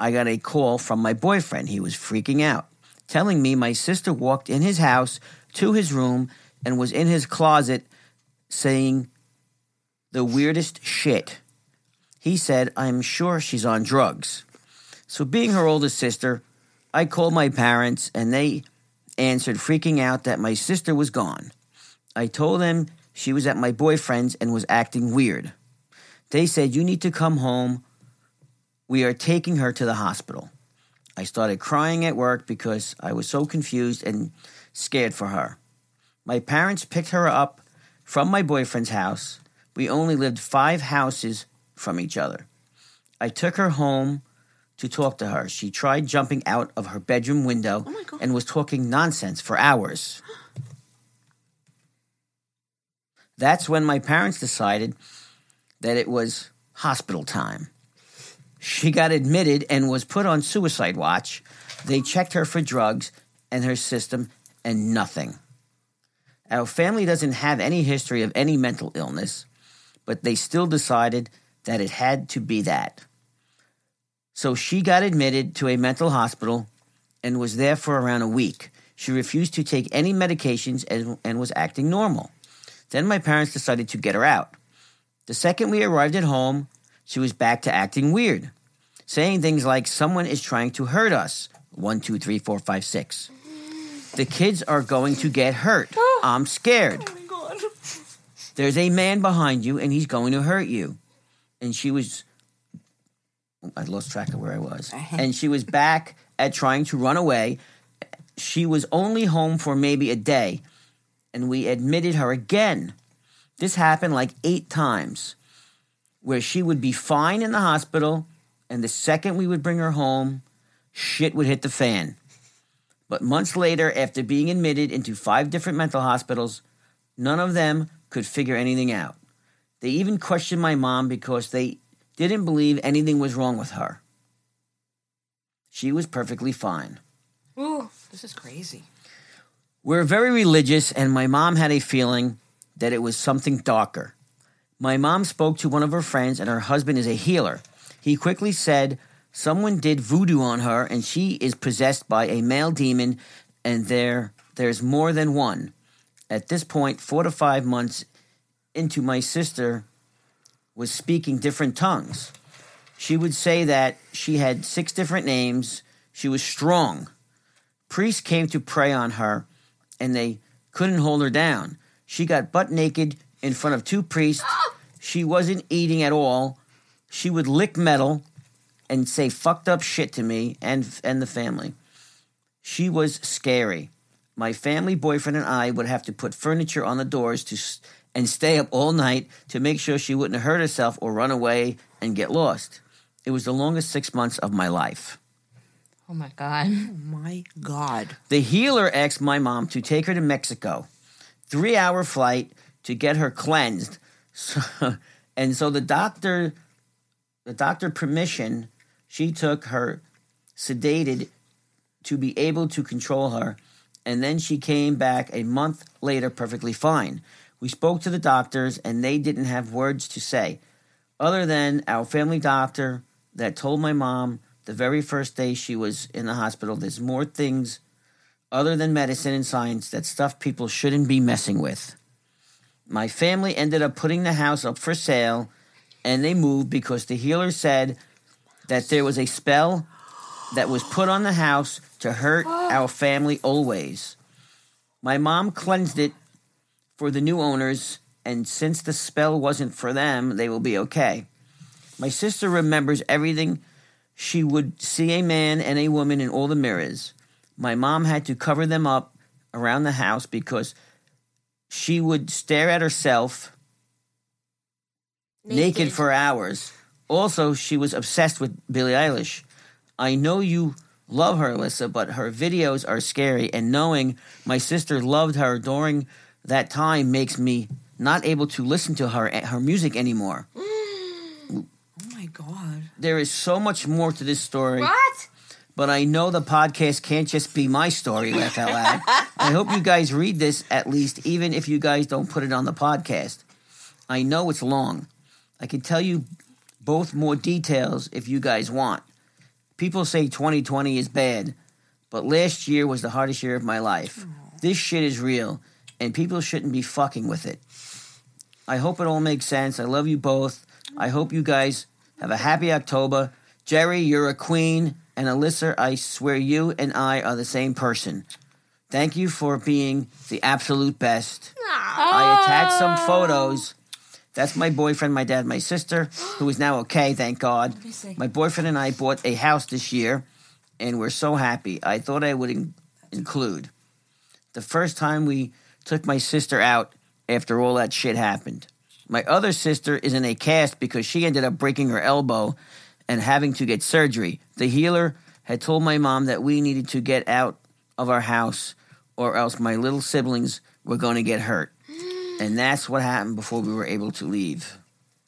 [SPEAKER 3] I got a call from my boyfriend. He was freaking out, telling me my sister walked in his house to his room and was in his closet saying the weirdest shit. He said, I'm sure she's on drugs. So, being her older sister, I called my parents and they answered, freaking out that my sister was gone. I told them she was at my boyfriend's and was acting weird. They said, You need to come home we are taking her to the hospital. I started crying at work because I was so confused and scared for her. My parents picked her up from my boyfriend's house. We only lived five houses from each other. I took her home to talk to her. She tried jumping out of her bedroom window and was talking nonsense for hours. That's when my parents decided that it was hospital time. She got admitted and was put on suicide watch. They checked her for drugs and her system and nothing. Our family doesn't have any history of any mental illness, but they still decided that it had to be that. So she got admitted to a mental hospital and was there for around a week. She refused to take any medications and, and was acting normal. Then my parents decided to get her out. The second we arrived at home, she was back to acting weird, saying things like, Someone is trying to hurt us. One, two, three, four, five, six. The kids are going to get hurt. I'm scared. There's a man behind you and he's going to hurt you. And she was, I lost track of where I was. And she was back at trying to run away. She was only home for maybe a day and we admitted her again. This happened like eight times where she would be fine in the hospital, and the second we would bring her home, shit would hit the fan. But months later, after being admitted into five different mental hospitals, none of them could figure anything out. They even questioned my mom because they didn't believe anything was wrong with her. She was perfectly fine.
[SPEAKER 5] This is crazy.
[SPEAKER 3] We're very religious, and my mom had a feeling that it was something darker. My mom spoke to one of her friends, and her husband is a healer. He quickly said someone did voodoo on her, and she is possessed by a male demon, and there there's more than one. At this point, four to five months into my sister was speaking different tongues. She would say that she had six different names. She was strong priests came to prey on her and they couldn't hold her down. She got butt naked in front of two priests. She wasn't eating at all. She would lick metal and say fucked up shit to me and and the family. She was scary. My family boyfriend and I would have to put furniture on the doors to s- and stay up all night to make sure she wouldn't hurt herself or run away and get lost. It was the longest six months of my life.
[SPEAKER 2] Oh my god.
[SPEAKER 5] My God.
[SPEAKER 3] The healer asked my mom to take her to Mexico, three hour flight to get her cleansed. So, <laughs> and so the doctor, the doctor permission, she took her sedated to be able to control her. And then she came back a month later perfectly fine. We spoke to the doctors and they didn't have words to say other than our family doctor that told my mom the very first day she was in the hospital there's more things other than medicine and science that stuff people shouldn't be messing with. My family ended up putting the house up for sale and they moved because the healer said that there was a spell that was put on the house to hurt our family always. My mom cleansed it for the new owners, and since the spell wasn't for them, they will be okay. My sister remembers everything. She would see a man and a woman in all the mirrors. My mom had to cover them up around the house because she would stare at herself naked, for hours. Also, she was obsessed with Billie Eilish. I know you love her, Alyssa, but her videos are scary, and knowing my sister loved her during that time makes me not able to listen to her her music anymore.
[SPEAKER 5] Oh my God.
[SPEAKER 3] There is so much more to this story.
[SPEAKER 2] What?
[SPEAKER 3] But I know the podcast can't just be my story, laugh out loud. I hope you guys read this at least, even if you guys don't put it on the podcast. I know it's long. I can tell you both more details if you guys want. People say 2020 is bad, but last year was the hardest year of my life. This shit is real, and people shouldn't be fucking with it. I hope it all makes sense. I love you both. I hope you guys have a happy October. Jerry, you're a queen. And Alyssa, I swear you and I are the same person. Thank you for being the absolute best. I attached some photos. That's my boyfriend, my dad, my sister, who is now okay, thank God. My boyfriend and I bought a house this year, and we're so happy. I thought I would in- include the first time we took my sister out after all that shit happened. My other sister is in a cast because she ended up breaking her elbow and having to get surgery. The healer had told my mom that we needed to get out of our house or else my little siblings were going to get
[SPEAKER 5] <gasps>
[SPEAKER 3] hurt. And that's what happened before we were able to leave.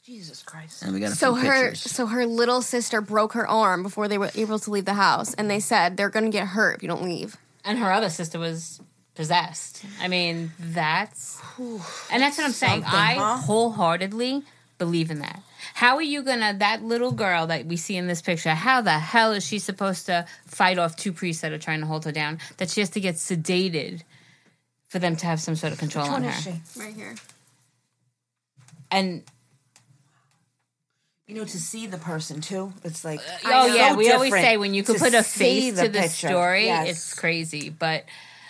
[SPEAKER 5] Jesus Christ.
[SPEAKER 3] And we got a
[SPEAKER 1] So
[SPEAKER 3] few
[SPEAKER 1] her,
[SPEAKER 3] pictures.
[SPEAKER 1] so her little sister broke her arm before they were able to leave the house, and they said they're going to get hurt if you don't leave.
[SPEAKER 2] And her other sister was possessed. I mean, that's and that's what I'm saying. I wholeheartedly believe in that. How are you gonna that little girl that we see in this picture? How the hell is she supposed to fight off two priests that are trying to hold her down? That she has to get sedated for them to have some sort of control on her.
[SPEAKER 1] Right here.
[SPEAKER 2] And
[SPEAKER 5] You know, to see the person too, it's like
[SPEAKER 2] oh yeah,
[SPEAKER 5] so
[SPEAKER 2] we always
[SPEAKER 5] different
[SPEAKER 2] say when you could
[SPEAKER 5] to
[SPEAKER 2] put a
[SPEAKER 5] see
[SPEAKER 2] face to the
[SPEAKER 5] picture.
[SPEAKER 2] story,
[SPEAKER 5] Yes.
[SPEAKER 2] it's crazy. But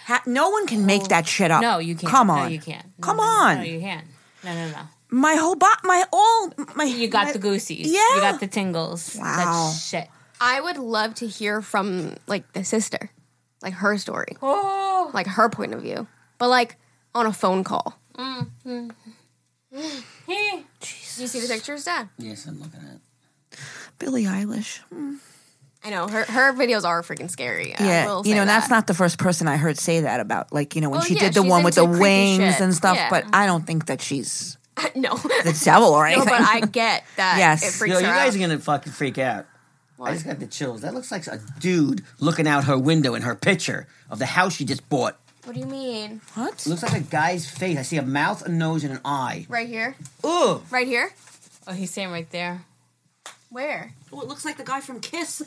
[SPEAKER 5] Ha- no one can make that shit up.
[SPEAKER 2] no, you can't.
[SPEAKER 5] Come on,
[SPEAKER 2] no, you can't. No,
[SPEAKER 5] Come
[SPEAKER 2] no, no,
[SPEAKER 5] on,
[SPEAKER 2] no, you can't. No, no, no.
[SPEAKER 5] my whole bot, my all, my.
[SPEAKER 2] You got
[SPEAKER 5] my-
[SPEAKER 2] the goosies.
[SPEAKER 5] Yeah,
[SPEAKER 2] You got the tingles.
[SPEAKER 5] Wow.
[SPEAKER 2] That shit.
[SPEAKER 1] I would love to hear from like the sister, like her story,
[SPEAKER 2] Oh.
[SPEAKER 1] like her point of view, but like on a phone call. Do you see the pictures, Dad?
[SPEAKER 3] yes, I'm looking at it.
[SPEAKER 5] Billie Eilish.
[SPEAKER 1] I know her her videos are freaking scary. I
[SPEAKER 5] Yeah,
[SPEAKER 1] will
[SPEAKER 5] you
[SPEAKER 1] say
[SPEAKER 5] know that's
[SPEAKER 1] that.
[SPEAKER 5] not the first person I heard say that about. Like you know when
[SPEAKER 1] Well,
[SPEAKER 5] she
[SPEAKER 1] yeah,
[SPEAKER 5] did the
[SPEAKER 1] she's
[SPEAKER 5] one with the
[SPEAKER 1] into creepy
[SPEAKER 5] wings
[SPEAKER 1] shit.
[SPEAKER 5] and stuff,
[SPEAKER 1] Yeah.
[SPEAKER 5] but I don't think that she's
[SPEAKER 1] <laughs> no,
[SPEAKER 5] the devil or
[SPEAKER 1] no,
[SPEAKER 5] anything.
[SPEAKER 1] but I get that.
[SPEAKER 5] Yes.
[SPEAKER 1] it freaks
[SPEAKER 3] Yo, you
[SPEAKER 1] her
[SPEAKER 3] guys
[SPEAKER 1] out.
[SPEAKER 3] are gonna fucking freak out.
[SPEAKER 1] Why?
[SPEAKER 3] I just got the chills. That looks like a dude looking out her window in her picture of the house she just bought.
[SPEAKER 1] what do you mean?
[SPEAKER 5] <laughs> what?
[SPEAKER 3] It looks like a guy's face. I see a mouth, a nose, and an eye.
[SPEAKER 1] Right here,
[SPEAKER 3] Ugh.
[SPEAKER 1] right here.
[SPEAKER 2] Oh, he's standing right there.
[SPEAKER 1] Where?
[SPEAKER 5] Oh, it looks like the guy from Kiss.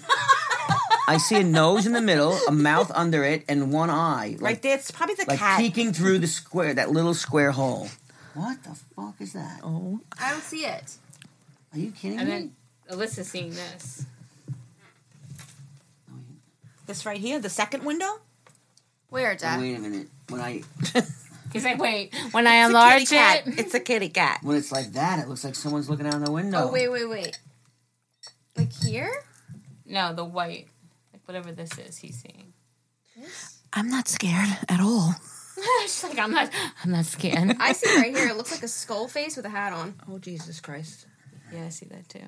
[SPEAKER 3] I see a nose in the middle, a mouth under it, and one eye. Like,
[SPEAKER 5] <laughs> right there, it's probably the
[SPEAKER 3] Like
[SPEAKER 5] cat.
[SPEAKER 3] peeking through the square, that little square hole. What the fuck is that?
[SPEAKER 5] Oh,
[SPEAKER 1] I don't see it.
[SPEAKER 3] Are you kidding
[SPEAKER 2] And
[SPEAKER 3] me?
[SPEAKER 2] then
[SPEAKER 5] Mm-hmm.
[SPEAKER 2] Alyssa's seeing this.
[SPEAKER 5] this right here, the second window.
[SPEAKER 1] Where,
[SPEAKER 3] Oh,
[SPEAKER 1] Dad?
[SPEAKER 3] wait a minute. When I
[SPEAKER 2] He's like, wait, when I
[SPEAKER 5] It's a kitty
[SPEAKER 2] enlarge
[SPEAKER 5] cat.
[SPEAKER 2] it.
[SPEAKER 5] It's a kitty cat.
[SPEAKER 3] when it's like that, it looks like someone's looking out the window.
[SPEAKER 1] Oh, wait, wait, wait. Like here?
[SPEAKER 2] No, the white. Like whatever this is, he's
[SPEAKER 5] <laughs>
[SPEAKER 2] seeing.
[SPEAKER 5] I'm not scared at all.
[SPEAKER 2] She's like, I'm not I'm not <laughs> scared.
[SPEAKER 1] I see right here. It looks like a skull face with a hat on.
[SPEAKER 5] Oh Jesus Christ!
[SPEAKER 2] yeah, I see that too.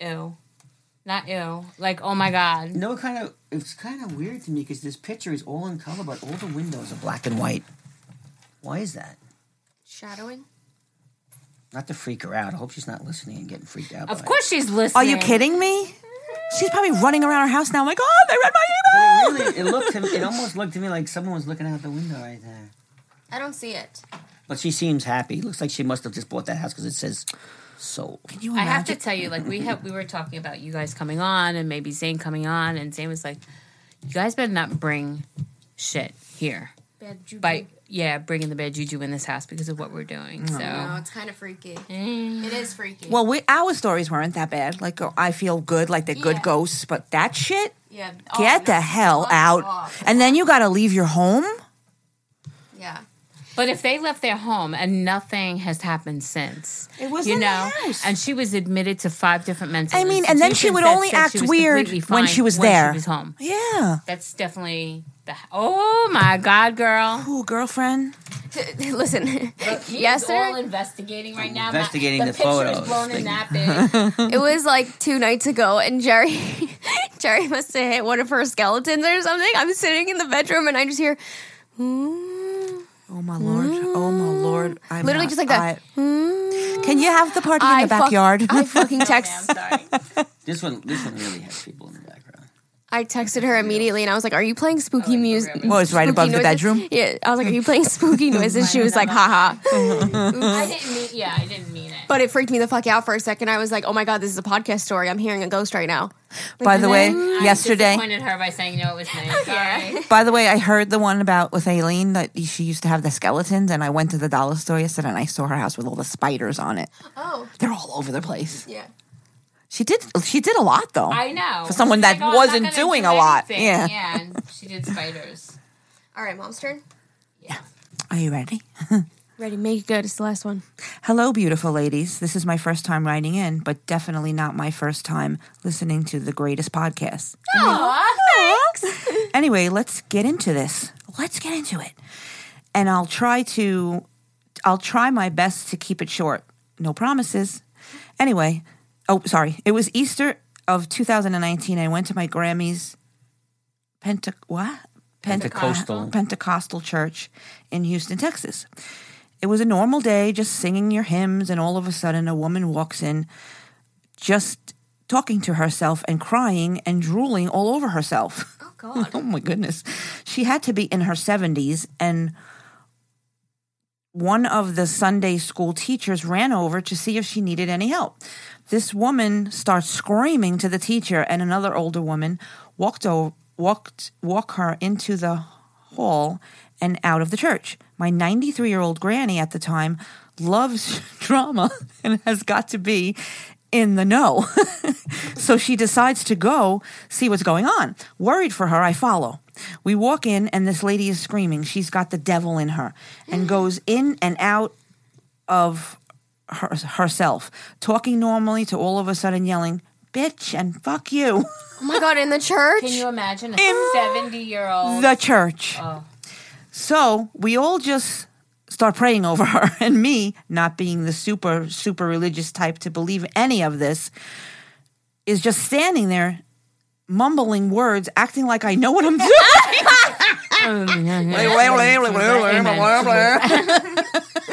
[SPEAKER 2] Ew. Not ew. Like, oh my God.
[SPEAKER 3] No, kind of. It's kind of weird to me because this picture is all in color, but all the windows are black and white. Why is that?
[SPEAKER 1] Shadowing?
[SPEAKER 3] Not to freak her out. I hope she's not listening and getting freaked out. by
[SPEAKER 2] Of
[SPEAKER 3] it.
[SPEAKER 2] course she's listening.
[SPEAKER 5] Are you kidding me? She's probably running around her house now. Like, oh, they read my email.
[SPEAKER 3] But it really, it looked. To me, it almost looked to me like someone was looking out the window right there.
[SPEAKER 1] I don't see it.
[SPEAKER 3] But she seems happy. Looks like she must have just bought that house because it says sold.
[SPEAKER 5] You
[SPEAKER 2] I have to
[SPEAKER 5] imagine-
[SPEAKER 2] tell you, like we have, we were talking about you guys coming on and maybe Zane coming on, and Zane was like, "You guys better not bring shit here
[SPEAKER 1] Bad juju.
[SPEAKER 2] by yeah bringing the bad juju in this house because of what we're doing." So
[SPEAKER 1] No, it's kind of freaky. It is freaky.
[SPEAKER 5] Mm. Well, we, our stories weren't that bad. Like, oh, I feel good, like they're good
[SPEAKER 1] Yeah.
[SPEAKER 5] ghosts, but that shit,
[SPEAKER 1] yeah.
[SPEAKER 5] get the hell out. And then you gotta leave your home.
[SPEAKER 1] Yeah.
[SPEAKER 2] But if they left their home and nothing has happened since,
[SPEAKER 5] It was
[SPEAKER 2] you
[SPEAKER 5] in the
[SPEAKER 2] know,
[SPEAKER 5] house.
[SPEAKER 2] and she was admitted to five different mental.
[SPEAKER 5] I mean, and then she
[SPEAKER 2] institutions
[SPEAKER 5] would
[SPEAKER 2] that
[SPEAKER 5] only
[SPEAKER 2] said she
[SPEAKER 5] act
[SPEAKER 2] was
[SPEAKER 5] weird
[SPEAKER 2] completely
[SPEAKER 5] when
[SPEAKER 2] fine
[SPEAKER 5] she was
[SPEAKER 2] when
[SPEAKER 5] there.
[SPEAKER 2] She was home.
[SPEAKER 5] Yeah.
[SPEAKER 2] That's definitely the. Oh my God, girl!
[SPEAKER 5] Ooh, girlfriend.
[SPEAKER 1] <laughs> Listen.
[SPEAKER 2] He is all
[SPEAKER 1] yesterday
[SPEAKER 2] investigating right now.
[SPEAKER 3] Investigating
[SPEAKER 2] My-
[SPEAKER 3] the
[SPEAKER 2] picture is
[SPEAKER 3] photos.
[SPEAKER 2] blown in
[SPEAKER 3] <laughs>
[SPEAKER 2] that big.
[SPEAKER 1] it was like two nights ago, and Jerry, <laughs> Jerry must have hit one of her skeletons or something. I'm sitting in the bedroom, and I just hear, "Ooh."
[SPEAKER 5] Oh my lord. Oh my lord. I'm
[SPEAKER 1] Literally
[SPEAKER 5] not-
[SPEAKER 1] just like that.
[SPEAKER 5] I- can you have the party in the
[SPEAKER 1] fuck-
[SPEAKER 5] backyard? <laughs>
[SPEAKER 1] I <laughs> fucking text.
[SPEAKER 3] This one, this one really has people in the background.
[SPEAKER 1] I texted her immediately, and I was Oh, like, "Are you playing spooky music?"
[SPEAKER 5] Well, Oh, it's right above the bedroom.
[SPEAKER 1] Yeah, I was like, "Are
[SPEAKER 5] <laughs>
[SPEAKER 1] you playing spooky noises?" She was like, "Haha."
[SPEAKER 2] I didn't mean. Yeah, I didn't mean it.
[SPEAKER 5] <laughs>
[SPEAKER 1] But it freaked me the fuck out for a second. I was like, "Oh my god, this is a podcast story. I'm hearing a ghost right now."
[SPEAKER 5] By the way,
[SPEAKER 2] I
[SPEAKER 5] yesterday.
[SPEAKER 2] disappointed her by saying no. It was
[SPEAKER 5] <laughs>
[SPEAKER 2] me. Sorry.
[SPEAKER 5] By the way, I heard the one about with Aileen that she used to have the skeletons, and I went to the dollar store yesterday and I saw her house with all the spiders on it.
[SPEAKER 1] Oh,
[SPEAKER 5] They're all over the place.
[SPEAKER 1] yeah.
[SPEAKER 5] She did. She did a lot though.
[SPEAKER 2] I know.
[SPEAKER 5] For someone
[SPEAKER 2] She's like,
[SPEAKER 5] that
[SPEAKER 2] "Oh, I'm not
[SPEAKER 5] wasn't
[SPEAKER 2] gonna
[SPEAKER 5] doing
[SPEAKER 2] do
[SPEAKER 5] a lot.
[SPEAKER 2] anything."
[SPEAKER 5] Yeah.
[SPEAKER 2] Yeah, and she did spiders.
[SPEAKER 1] All right, mom's turn.
[SPEAKER 5] Are you ready? <laughs>
[SPEAKER 1] Ready? Make it good. It's the last one.
[SPEAKER 5] Hello, beautiful ladies. This is my first time writing in, but definitely not my first time listening to the greatest podcast. anyway, let's get into this. Let's get into it. And I'll try to I'll try my best to keep it short. No promises. Anyway, oh sorry. It was Easter of 2019. I went to my Grammys Pente- what? Pente-
[SPEAKER 3] Pentecostal.
[SPEAKER 5] Pentecostal church in Houston, Texas. It was a normal day, just singing your hymns, and all of a sudden a woman walks in just talking to herself and crying and drooling all over herself. Oh god. <laughs> oh my goodness. She had to be in her 70s and one of the Sunday school teachers ran over to see if she needed any help. This woman starts screaming to the teacher and another older woman walked over walked walk her into the hall and out of the church. My 93-year-old granny at the time loves <laughs> drama and has got to be in the know. so she decides to go see what's going on. Worried for her, I follow. We walk in, and this lady is screaming. She's got the devil in her and goes in and out of her, herself, talking normally to all of a sudden yelling, bitch, and fuck you.
[SPEAKER 1] Oh my god, in the church.
[SPEAKER 2] <laughs> Can you imagine a seventy-year-old?
[SPEAKER 5] the church. So we all just start praying over her. <laughs> And me, not being the super, super religious type to believe any of this, is just standing there mumbling words, acting like I know what I'm doing. <laughs>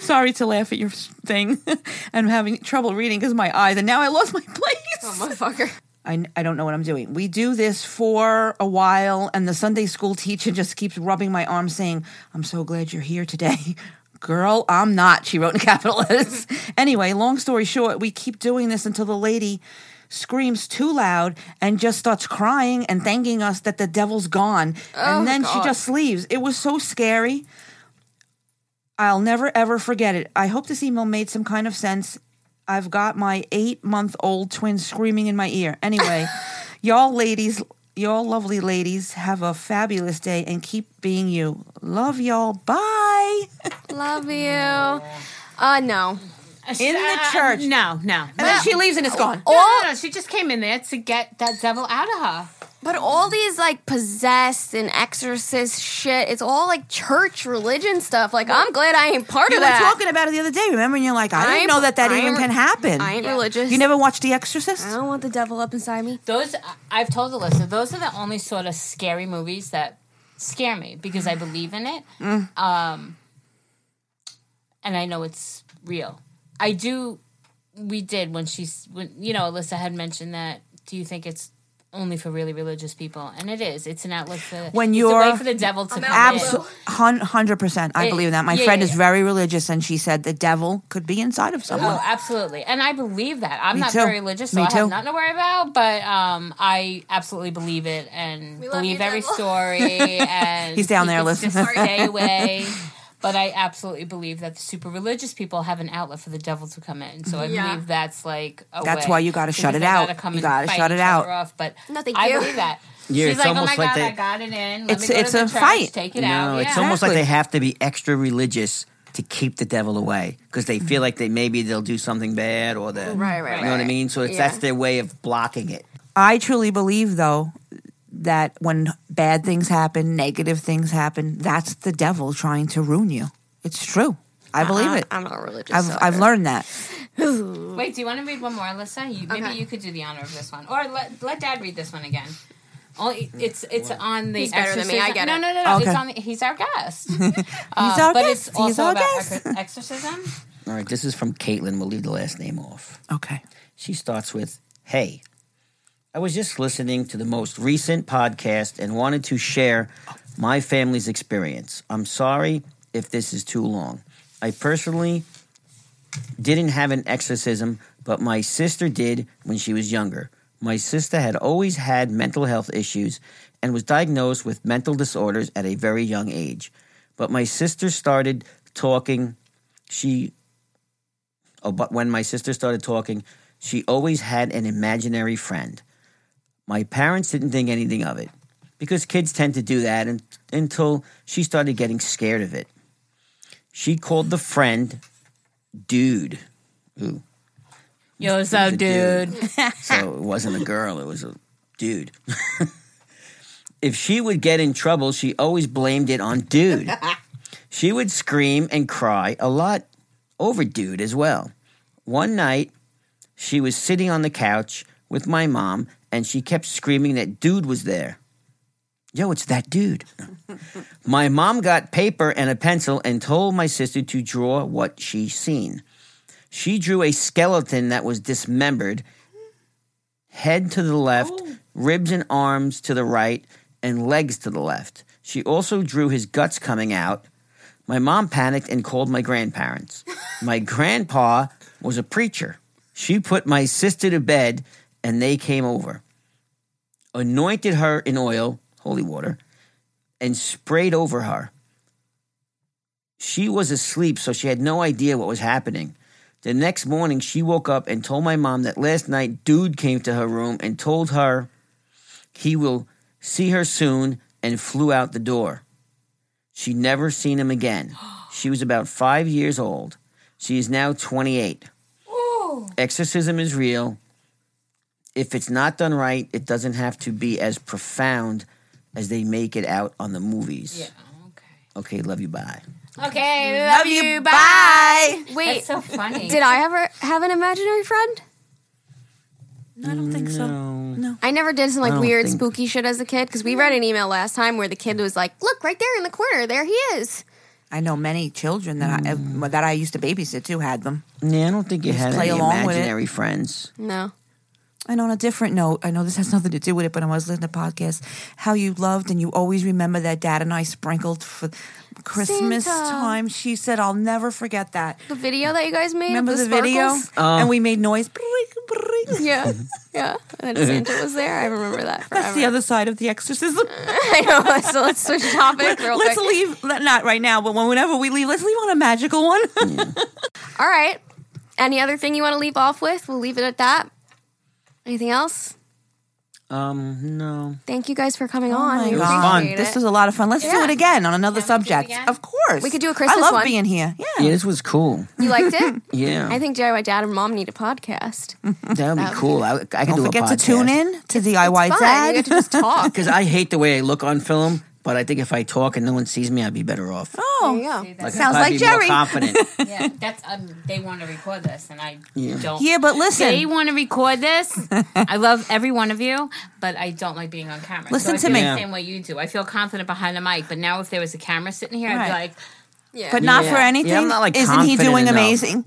[SPEAKER 5] Sorry to laugh at your thing. <laughs> I'm having trouble reading because my eyes, and now I lost my <laughs> place.
[SPEAKER 1] <laughs> motherfucker.
[SPEAKER 5] I, I don't know what I'm doing. We do this for a while, and the Sunday school teacher just keeps rubbing my arm, saying, I'm so glad you're here today. <laughs> Girl, I'm not, she wrote in capital letters. <laughs> anyway, long story short, we keep doing this until the lady screams too loud and just starts crying and thanking us that the devil's gone. and then she just leaves. It was so scary. I'll never ever forget it. I hope this email made some kind of sense. I've got my eight month old twin screaming in my ear. Anyway, y'all ladies, y'all lovely ladies, have a fabulous day and keep being you. Love y'all. Bye.
[SPEAKER 1] Love you. Uh, no.
[SPEAKER 5] In the church.
[SPEAKER 2] Uh, No, no.
[SPEAKER 5] And then she leaves and it's gone.
[SPEAKER 2] No, no, no, she just came in there to get that devil out of her.
[SPEAKER 1] But all these like possessed and exorcist shit, it's all like church religion stuff. Like I'm glad I ain't part
[SPEAKER 5] We
[SPEAKER 1] of
[SPEAKER 5] were
[SPEAKER 1] that.
[SPEAKER 5] talking about it the other day, remember? And you're like, I didn't
[SPEAKER 1] I'm-
[SPEAKER 5] know that that
[SPEAKER 1] I'm- Oh,
[SPEAKER 5] even can happen.
[SPEAKER 1] I ain't religious.
[SPEAKER 5] You never watched The Exorcist?
[SPEAKER 1] I don't want the devil up inside me.
[SPEAKER 2] Those I- I've told Alyssa, those are the only sort of scary movies that scare me because I believe in it,
[SPEAKER 5] Mm.
[SPEAKER 2] um, and I know it's real. I do. We did when she's when you know Alyssa had mentioned that. Do you think it's only for really religious people? And it is. It's an outlet for
[SPEAKER 5] When
[SPEAKER 2] it's a
[SPEAKER 5] you're
[SPEAKER 2] way for the devil to come in.
[SPEAKER 5] Absolutely, hundred percent. I
[SPEAKER 2] Yeah,
[SPEAKER 5] believe in that. My
[SPEAKER 2] yeah,
[SPEAKER 5] friend
[SPEAKER 2] yeah,
[SPEAKER 5] is
[SPEAKER 2] yeah.
[SPEAKER 5] very religious, and she said the devil could be inside of someone.
[SPEAKER 2] Oh, absolutely. And I believe that. I'm
[SPEAKER 5] Me
[SPEAKER 2] not
[SPEAKER 5] too.
[SPEAKER 2] very religious, so
[SPEAKER 5] Me
[SPEAKER 2] I
[SPEAKER 5] too.
[SPEAKER 2] have nothing to worry about, but um, I absolutely believe it and
[SPEAKER 1] love
[SPEAKER 2] believe
[SPEAKER 1] you,
[SPEAKER 2] every
[SPEAKER 1] devil.
[SPEAKER 2] story. and
[SPEAKER 5] <laughs> He's down
[SPEAKER 2] he
[SPEAKER 5] there,
[SPEAKER 2] can
[SPEAKER 5] listen.
[SPEAKER 2] just
[SPEAKER 5] <laughs>
[SPEAKER 2] Stay away. But I absolutely believe that the super religious people have an outlet for the devil to come in. So I
[SPEAKER 1] Yeah.
[SPEAKER 2] believe that's like a
[SPEAKER 5] That's
[SPEAKER 2] way.
[SPEAKER 5] why you gotta shut
[SPEAKER 2] Because
[SPEAKER 5] it
[SPEAKER 2] they
[SPEAKER 5] out.
[SPEAKER 2] come
[SPEAKER 5] You
[SPEAKER 2] and
[SPEAKER 5] gotta
[SPEAKER 2] fight
[SPEAKER 5] shut it
[SPEAKER 2] each other
[SPEAKER 5] out.
[SPEAKER 2] Off, but
[SPEAKER 1] No, thank
[SPEAKER 2] I
[SPEAKER 1] you.
[SPEAKER 2] believe that.
[SPEAKER 3] Yeah,
[SPEAKER 2] She's
[SPEAKER 3] it's
[SPEAKER 2] like, oh
[SPEAKER 3] almost
[SPEAKER 2] my
[SPEAKER 3] like
[SPEAKER 2] god,
[SPEAKER 3] they-
[SPEAKER 2] I got it in. Let
[SPEAKER 5] It's-
[SPEAKER 2] me go
[SPEAKER 5] it's
[SPEAKER 2] to the
[SPEAKER 5] a
[SPEAKER 2] church,
[SPEAKER 5] fight.
[SPEAKER 2] Take it out.
[SPEAKER 3] No, it's
[SPEAKER 2] yeah.
[SPEAKER 3] almost like
[SPEAKER 5] Exactly.
[SPEAKER 3] they have to be extra religious to keep the devil away because they feel like they maybe they'll do something bad or that.
[SPEAKER 1] Right, right,
[SPEAKER 3] You know what I
[SPEAKER 1] right.
[SPEAKER 3] mean? So it's,
[SPEAKER 1] Yeah.
[SPEAKER 3] that's their way of blocking it.
[SPEAKER 5] I truly believe, though, that when bad things happen, negative things happen, that's the devil trying to ruin you. It's true. I
[SPEAKER 2] Uh-uh.
[SPEAKER 5] believe it.
[SPEAKER 1] I'm not religious.
[SPEAKER 5] I've
[SPEAKER 1] so I
[SPEAKER 5] I've
[SPEAKER 1] don't-
[SPEAKER 5] learned that.
[SPEAKER 2] Wait, do you want to read one more, Alyssa? You, maybe
[SPEAKER 1] Okay.
[SPEAKER 2] you could do the honor of this one, or let let Dad read this one again. Only it's it's on the.
[SPEAKER 1] He's better than me,
[SPEAKER 2] exorcism-
[SPEAKER 1] I get
[SPEAKER 2] no,
[SPEAKER 1] it.
[SPEAKER 2] No, no, no.
[SPEAKER 5] Okay.
[SPEAKER 2] It's on. The, he's our guest. he's
[SPEAKER 5] our
[SPEAKER 2] Uh, but it's
[SPEAKER 5] guest. He's
[SPEAKER 2] also
[SPEAKER 5] our
[SPEAKER 2] about
[SPEAKER 5] guest.
[SPEAKER 2] exor- exorcism.
[SPEAKER 3] All right, this is from Caitlin. We'll leave the last name off.
[SPEAKER 5] Okay.
[SPEAKER 3] She starts with, Hey, I was just listening to the most recent podcast and wanted to share my family's experience. I'm sorry if this is too long. I personally didn't have an exorcism, but my sister did when she was younger. My sister had always had mental health issues and was diagnosed with mental disorders at a very young age. But my sister started talking, she Oh, but when my sister started talking, she always had an imaginary friend. My parents didn't think anything of it because kids tend to do that un until she started getting scared of it. She called the friend dude. Ooh.
[SPEAKER 2] Yo, what's up,
[SPEAKER 3] a
[SPEAKER 2] dude? <laughs>
[SPEAKER 3] so it wasn't a girl, it was a dude. <laughs> if she would get in trouble, she always blamed it
[SPEAKER 2] <laughs>
[SPEAKER 3] on dude. she would scream and cry a lot over dude as well. One night, she was sitting on the couch with my mom and she kept screaming that dude was there. Yo, it's that
[SPEAKER 2] <laughs>
[SPEAKER 3] dude. my mom got paper and a pencil and told my sister to draw what she seen. She drew a skeleton that was dismembered, head to the left, ribs and arms to the right, and legs to the left. She also drew his guts coming out. My mom panicked and called my grandparents. my grandpa was a preacher. She put my sister to bed and they came over, anointed her in oil, holy water, and sprayed over her. She was asleep, so she had no idea what was happening. The next morning, she woke up and told my mom that last night, dude came to her room and told her he will see her soon and flew out the door. She never seen him again. She was about five years old. She is now 28. Exorcism is real. If it's not done right, it doesn't have to be as profound as they make it out on the movies.
[SPEAKER 2] Yeah. Okay.
[SPEAKER 3] Okay, love you, bye.
[SPEAKER 2] Okay. Love, you. Bye.
[SPEAKER 1] Wait,
[SPEAKER 2] That's
[SPEAKER 1] <laughs>
[SPEAKER 2] so funny.
[SPEAKER 1] did I ever have an imaginary friend?
[SPEAKER 5] No, I don't think so.
[SPEAKER 1] I never did some like
[SPEAKER 3] don't
[SPEAKER 1] weird
[SPEAKER 3] think-
[SPEAKER 1] spooky shit as a kid because we read an email last time where the kid was like, "Look right there in the corner, there he is."
[SPEAKER 5] I know many children that
[SPEAKER 2] Mm.
[SPEAKER 5] I that I used to babysit too had them.
[SPEAKER 3] Yeah, I don't think you had
[SPEAKER 5] play
[SPEAKER 3] any
[SPEAKER 5] along with it.
[SPEAKER 3] imaginary friends.
[SPEAKER 1] No,
[SPEAKER 5] And on a different note, I know this has nothing to do with it, but when I was listening to podcast, how you loved and you always remember that dad and I sprinkled for Christmas
[SPEAKER 1] Santa.
[SPEAKER 5] time. She said, I'll never forget that.
[SPEAKER 1] the video that you guys made.
[SPEAKER 5] Remember
[SPEAKER 1] of
[SPEAKER 5] the,
[SPEAKER 1] the,
[SPEAKER 5] video?
[SPEAKER 1] sparkles?
[SPEAKER 3] Uh.
[SPEAKER 5] and we made noise. Bring, bring.
[SPEAKER 1] Yeah, yeah. And then Santa was there. I remember that. Forever.
[SPEAKER 5] Mm-hmm. That's the other side of the exorcism.
[SPEAKER 1] I know. So let's switch topics <laughs> real
[SPEAKER 5] let's
[SPEAKER 1] quick.
[SPEAKER 5] leave, let- not right now, but whenever we leave, let's leave on a magical one.
[SPEAKER 1] <laughs> All right. Any other thing you want to leave off with? We'll leave it at that. Anything else?
[SPEAKER 3] Um, no.
[SPEAKER 1] Thank you guys for coming
[SPEAKER 5] Oh
[SPEAKER 1] on.
[SPEAKER 5] my
[SPEAKER 1] We
[SPEAKER 5] God.
[SPEAKER 1] appreciate
[SPEAKER 5] This
[SPEAKER 1] it.
[SPEAKER 5] was a lot of fun. Let's do
[SPEAKER 1] Yeah.
[SPEAKER 5] it again on another
[SPEAKER 2] Can we do it
[SPEAKER 5] subject.
[SPEAKER 2] again?
[SPEAKER 5] Of course.
[SPEAKER 1] We could do a Christmas
[SPEAKER 5] I love
[SPEAKER 1] one.
[SPEAKER 5] being here. Yeah.
[SPEAKER 3] Yeah, this was cool.
[SPEAKER 1] you liked
[SPEAKER 5] <laughs>
[SPEAKER 1] it?
[SPEAKER 3] Yeah,
[SPEAKER 1] I think DIY Dad and Mom need a podcast.
[SPEAKER 3] that would be cool. I, I could
[SPEAKER 5] Don't
[SPEAKER 3] do a
[SPEAKER 5] forget to
[SPEAKER 3] podcast. <laughs>
[SPEAKER 5] tune in to DIY
[SPEAKER 1] Fun. We
[SPEAKER 5] Dad.
[SPEAKER 1] get to
[SPEAKER 5] <laughs>
[SPEAKER 1] just talk.
[SPEAKER 3] because I hate the way I look on film. But I think if I talk and no one sees me, I'd be better off.
[SPEAKER 1] There you
[SPEAKER 5] Oh,
[SPEAKER 1] go.
[SPEAKER 2] That's-
[SPEAKER 5] Sounds
[SPEAKER 3] I'd
[SPEAKER 5] like
[SPEAKER 3] be
[SPEAKER 5] Jerry.
[SPEAKER 3] More
[SPEAKER 5] <laughs>
[SPEAKER 3] confident.
[SPEAKER 2] yeah, that's um, they want to record this, and I
[SPEAKER 3] Yeah.
[SPEAKER 2] don't.
[SPEAKER 5] yeah, but listen.
[SPEAKER 2] They want to record
[SPEAKER 5] <laughs>
[SPEAKER 2] this. I love every one of you, but I don't like being on camera.
[SPEAKER 5] Listen
[SPEAKER 2] I
[SPEAKER 5] to
[SPEAKER 2] feel
[SPEAKER 5] me.
[SPEAKER 2] The same way you do. I feel confident behind the mic, but now if there was a camera sitting here, I'd be
[SPEAKER 5] Right.
[SPEAKER 2] like,
[SPEAKER 1] Yeah.
[SPEAKER 5] but not
[SPEAKER 3] Yeah.
[SPEAKER 5] for
[SPEAKER 3] Yeah, I'm
[SPEAKER 5] anything.
[SPEAKER 3] not, like,
[SPEAKER 5] Isn't he
[SPEAKER 3] confident
[SPEAKER 5] doing
[SPEAKER 3] enough.
[SPEAKER 5] amazing?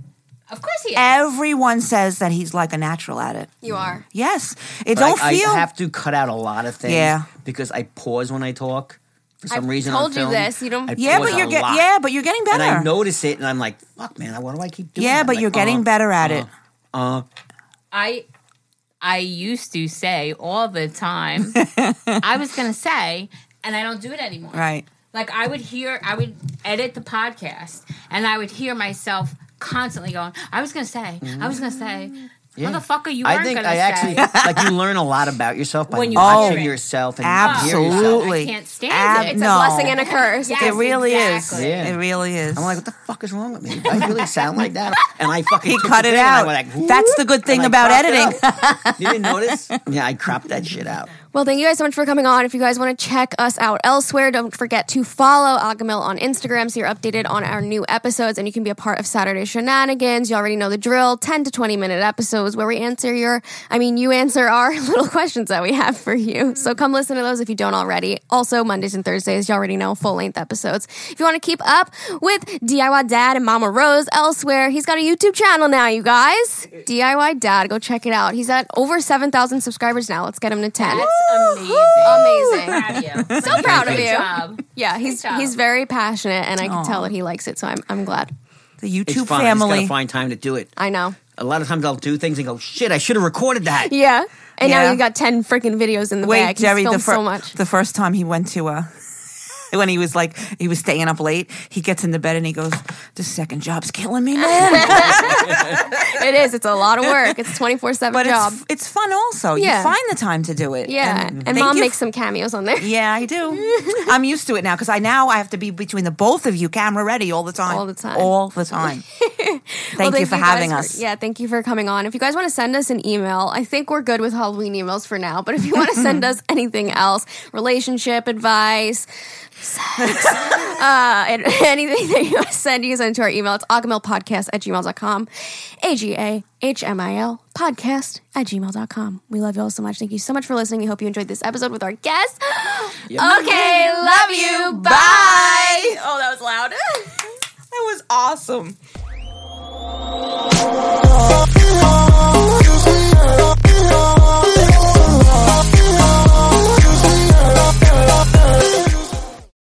[SPEAKER 2] "Of course he is."
[SPEAKER 5] Everyone says that he's like a natural at it.
[SPEAKER 1] you are.
[SPEAKER 5] Yes, it
[SPEAKER 3] But
[SPEAKER 5] don't
[SPEAKER 3] I,
[SPEAKER 5] feel.
[SPEAKER 3] I have to cut out a lot of things.
[SPEAKER 5] Yeah.
[SPEAKER 3] Because I pause when I talk. For some
[SPEAKER 1] I've
[SPEAKER 3] reason,
[SPEAKER 1] told
[SPEAKER 3] on
[SPEAKER 1] you
[SPEAKER 3] film,
[SPEAKER 1] this, you don't-
[SPEAKER 3] I
[SPEAKER 5] yeah,
[SPEAKER 3] pause
[SPEAKER 5] but you're
[SPEAKER 3] a
[SPEAKER 5] get,
[SPEAKER 3] lot.
[SPEAKER 5] yeah, but you're getting better.
[SPEAKER 3] And I notice it, and I'm like, "Fuck, man! I- Why do I keep doing?"
[SPEAKER 5] yeah,
[SPEAKER 3] that?
[SPEAKER 5] but
[SPEAKER 3] Like,
[SPEAKER 5] you're getting
[SPEAKER 1] "Uh-huh,
[SPEAKER 3] uh,
[SPEAKER 5] better at it.
[SPEAKER 3] Uh,
[SPEAKER 2] I I used to say all the
[SPEAKER 3] <laughs>
[SPEAKER 2] time. I was gonna say, and I don't do it anymore.
[SPEAKER 5] Right.
[SPEAKER 2] Like I would hear, I would edit the podcast, and I would hear myself constantly going, "I was gonna say, I was gonna say, motherfucker, you
[SPEAKER 3] I
[SPEAKER 2] weren't
[SPEAKER 3] think
[SPEAKER 2] gonna
[SPEAKER 3] I
[SPEAKER 2] say."
[SPEAKER 3] actually <laughs> like you learn a lot about yourself by
[SPEAKER 2] When you
[SPEAKER 5] hear
[SPEAKER 3] watching
[SPEAKER 5] it.
[SPEAKER 3] yourself and You hear yourself.
[SPEAKER 5] Absolutely.
[SPEAKER 2] I can't stand it. It's
[SPEAKER 1] It's
[SPEAKER 5] no.
[SPEAKER 1] a blessing and a curse.
[SPEAKER 2] Yes,
[SPEAKER 5] It really
[SPEAKER 2] exactly.
[SPEAKER 5] is.
[SPEAKER 3] Yeah.
[SPEAKER 5] It really is.
[SPEAKER 3] I'm like, "What the fuck is wrong with me? Do I really sound like that?" And I fucking
[SPEAKER 5] he
[SPEAKER 3] took
[SPEAKER 5] cut
[SPEAKER 3] the
[SPEAKER 5] it
[SPEAKER 3] thing and I
[SPEAKER 5] out.
[SPEAKER 3] went like,
[SPEAKER 5] That's the
[SPEAKER 3] whoop,
[SPEAKER 5] good thing
[SPEAKER 3] and I
[SPEAKER 5] about
[SPEAKER 3] cropped it
[SPEAKER 5] editing. <laughs>
[SPEAKER 3] out. you didn't notice? Yeah, I cropped that shit out.
[SPEAKER 1] Well, thank you guys so much for coming on. If you guys want to check us out elsewhere, don't forget to follow Agamil on Instagram so you're updated on our new episodes and you can be a part of Saturday Shenanigans. You already know the drill 10 to 20 minute episodes where we answer your, I mean, you answer our <laughs> little questions that we have for you. So come listen to those if you don't already. Also, Mondays and Thursdays, you already know full length episodes. If you want to keep up with DIY Dad and Mama Rose elsewhere, he's got a YouTube channel now, you guys. DIY Dad, go check it out. He's at over 7,000 subscribers now. Let's get him to 10.
[SPEAKER 3] <laughs>
[SPEAKER 2] That's amazing.
[SPEAKER 1] Amazing.
[SPEAKER 2] Proud of you.
[SPEAKER 1] So proud of
[SPEAKER 2] Good
[SPEAKER 1] you.
[SPEAKER 2] job.
[SPEAKER 1] Yeah, he's
[SPEAKER 2] job.
[SPEAKER 1] he's very passionate, and I can
[SPEAKER 5] Aw.
[SPEAKER 1] tell that he likes it. So I'm I'm glad.
[SPEAKER 5] the YouTube
[SPEAKER 3] It's fun. I just
[SPEAKER 5] family.
[SPEAKER 3] gotta find time to do it.
[SPEAKER 1] I know.
[SPEAKER 3] A lot of times I'll do things and go, "Shit, I should have recorded that."
[SPEAKER 1] Yeah, and now
[SPEAKER 5] Yeah.
[SPEAKER 1] you got ten freaking videos in the
[SPEAKER 5] <laughs> Wait,
[SPEAKER 1] bag. He's
[SPEAKER 5] Jerry, the,
[SPEAKER 1] filmed
[SPEAKER 5] fir-
[SPEAKER 1] so
[SPEAKER 5] <laughs>
[SPEAKER 1] much. <laughs>
[SPEAKER 5] the first time he went to uh <laughs> when he was like he was staying up late, he gets into bed and he goes, "This second job's killing me, man."
[SPEAKER 1] it is. It's a lot of work. It's twenty four seven
[SPEAKER 5] but
[SPEAKER 1] job.
[SPEAKER 5] it's it's fun also.
[SPEAKER 1] Yeah.
[SPEAKER 5] You find the time to do it.
[SPEAKER 1] yeah, and,
[SPEAKER 5] thank
[SPEAKER 1] mom
[SPEAKER 5] you
[SPEAKER 1] makes some cameos on there.
[SPEAKER 5] Yeah,
[SPEAKER 1] <laughs>
[SPEAKER 5] I do. I'm used to it now because I now I have to be between the both of you, camera ready all the time,
[SPEAKER 1] All the time.
[SPEAKER 5] all the
[SPEAKER 1] <laughs>
[SPEAKER 5] time. thank,
[SPEAKER 1] Well,
[SPEAKER 5] you for
[SPEAKER 1] guys
[SPEAKER 5] having us.
[SPEAKER 1] Yeah, thank you for coming on. If you guys want to send us an email, I think we're good with Halloween emails for now. But if you want to
[SPEAKER 5] <laughs>
[SPEAKER 1] send us anything else, relationship advice,
[SPEAKER 5] <laughs>
[SPEAKER 1] uh, and <laughs> anything that you send, you can send it to our email. It's agamilpodcast at gmail.com. A G A H M I L podcast at gmail.com. We love you all so much. Thank you so much for listening. We hope you enjoyed this episode with our guest. Okay, love you. Bye. Oh, that was loud. <laughs>
[SPEAKER 5] That was awesome.